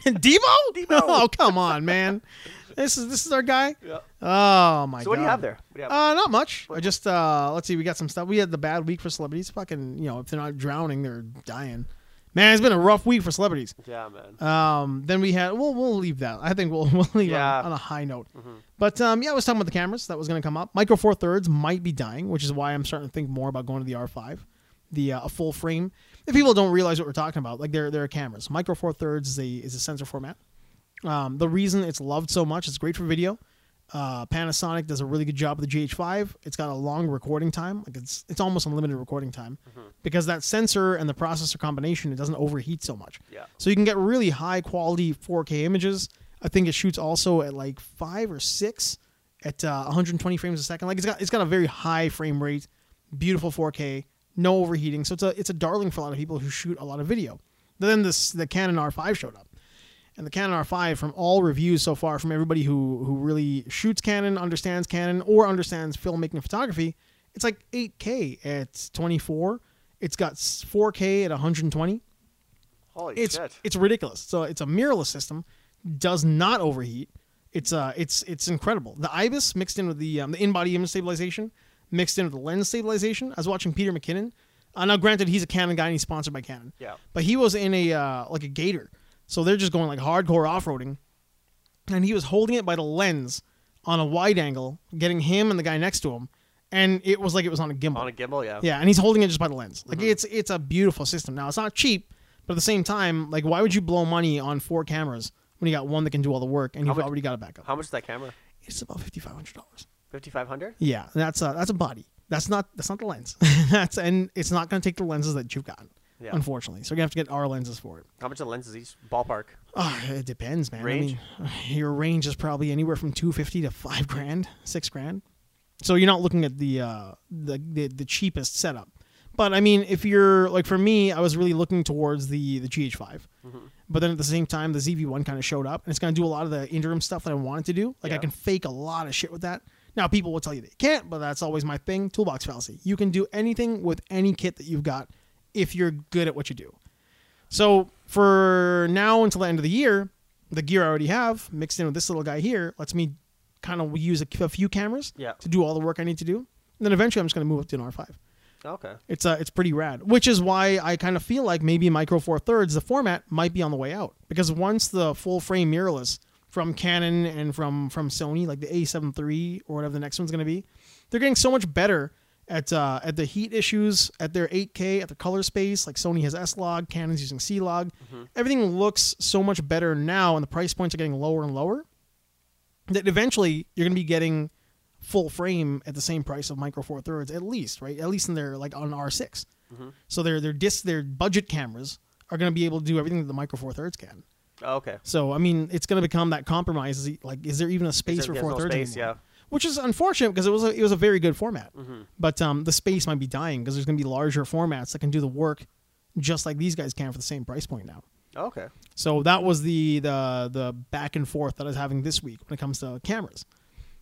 And Debo? Oh, come on, man. This is this is our guy.
yeah.
Oh my god.
So what do you have there? What do you have?
Uh, not much. I just uh, let's see. We got some stuff. We had the bad week for celebrities. Fucking, you know, if they're not drowning, they're dying. Man, it's been a rough week for celebrities.
yeah, man.
Um, then we had. We'll we'll leave that. I think we'll we'll leave
Yeah. Mm-hmm.
on, on a high note. But um, yeah, I was talking about the cameras that was going to come up. Micro Four Thirds might be dying, which is why I'm starting to think more about going to the R5, the uh, a full frame. If people don't realize what we're talking about, like there there are cameras. Micro Four Thirds is a is a sensor format. Um, the reason it's loved so much, it's great for video. Uh, Panasonic does a really good job with the GH5. It's got a long recording time, like it's it's almost unlimited recording time,
Mm-hmm.
because that sensor and the processor combination it doesn't overheat so much.
Yeah.
So you can get really high quality 4K images. I think it shoots also at like five or six at uh, 120 frames a second. Like it's got it's got a very high frame rate, beautiful 4K, no overheating. So it's a it's a darling for a lot of people who shoot a lot of video. Then this the Canon R5 showed up and the Canon R5 from all reviews so far from everybody who who really shoots Canon, understands Canon, or understands filmmaking and photography, it's like 8K at 24. It's got 4K at 120.
Holy
It's
shit.
it's ridiculous. So it's a mirrorless system, does not overheat. It's uh it's it's incredible. The IBIS mixed in with the um, the in-body image stabilization, mixed in with the lens stabilization. I was watching Peter McKinnon. Uh, now, granted, he's a Canon guy and he's sponsored by Canon.
Yeah.
But he was in a uh, like a Gator, so they're just going like hardcore off-roading, and he was holding it by the lens on a wide angle, getting him and the guy next to him, and it was like it was on a gimbal.
On a gimbal, yeah.
Yeah, and he's holding it just by the lens. Like it's it's a beautiful system. Now it's not cheap, but at the same time, like why would you blow money on four cameras when you got one that can do all the work and you've
much-
already got a backup?
How much is that camera?
It's about fifty five hundred dollars.
5500
Yeah, that's a that's a body. That's not that's not the lens. that's and it's not going to take the lenses that you've gotten.
Yeah.
Unfortunately, so you have to get our lenses for it.
How much are the lenses each? Ballpark.
Oh, it depends, man.
Range?
I mean, your range is probably anywhere from two fifty to five grand, six grand. So you're not looking at the uh, the, the the cheapest setup. But I mean, if you're like for me, I was really looking towards the the GH5.
Mm-hmm.
But then at the same time, the ZV1 kind of showed up, and it's going to do a lot of the interim stuff that I wanted to do. Like I
Yeah.
can fake a lot of shit with that. Now people will tell you they can't, but that's always my thing: toolbox fallacy. You can do anything with any kit that you've got if you're good at what you do. So for now until the end of the year, the gear I already have mixed in with this little guy here lets me kind of use a, a few cameras
Yeah.
to do all the work I need to do. And then eventually I'm just going to move up to an R5.
Okay.
It's uh, it's pretty rad, which is why I kind of feel like maybe Micro Four Thirds, the format, might be on the way out because once the full frame mirrorless from Canon and from from Sony, like the A7 III or whatever the next one's going to be, they're getting so much better at uh, at the heat issues, at their 8K, at the color space. Like Sony has S log, Canon's using C log. Everything looks so much better now, and the price points are getting lower and lower. That eventually you're going to be getting full frame at the same price of micro four thirds at least right at least in their like on r6
Mm-hmm.
so their their disc their budget cameras are going to be able to do everything that the micro four thirds can
Okay.
so i mean it's going to become that compromise is it- like is there even a space
there-
for
there's
four
no
thirds
space,
anymore? which is unfortunate because it was a, it was a very good format
Mm-hmm.
but um, the space might be dying because there's going to be larger formats that can do the work just like these guys can for the same price point now
Okay.
so that was the the the back and forth that I was having this week when it comes to cameras.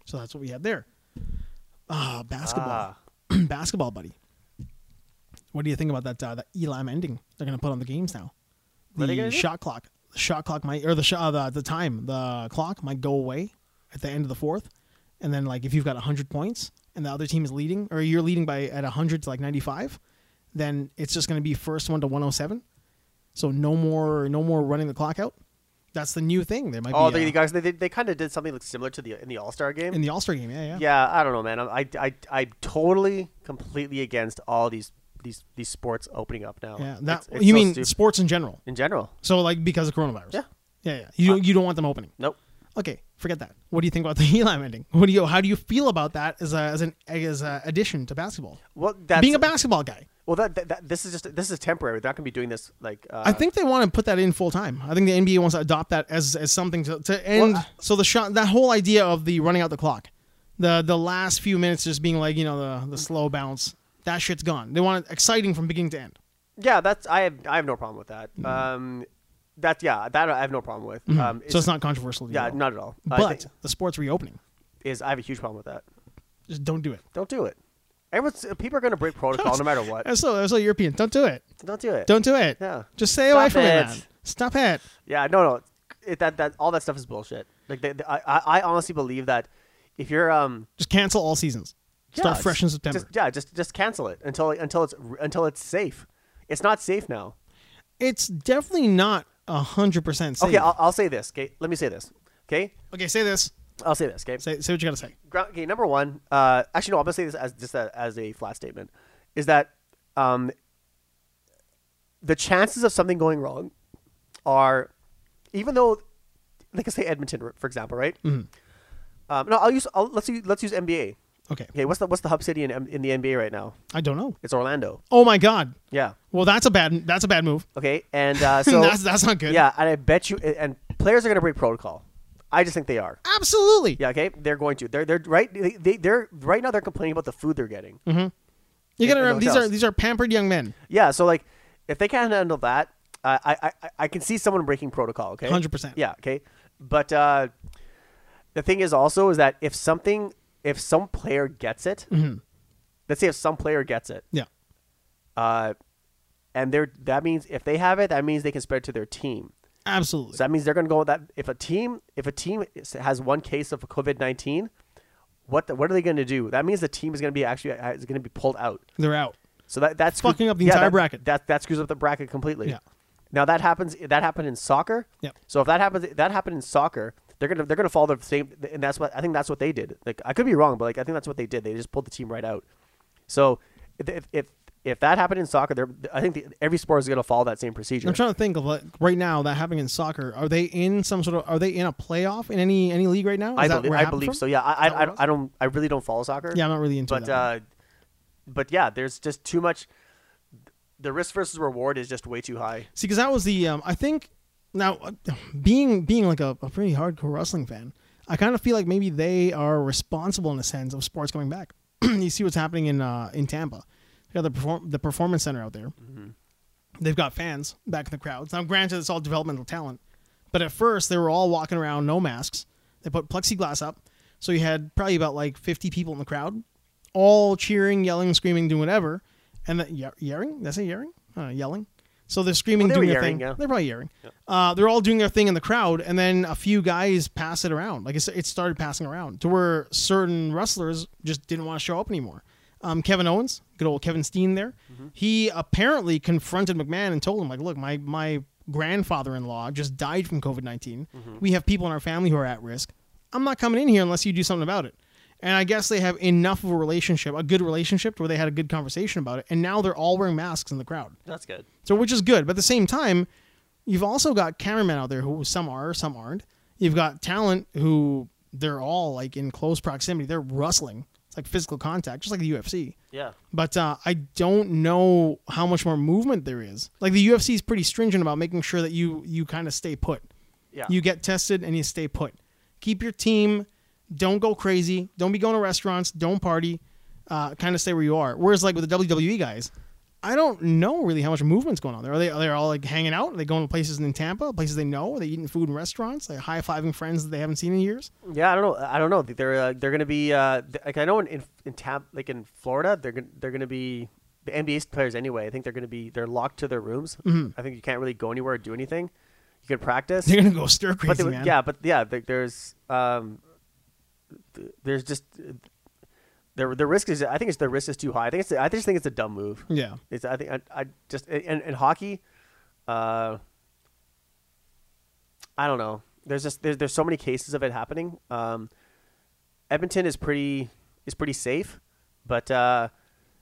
So that's what we had there. Ah, basketball, basketball, buddy. What do you think about that uh, that Elam ending they're gonna put on the games now?
What are they
The
gonna do?
shot clock, the shot clock might or the shot the, the time the clock might go away at the end of the fourth, and then like if you've got hundred points and the other team is leading or you're leading by at hundred to like ninety five, then it's just gonna be first one to one hundred seven. So no more, no more running the clock out. That's the new thing. There might
Oh,
be
they,
uh,
they guys, they, they kind of did something like similar to the in the All Star game.
in the All Star game. Yeah, yeah,
yeah, I don't know, man. I'm, I I I'm totally completely against all these these these sports opening up now.
Yeah, That
It's- it's
you
so
mean
stupid.
sports in general?
in general?
So like because of coronavirus.
Yeah. Uh,
yeah, yeah. You you don't want them opening.
Nope.
Okay, forget that. What do you think about the Elam ending? What do you? How do you feel about that as a as an as a addition to basketball?
Well, that's
Being a basketball guy,
well, that, that, that this is just this is temporary. They're not going to be doing this like. Uh,
I think they want to put that in full time. I think the NBA wants to adopt that as as something to, to end.
I-
so the shot, that whole idea of the running out the clock, the the last few minutes just being like you know the the slow bounce, that shit's gone. They want it exciting from beginning to end.
Yeah, that's I have I have no problem with that. Um, that yeah, that I have no problem with. Um,
Mm. Mm-hmm. so it's not controversial. to you
Yeah,
at all.
not at all. I
But
think
the sport's reopening.
is I have a huge problem with that.
Just don't do it.
Don't do it. Everyone's people are going to break protocol no matter what.
That's so that's so European. Don't do it.
Don't do it.
Don't do it.
Yeah.
Just stay
Stop
away from it.
it.
man. Stop it.
Yeah, no, no. It, that that all that stuff is bullshit. Like they, they, I I I honestly believe that if you're um
Just cancel all seasons. Start
yeah,
fresh in
just-
September.
Just, yeah, just just cancel it until until it's until it's safe. It's not safe now.
it's definitely not hundred percent safe.
Okay, I'll, I'll say this. Okay, let me say this. Okay,
okay, say this.
I'll say this. Okay,
Say say what you gotta say.
Ground, okay, number one. Uh, actually, no. I'm gonna say this as just a, as a flat statement, is that um, the chances of something going wrong are, even though, like I say, Edmonton, for example, right?
Mm-hmm.
Um, no, I'll use. I'll, let's use, let's use NBA.
Okay.
Okay, what's the what's the hub city in M- in the NBA right now?
I don't know.
It's Orlando.
Oh my god.
Yeah.
Well, that's a bad that's a bad move.
Okay, and uh, so
that's that's not good.
yeah, and I bet you, and players are gonna break protocol. I just think they are.
Absolutely.
Yeah, okay, they're going to. They're they're right. They, they they're right now. They're complaining about the food they're getting.
Mm-hmm. You gotta
Yeah,
remember
no
these are
hotels.
these are pampered young men.
Yeah, so like if they can't handle that, uh, I I- I I can see someone breaking protocol. Okay,
100%.
Yeah. Okay, but uh, the thing is also is that if something if some player gets it, let's say if some player gets it,
Yeah.
uh, and they're that means if they have it, that means they can spread it to their team.
Absolutely.
So that means they're going to go with that. If a team, if a team is- has one case of COVID nineteen, what the, what are they going to do? That means the team is going to be actually uh, is going to be pulled out.
They're out.
So that that's
Fucking up the entire
that,
bracket.
That that screws up the bracket completely.
Yeah.
Now that happens. That happened in soccer.
Yep.
So if that happens, that happened in soccer. They're gonna they're gonna follow the same, and that's what I think that's what they did. Like I could be wrong, but like I think that's what they did. They just pulled the team right out. So if if, if if that happened in soccer, there, I think the, every sport is going to follow that same procedure.
I'm trying to think of like right now that happening in soccer. Are they in some sort of? Are they in a playoff in any any league right now? Is
I
that
believe,
where it
I
happened
believe
from?
so. Yeah, I,
that what
I,
it was?
I, I don't, I really don't follow soccer.
Yeah, I'm not really into
but
that. one.
uh, but yeah, there's just too much. The risk versus reward is just way too high.
See, because that was the um, I think now uh, being being like a, a pretty hardcore wrestling fan, I kind of feel like maybe they are responsible in a sense of sports coming back. you see what's happening in uh, in Tampa. They got the perform- the performance center out there. They've got fans back in the crowds. Now, granted, it's all developmental talent, but at first they were all walking around no masks. They put plexiglass up, so you had probably about like fifty people in the crowd, all cheering, yelling, screaming, doing whatever, and the, ye- yearing. That's it, yearing, uh, yelling. So they're screaming,
Well, they were
doing their
yearing,
thing.
yeah.
They're probably yearing. Uh, they're all doing their thing in the crowd, and then a few guys pass it around. Like it's, it started passing around to where certain wrestlers just didn't want to show up anymore. Um, Kevin Owens, good old Kevin Steen there.
Mm-hmm.
He apparently confronted McMahon and told him, like, look, my my grandfather-in-law just died from COVID 19
Mm-hmm.
We have people in our family who are at risk. I'm not coming in here unless you do something about it. And I guess they have enough of a relationship, a good relationship, where they had a good conversation about it. And now they're all wearing masks in the crowd.
That's good.
So which is good, but at the same time, you've also got cameramen out there who some are, some aren't. You've got talent who they're all like in close proximity. They're rustling. It's like physical contact, just like the UFC.
Yeah.
But uh, I don't know how much more movement there is. Like the UFC is pretty stringent about making sure that you you kind of stay put.
Yeah.
You get tested and you stay put. Keep your team. Don't go crazy. Don't be going to restaurants. Don't party. Uh, kind of stay where you are. Whereas like with the WWE guys, I don't know really how much movement's going on there. Are they are they all like hanging out? Are they going to places in Tampa, places they know? Are they eating food in restaurants? They high fiving friends that they haven't seen in years?
Yeah, I don't know. I don't know. They're uh, they're gonna be uh, th- like I know in in, in Tam- like in Florida, they're gonna they're gonna be the NBA players anyway. I think they're gonna be they're locked to their rooms. I think you can't really go anywhere or do anything. You can practice,
Mm-hmm. They're gonna go stir crazy,
but they, would-
man.
yeah, but yeah, th- there's um, th- there's just the the risk is I think it's the risk is too high. I think it's I just think it's a dumb move.
yeah.
It's I think I, I just and, and hockey, uh, I don't know. There's just there's, there's so many cases of it happening. Um, Edmonton is pretty is pretty safe, but uh,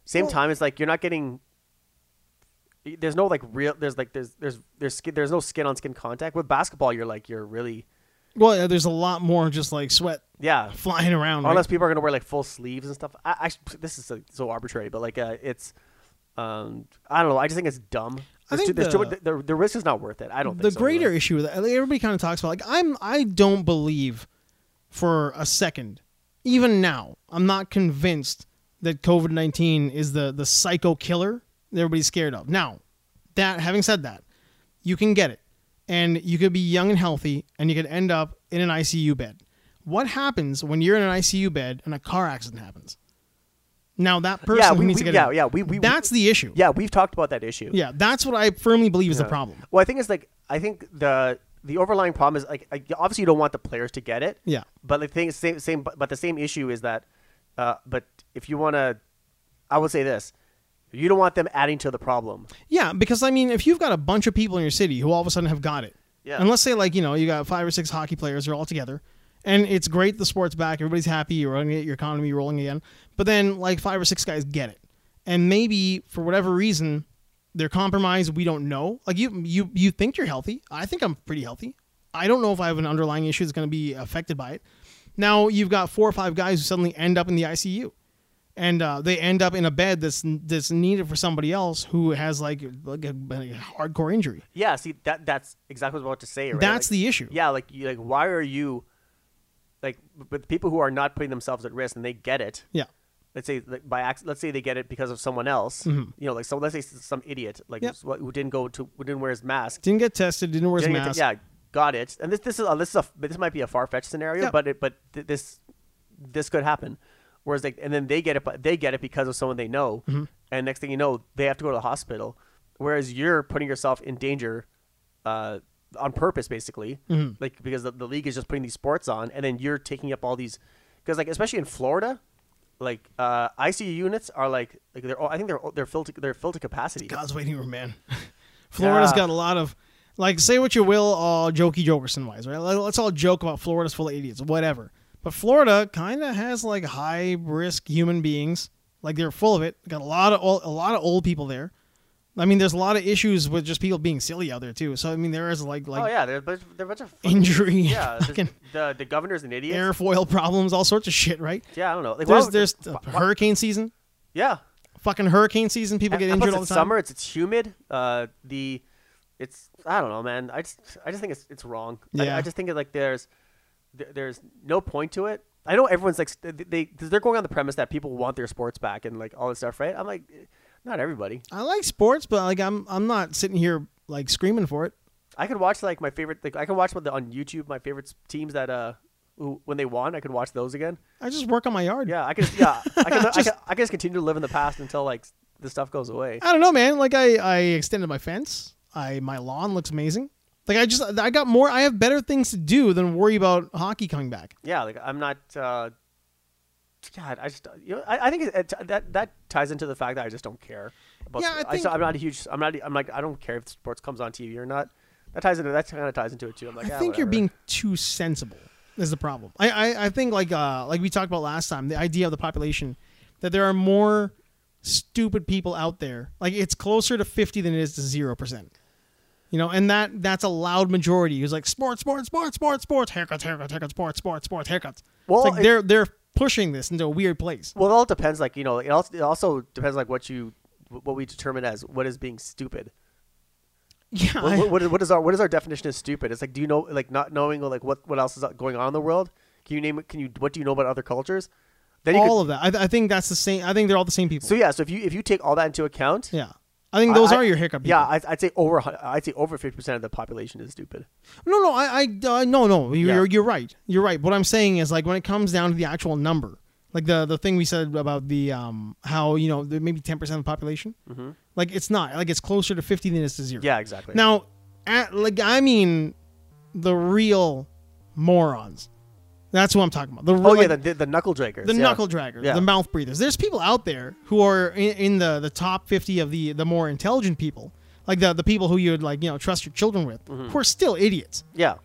same
Well-
time it's like you're not getting. There's no like real. There's like there's there's there's skin, there's no skin on skin contact with basketball. You're like you're really
Well, yeah, there's a lot more just like sweat
yeah.
flying around. right?
Unless people are gonna wear like full sleeves and stuff. I, I this is like, so arbitrary, but like uh, it's, um, I don't know. I just think it's dumb.
I
There's
think
too, there's too
the-
much- the, the risk is not worth it. I don't.
the
think so,
greater
anyway.
issue with that, like, everybody kind of talks about like i'm i don't believe for a second even now i'm not convinced that covid-19 is the the psycho killer that everybody's scared of now that having said that you can get it and you could be young and healthy and you could end up in an icu bed what happens when you're in an icu bed and a car accident happens now that person who
we-
needs
we-
to get
yeah,
out,
yeah, we- we- we-
that's the issue
Yeah, we've talked about that issue.
yeah that's what i firmly believe is the
Yeah.
problem
Well, I think it's like I think the the overlying problem is like, like obviously you don't want the players to get it.
Yeah.
But the thing is same same but, but the same issue is that, uh, but if you want to, I would say this, you don't want them adding to the problem.
Yeah, because I mean, if you've got a bunch of people in your city who all of a sudden have got it,
Yeah.
and let's say like you know you got five or six hockey players, they're all together, and it's great, the sport's back, everybody's happy, you're running it, your economy rolling again. But then like five or six guys get it, and maybe for whatever reason they're compromised. We don't know. Like you, you, you think you're healthy. I think I'm pretty healthy. I don't know if I have an underlying issue that's going to be affected by it. Now you've got four or five guys who suddenly end up in the ICU and uh, they end up in a bed that's that's needed for somebody else who has like like a, a hardcore injury.
Yeah, see that that's exactly what I was about to say. Right?
That's
Like,
the issue.
Yeah, like you, like why are you, like, but the people who are not putting themselves at risk and they get it.
Yeah.
Let's say like, by acc- let's say they get it because of someone else. You know, like so let's say s- some idiot like
Yep.
who who didn't go to who didn't wear his mask.
Didn't get tested. Didn't wear his
Didn't get to-
mask.
yeah, got it. And this this is a, this is a this might be a far fetched scenario,
Yeah.
but it but th- this this could happen. Whereas like and then they get it, but they get it because of someone they know,
Mm-hmm.
and next thing you know, they have to go to the hospital. Whereas you're putting yourself in danger, uh, on purpose basically,
Mm-hmm.
like because the, the league is just putting these sports on, and then you're taking up all these because like especially in Florida. Like uh, ICU units are like like they're all- I think they're all- they're filled to, they're filled to capacity.
God's waiting room, man. Florida's
Yeah.
got a lot of like say what you will, all jokey jokerson wise, right? Let- Let's all joke about Florida's full of idiots, whatever. But Florida kind of has like high risk human beings Like they're full of it. Got a lot of old, a lot of old people there. I mean, there's a lot of issues with just people being silly out there too. So I mean, there is like like
oh yeah, they're, a bunch- they're a bunch of fucking-
injury,
Yeah, there's-
fucking
the the governor's an idiot.
airfoil problems, all sorts of shit, right?
Yeah, I don't know. Like, why
There's
would-
there's uh,
why- why-
hurricane season,
yeah.
fucking hurricane season. People get
And plus
injured all the
it's
time.
summer. It's it's humid. Uh, the it's I don't know, man. I just I just think it's it's wrong. I-
Yeah.
I, just think it like there's there, there's no point to it. I know everyone's like st- they they- they're going on the premise that people want their sports back and like all this stuff, right? I'm like, eh, not everybody.
I like sports, but like I'm I'm not sitting here like screaming for it.
I could watch like my favorite. Like I could watch what the, on YouTube my favorite s- teams that uh who, when they won I could watch those again.
I just work on my yard.
Yeah, I could. Yeah, I could. I, could I could just continue to live in the past until like s- the stuff goes away.
I don't know, man. Like I, I extended my fence. I my lawn looks amazing. Like I just I got more. I have better things to do than worry about hockey coming back.
yeah, like I'm not. Uh, God, I just you know I, I think it, it, that that ties into the fact that I just don't care. About
Yeah, I
sport.
think-
just, I'm not a huge. I'm not. I'm like I don't care if sports comes on TV or not. That ties into that kind of ties into it too. I'm like
I
"Ah,
think you're
whatever."
being too sensible. Is the problem? I, I I think like uh like we talked about last time the idea of the population that there are more stupid people out there. Like it's closer to fifty than it is to zero percent. You know, and that that's a loud majority who's like sports, sports, sports, sports, sports, haircuts, haircuts, haircuts, sports, sports, sports, haircuts.
Well,
it's like
it-
they're they're pushing this into a weird place.
Well, it all depends. Like you know, it also it also depends like what you what we determine as what is being stupid.
Yeah,
What,
I-
what, what is- what is our what is our definition of stupid? It's like do you know like not knowing like what what else is going on in the world? Can you name it? Can you what do you know about other cultures? Then you could-
all of that. I, th- I think that's the same. I think they're all the same people.
so yeah. So if you if you take all that into account,
yeah, I think those
I-
are your hiccup.
Yeah,
people.
I'd, I'd say over a hun- I'd say over fifty percent of the population is stupid.
no, no, I, I uh, no, no. You're,
Yeah.
you're you're right. You're right. What I'm saying is like when it comes down to the actual number, like the the thing we said about the um how you know there maybe ten percent of the population, like it's not like it's closer to fifty than it's to zero.
Mm-hmm. Yeah, exactly.
Now, at, like I mean, the real morons. That's who I'm talking about. The
oh
real,
yeah, the, the knuckle draggers.
the
yeah.
knuckle draggers,
Yeah.
the mouth breathers. There's people out there who are in, in the the top 50 of the the more intelligent people, like the the people who you would like you know trust your children with,
Mm-hmm.
who are still idiots.
Yeah,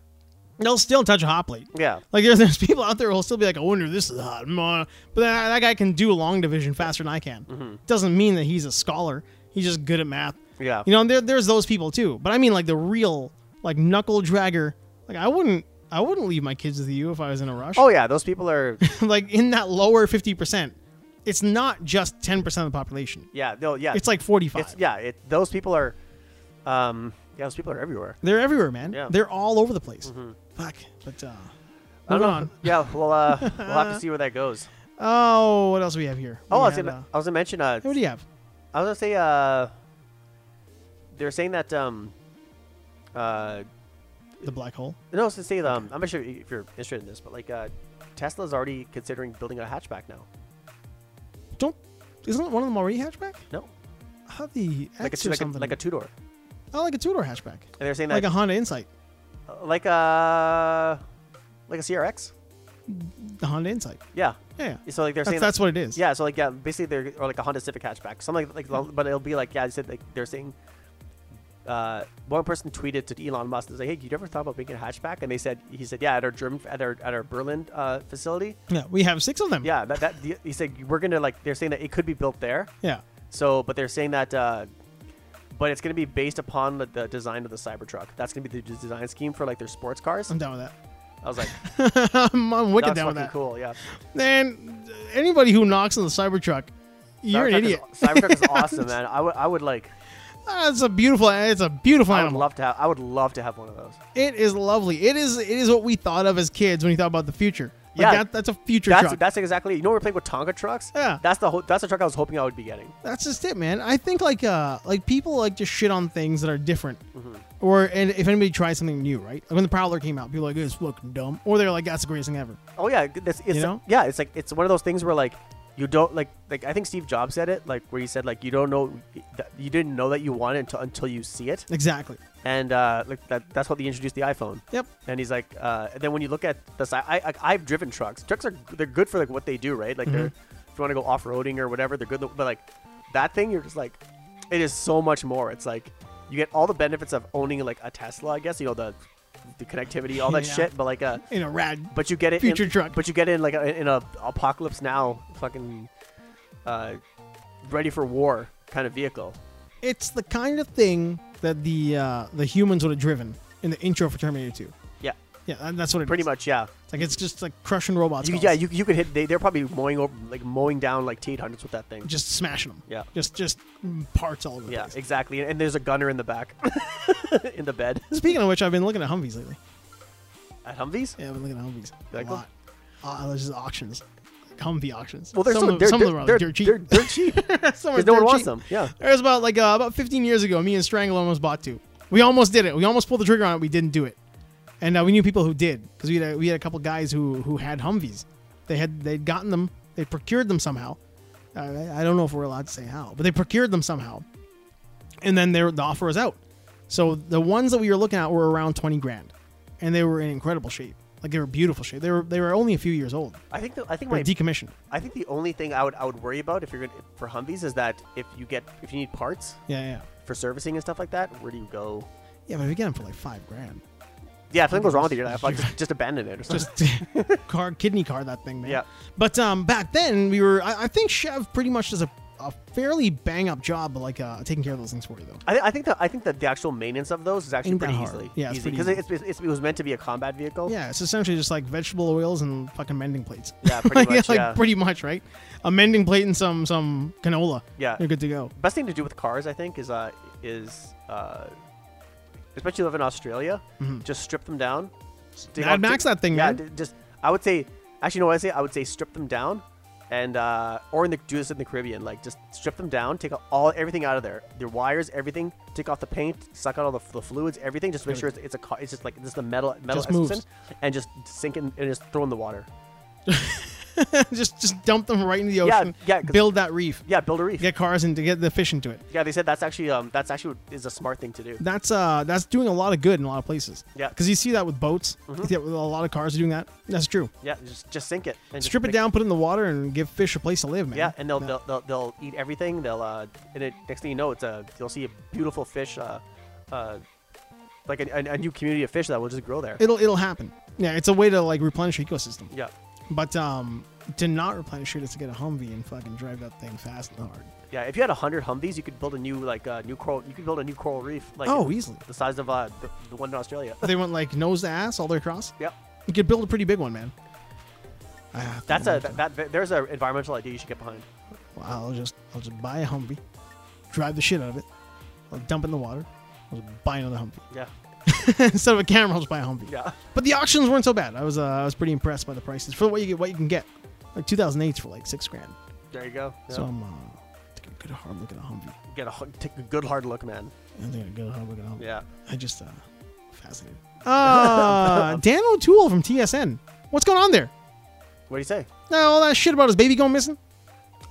They'll still touch a hot plate.
yeah,
Like there's, there's people out there who'll still be like, I wonder if this is hot, mwah." but that, that guy can do long division faster than I can.
Mm-hmm.
Doesn't mean that he's a scholar. He's just good at math.
yeah.
You know, and there, there's those people too. But I mean, like the real like knuckle dragger. Like I wouldn't I wouldn't leave my kids with you if I was in a rush
oh yeah, those people are.
like in that lower 50%, it's not just 10% of the population.
Yeah, no, yeah.
It's like 45.
It's yeah. It those people are, um, yeah. Those people are everywhere.
They're everywhere, man.
Yeah. Mm-hmm.
They're all over the place. Fuck. But uh
I
moving
don't know.
on.
Yeah, well, uh, we'll have to see where that goes.
Oh, what else do we have here?
Oh,
We
I was
had,
gonna,
uh,
I was gonna mention. Uh,
what do you have?
I was gonna say. Uh, they're saying that. Um, uh,
The black hole.
no, I was gonna say. Um, I'm not sure if you're interested in this, but like, uh, Tesla's already considering building a hatchback now.
Don't Isn't one of them already hatchback?
No,
I thought the X
like a, two-
or
like a
something.
like a two door.
oh, like a two-door hatchback.
And they're saying
Like
that
a Honda Insight.
like a like a CRX.
The Honda Insight.
Yeah.
Yeah.
So like they're
That's,
saying
that's what it is.
yeah. So like yeah, basically they're or like a Honda Civic hatchback, something like, like but it'll be like yeah. They said like they're saying. Uh, one person tweeted to Elon Musk and was like, "Hey, you ever thought about making a hatchback?" And they said, "He said, yeah, at our German, at our at our Berlin uh, facility,
Yeah, we have six of them.
yeah, that, that the, he said we're gonna like they're saying that it could be built there.
Yeah.
So, but they're saying that, uh, but it's gonna be based upon the, the design of the Cybertruck. That's gonna be the design scheme for like their sports cars.
I'm down with that.
I was like,
I'm, I'm wicked
that's
down
fucking
with that.
cool. Yeah,
Man, anybody who knocks on the Cybertruck, you're an
Cybertruck
idiot.
Is, Cybertruck is awesome, man. I would, I would like,
Ah, it's a beautiful. It's a beautiful
I would
animal.
love to have, I would love to have one of those.
it is lovely. It is. It is what we thought of as kids when we thought about the future. Like
Yeah.
that, that's a future
That's
truck.
that's exactly. You know, we're playing with Tonka trucks.
Yeah.
that's the whole, that's the truck I was hoping I would be getting.
that's just it, man. I think like uh like people like to shit on things that are different.
Mm-hmm.
Or and if anybody tries something new, right? Like when the Prowler came out, people were like it's fucking dumb, or they're like that's the greatest thing ever.
Oh yeah, that's, it's
You know?
yeah, it's like it's one of those things where like you don't like like I think Steve Jobs said it like where he said like you don't know that you didn't know that you want it until until you see it,
Exactly.
and uh, like that that's how they introduced the iPhone.
Yep.
And he's like, uh, and then when you look at the side, I, I I've driven trucks. Trucks are they're good for like what they do, right? Like they're
Mm-hmm.
if you want to go off roading or whatever, they're good. But like that thing, you're just like, it is so much more. It's like you get all the benefits of owning like a Tesla, I guess. You know the the connectivity, all that
Yeah.
shit. But like uh
In a rad.
but you get it
Future
in,
truck.
But you get in like a, in a apocalypse now fucking uh, ready for war kind of vehicle.
It's the kind of thing that the uh, the humans would have driven in the intro for Terminator 2.
Yeah,
Yeah, and that's what it
pretty
is.
much. Yeah,
Like it's just like crushing robots.
You-
cars.
yeah. You, you could hit. They, they're probably mowing over, like mowing down like T800s with that thing.
just smashing them.
Yeah.
just just parts all over the
yeah,
place.
exactly. And there's a gunner in the back, in the bed
Speaking of which, I've been looking at Humvees lately.
at Humvees.
Yeah, I've been looking at Humvees
Like
a
them?
lot. Uh, there's just auctions, Humvee auctions.
Well, they're
some
so,
of,
they're,
some
they're,
of them are
they're,
dirt cheap.
They're dirt cheap. 'Cause
Some are
no one
dirt
wants
cheap.
them. Yeah.
It was about like uh, about 15 years ago. Me and Strangle almost bought two. We almost did it. We almost pulled the trigger on it. We didn't do it, and uh, we knew people who did because we had a, we had a couple guys who who had Humvees. They had they'd gotten them. They procured them somehow. Uh, I I don't know if we're allowed to say how, but they procured them somehow, and then their the offer was out. So the ones that we were looking at were around 20 grand, and they were in incredible shape. Like they were beautiful shape. They were they were only a few years old.
I think the, I think
They
my
were decommissioned.
I think the only thing I would I would worry about if you're gonna, for Humvees is that if you get if you need parts
Yeah, yeah,
for servicing and stuff like that, where do you go?
yeah. But if you get them for like five grand,
Yeah, if something goes wrong with it, you're like, "Fuck, just, just abandon it or something.
just car kidney car that thing man
Yeah.
but um back then we were i, I think chev pretty much does a, a fairly bang up job of like uh, taking care of those things for you though
I, thi- I think that I think that the actual maintenance of those is actually
Ain't that
pretty
hard.
easily
Yeah, it's pretty
because
easy.
it's, it's, it was meant to be a combat vehicle.
yeah it's essentially just like vegetable oils and fucking mending plates
Yeah, pretty
like,
much,
like,
yeah.
pretty much right a mending plate and some some canola
Yeah.
you're good to go
Best thing to do with cars, I think, is uh is uh, especially if you live in Australia, just strip them down.
Mm-hmm.
Dig
Mad
out-
Max
dig-
that thing,
yeah,
man.
d- just I would say, actually, no, what I say I would say strip them down, and uh, or in the do this in the Caribbean, like just strip them down, take out all everything out of there, their wires, everything, take off the paint, suck out all the, f- the fluids, everything, just make sure it's, it's a car, it's just like just the metal metal
Just moves.
essence, and just sink in and just throw in the water.
just just dump them right into the
Yeah,
ocean
yeah, 'cause-
build that reef
Yeah, build a reef.
get cars and to get the fish into it
Yeah, they said that's actually um that's actually is a smart thing to do.
that's uh that's doing a lot of good in a lot of places
Yeah. Mm-hmm.
because you see that with boats You see that with a lot of cars doing that that's true
Yeah, just just sink it. And just
strip it
make-
down put it in the water and give fish a place to live man
Yeah, and they'll,
Yeah.
they'll, they'll they'll eat everything. They'll uh, and it, next thing you know, it's a you'll see a beautiful fish, uh, uh, like a, a, a new community of fish that will just grow there.
it'll it'll happen. Yeah, it's a way to like replenish your ecosystem.
yeah,
But um, to not replenish it is to get a Humvee and fucking drive that thing fast and hard.
yeah. If you had hundred Humvees, you could build a new like uh, new coral. You could build a new coral reef. Like
Oh, easily.
the size of uh, the, the one in Australia.
If they went like nose to ass all the way across.
yep.
You could build a pretty big one, man. I have to
That's
look
a
into it.
that, that there's an environmental idea you should get behind.
Well, I'll just I'll just buy a Humvee, drive the shit out of it, I'll dump it in the water, I'll just buy another Humvee
Yeah,
instead of a camera. I'll just buy a Humvee.
yeah,
But the auctions weren't so bad. I was uh, I was pretty impressed by the prices for what you get what you can get. Like 2008 for like six grand.
there you go. Yeah.
So I'm uh, taking a good hard look at a Humvee.
get a hu- take a good hard look, man.
I'm taking a good hard look at a Humvee.
Yeah.
I just uh fascinated.
Ah,
Uh Dan O'Toole from TSN. What's going on there?
What do you say?
Now all that shit about his baby going missing.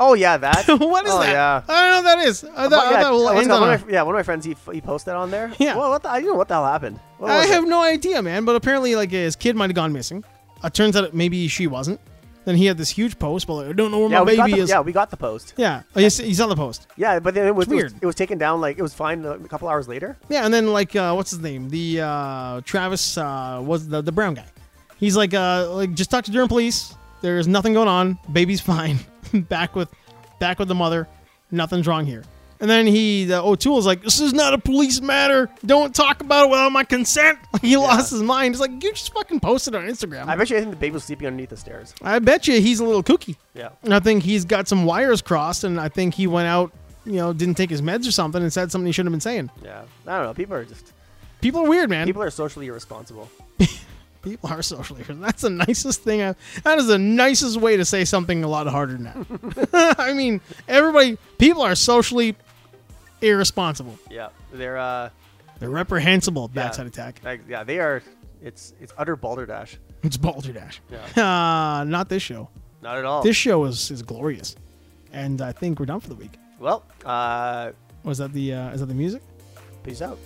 Oh yeah, that.
what is
oh,
that?
Yeah.
I don't know what that is. I thought, I
yeah,
thought we'll
uh, what's
end
it
on
called? one
a-
of my, yeah, one of my friends he, f- he posted on there.
Yeah.
Well, what the, I don't know what the hell happened. What
I
was it?
have no idea, man. But apparently, like his kid might have gone missing. Uh, turns out maybe she wasn't. Then he had this huge post, but like, I don't know where
yeah,
my baby
we got the,
is.
yeah, we got the post.
yeah. Oh, you, you saw the post.
Yeah, but then it was,
It's
it was-
weird.
It was, taken down like it was fine uh, a couple hours later.
Yeah, and then like uh, what's his name? The uh, Travis uh, was the, the brown guy. He's like uh, like just talk to Durham police. There's nothing going on. Baby's fine. back with back with the mother. Nothing's wrong here. And then he the O'Toole's like this is not a police matter. Don't talk about it without my consent. he lost his mind. He's like you just fucking posted on Instagram.
I bet you I think the baby was sleeping underneath the stairs.
I bet you he's a little kooky.
Yeah.
And I think he's got some wires crossed, and I think he went out, you know, didn't take his meds or something, and said something he shouldn't have been saying.
Yeah. I don't know. People are just
People are weird, man.
people are socially irresponsible.
People are socially. That's the nicest thing. I, that is the nicest way to say something a lot harder than that. I mean, everybody. People are socially irresponsible.
Yeah. They're uh
They're reprehensible.
yeah,
Backside attack.
Like, yeah, they are it's it's utter balderdash.
It's balderdash.
Yeah. Oh.
Uh, not this show.
Not at all.
This show is is glorious, and I think we're done for the week.
well, uh
Was that the uh, is that the music?
peace out.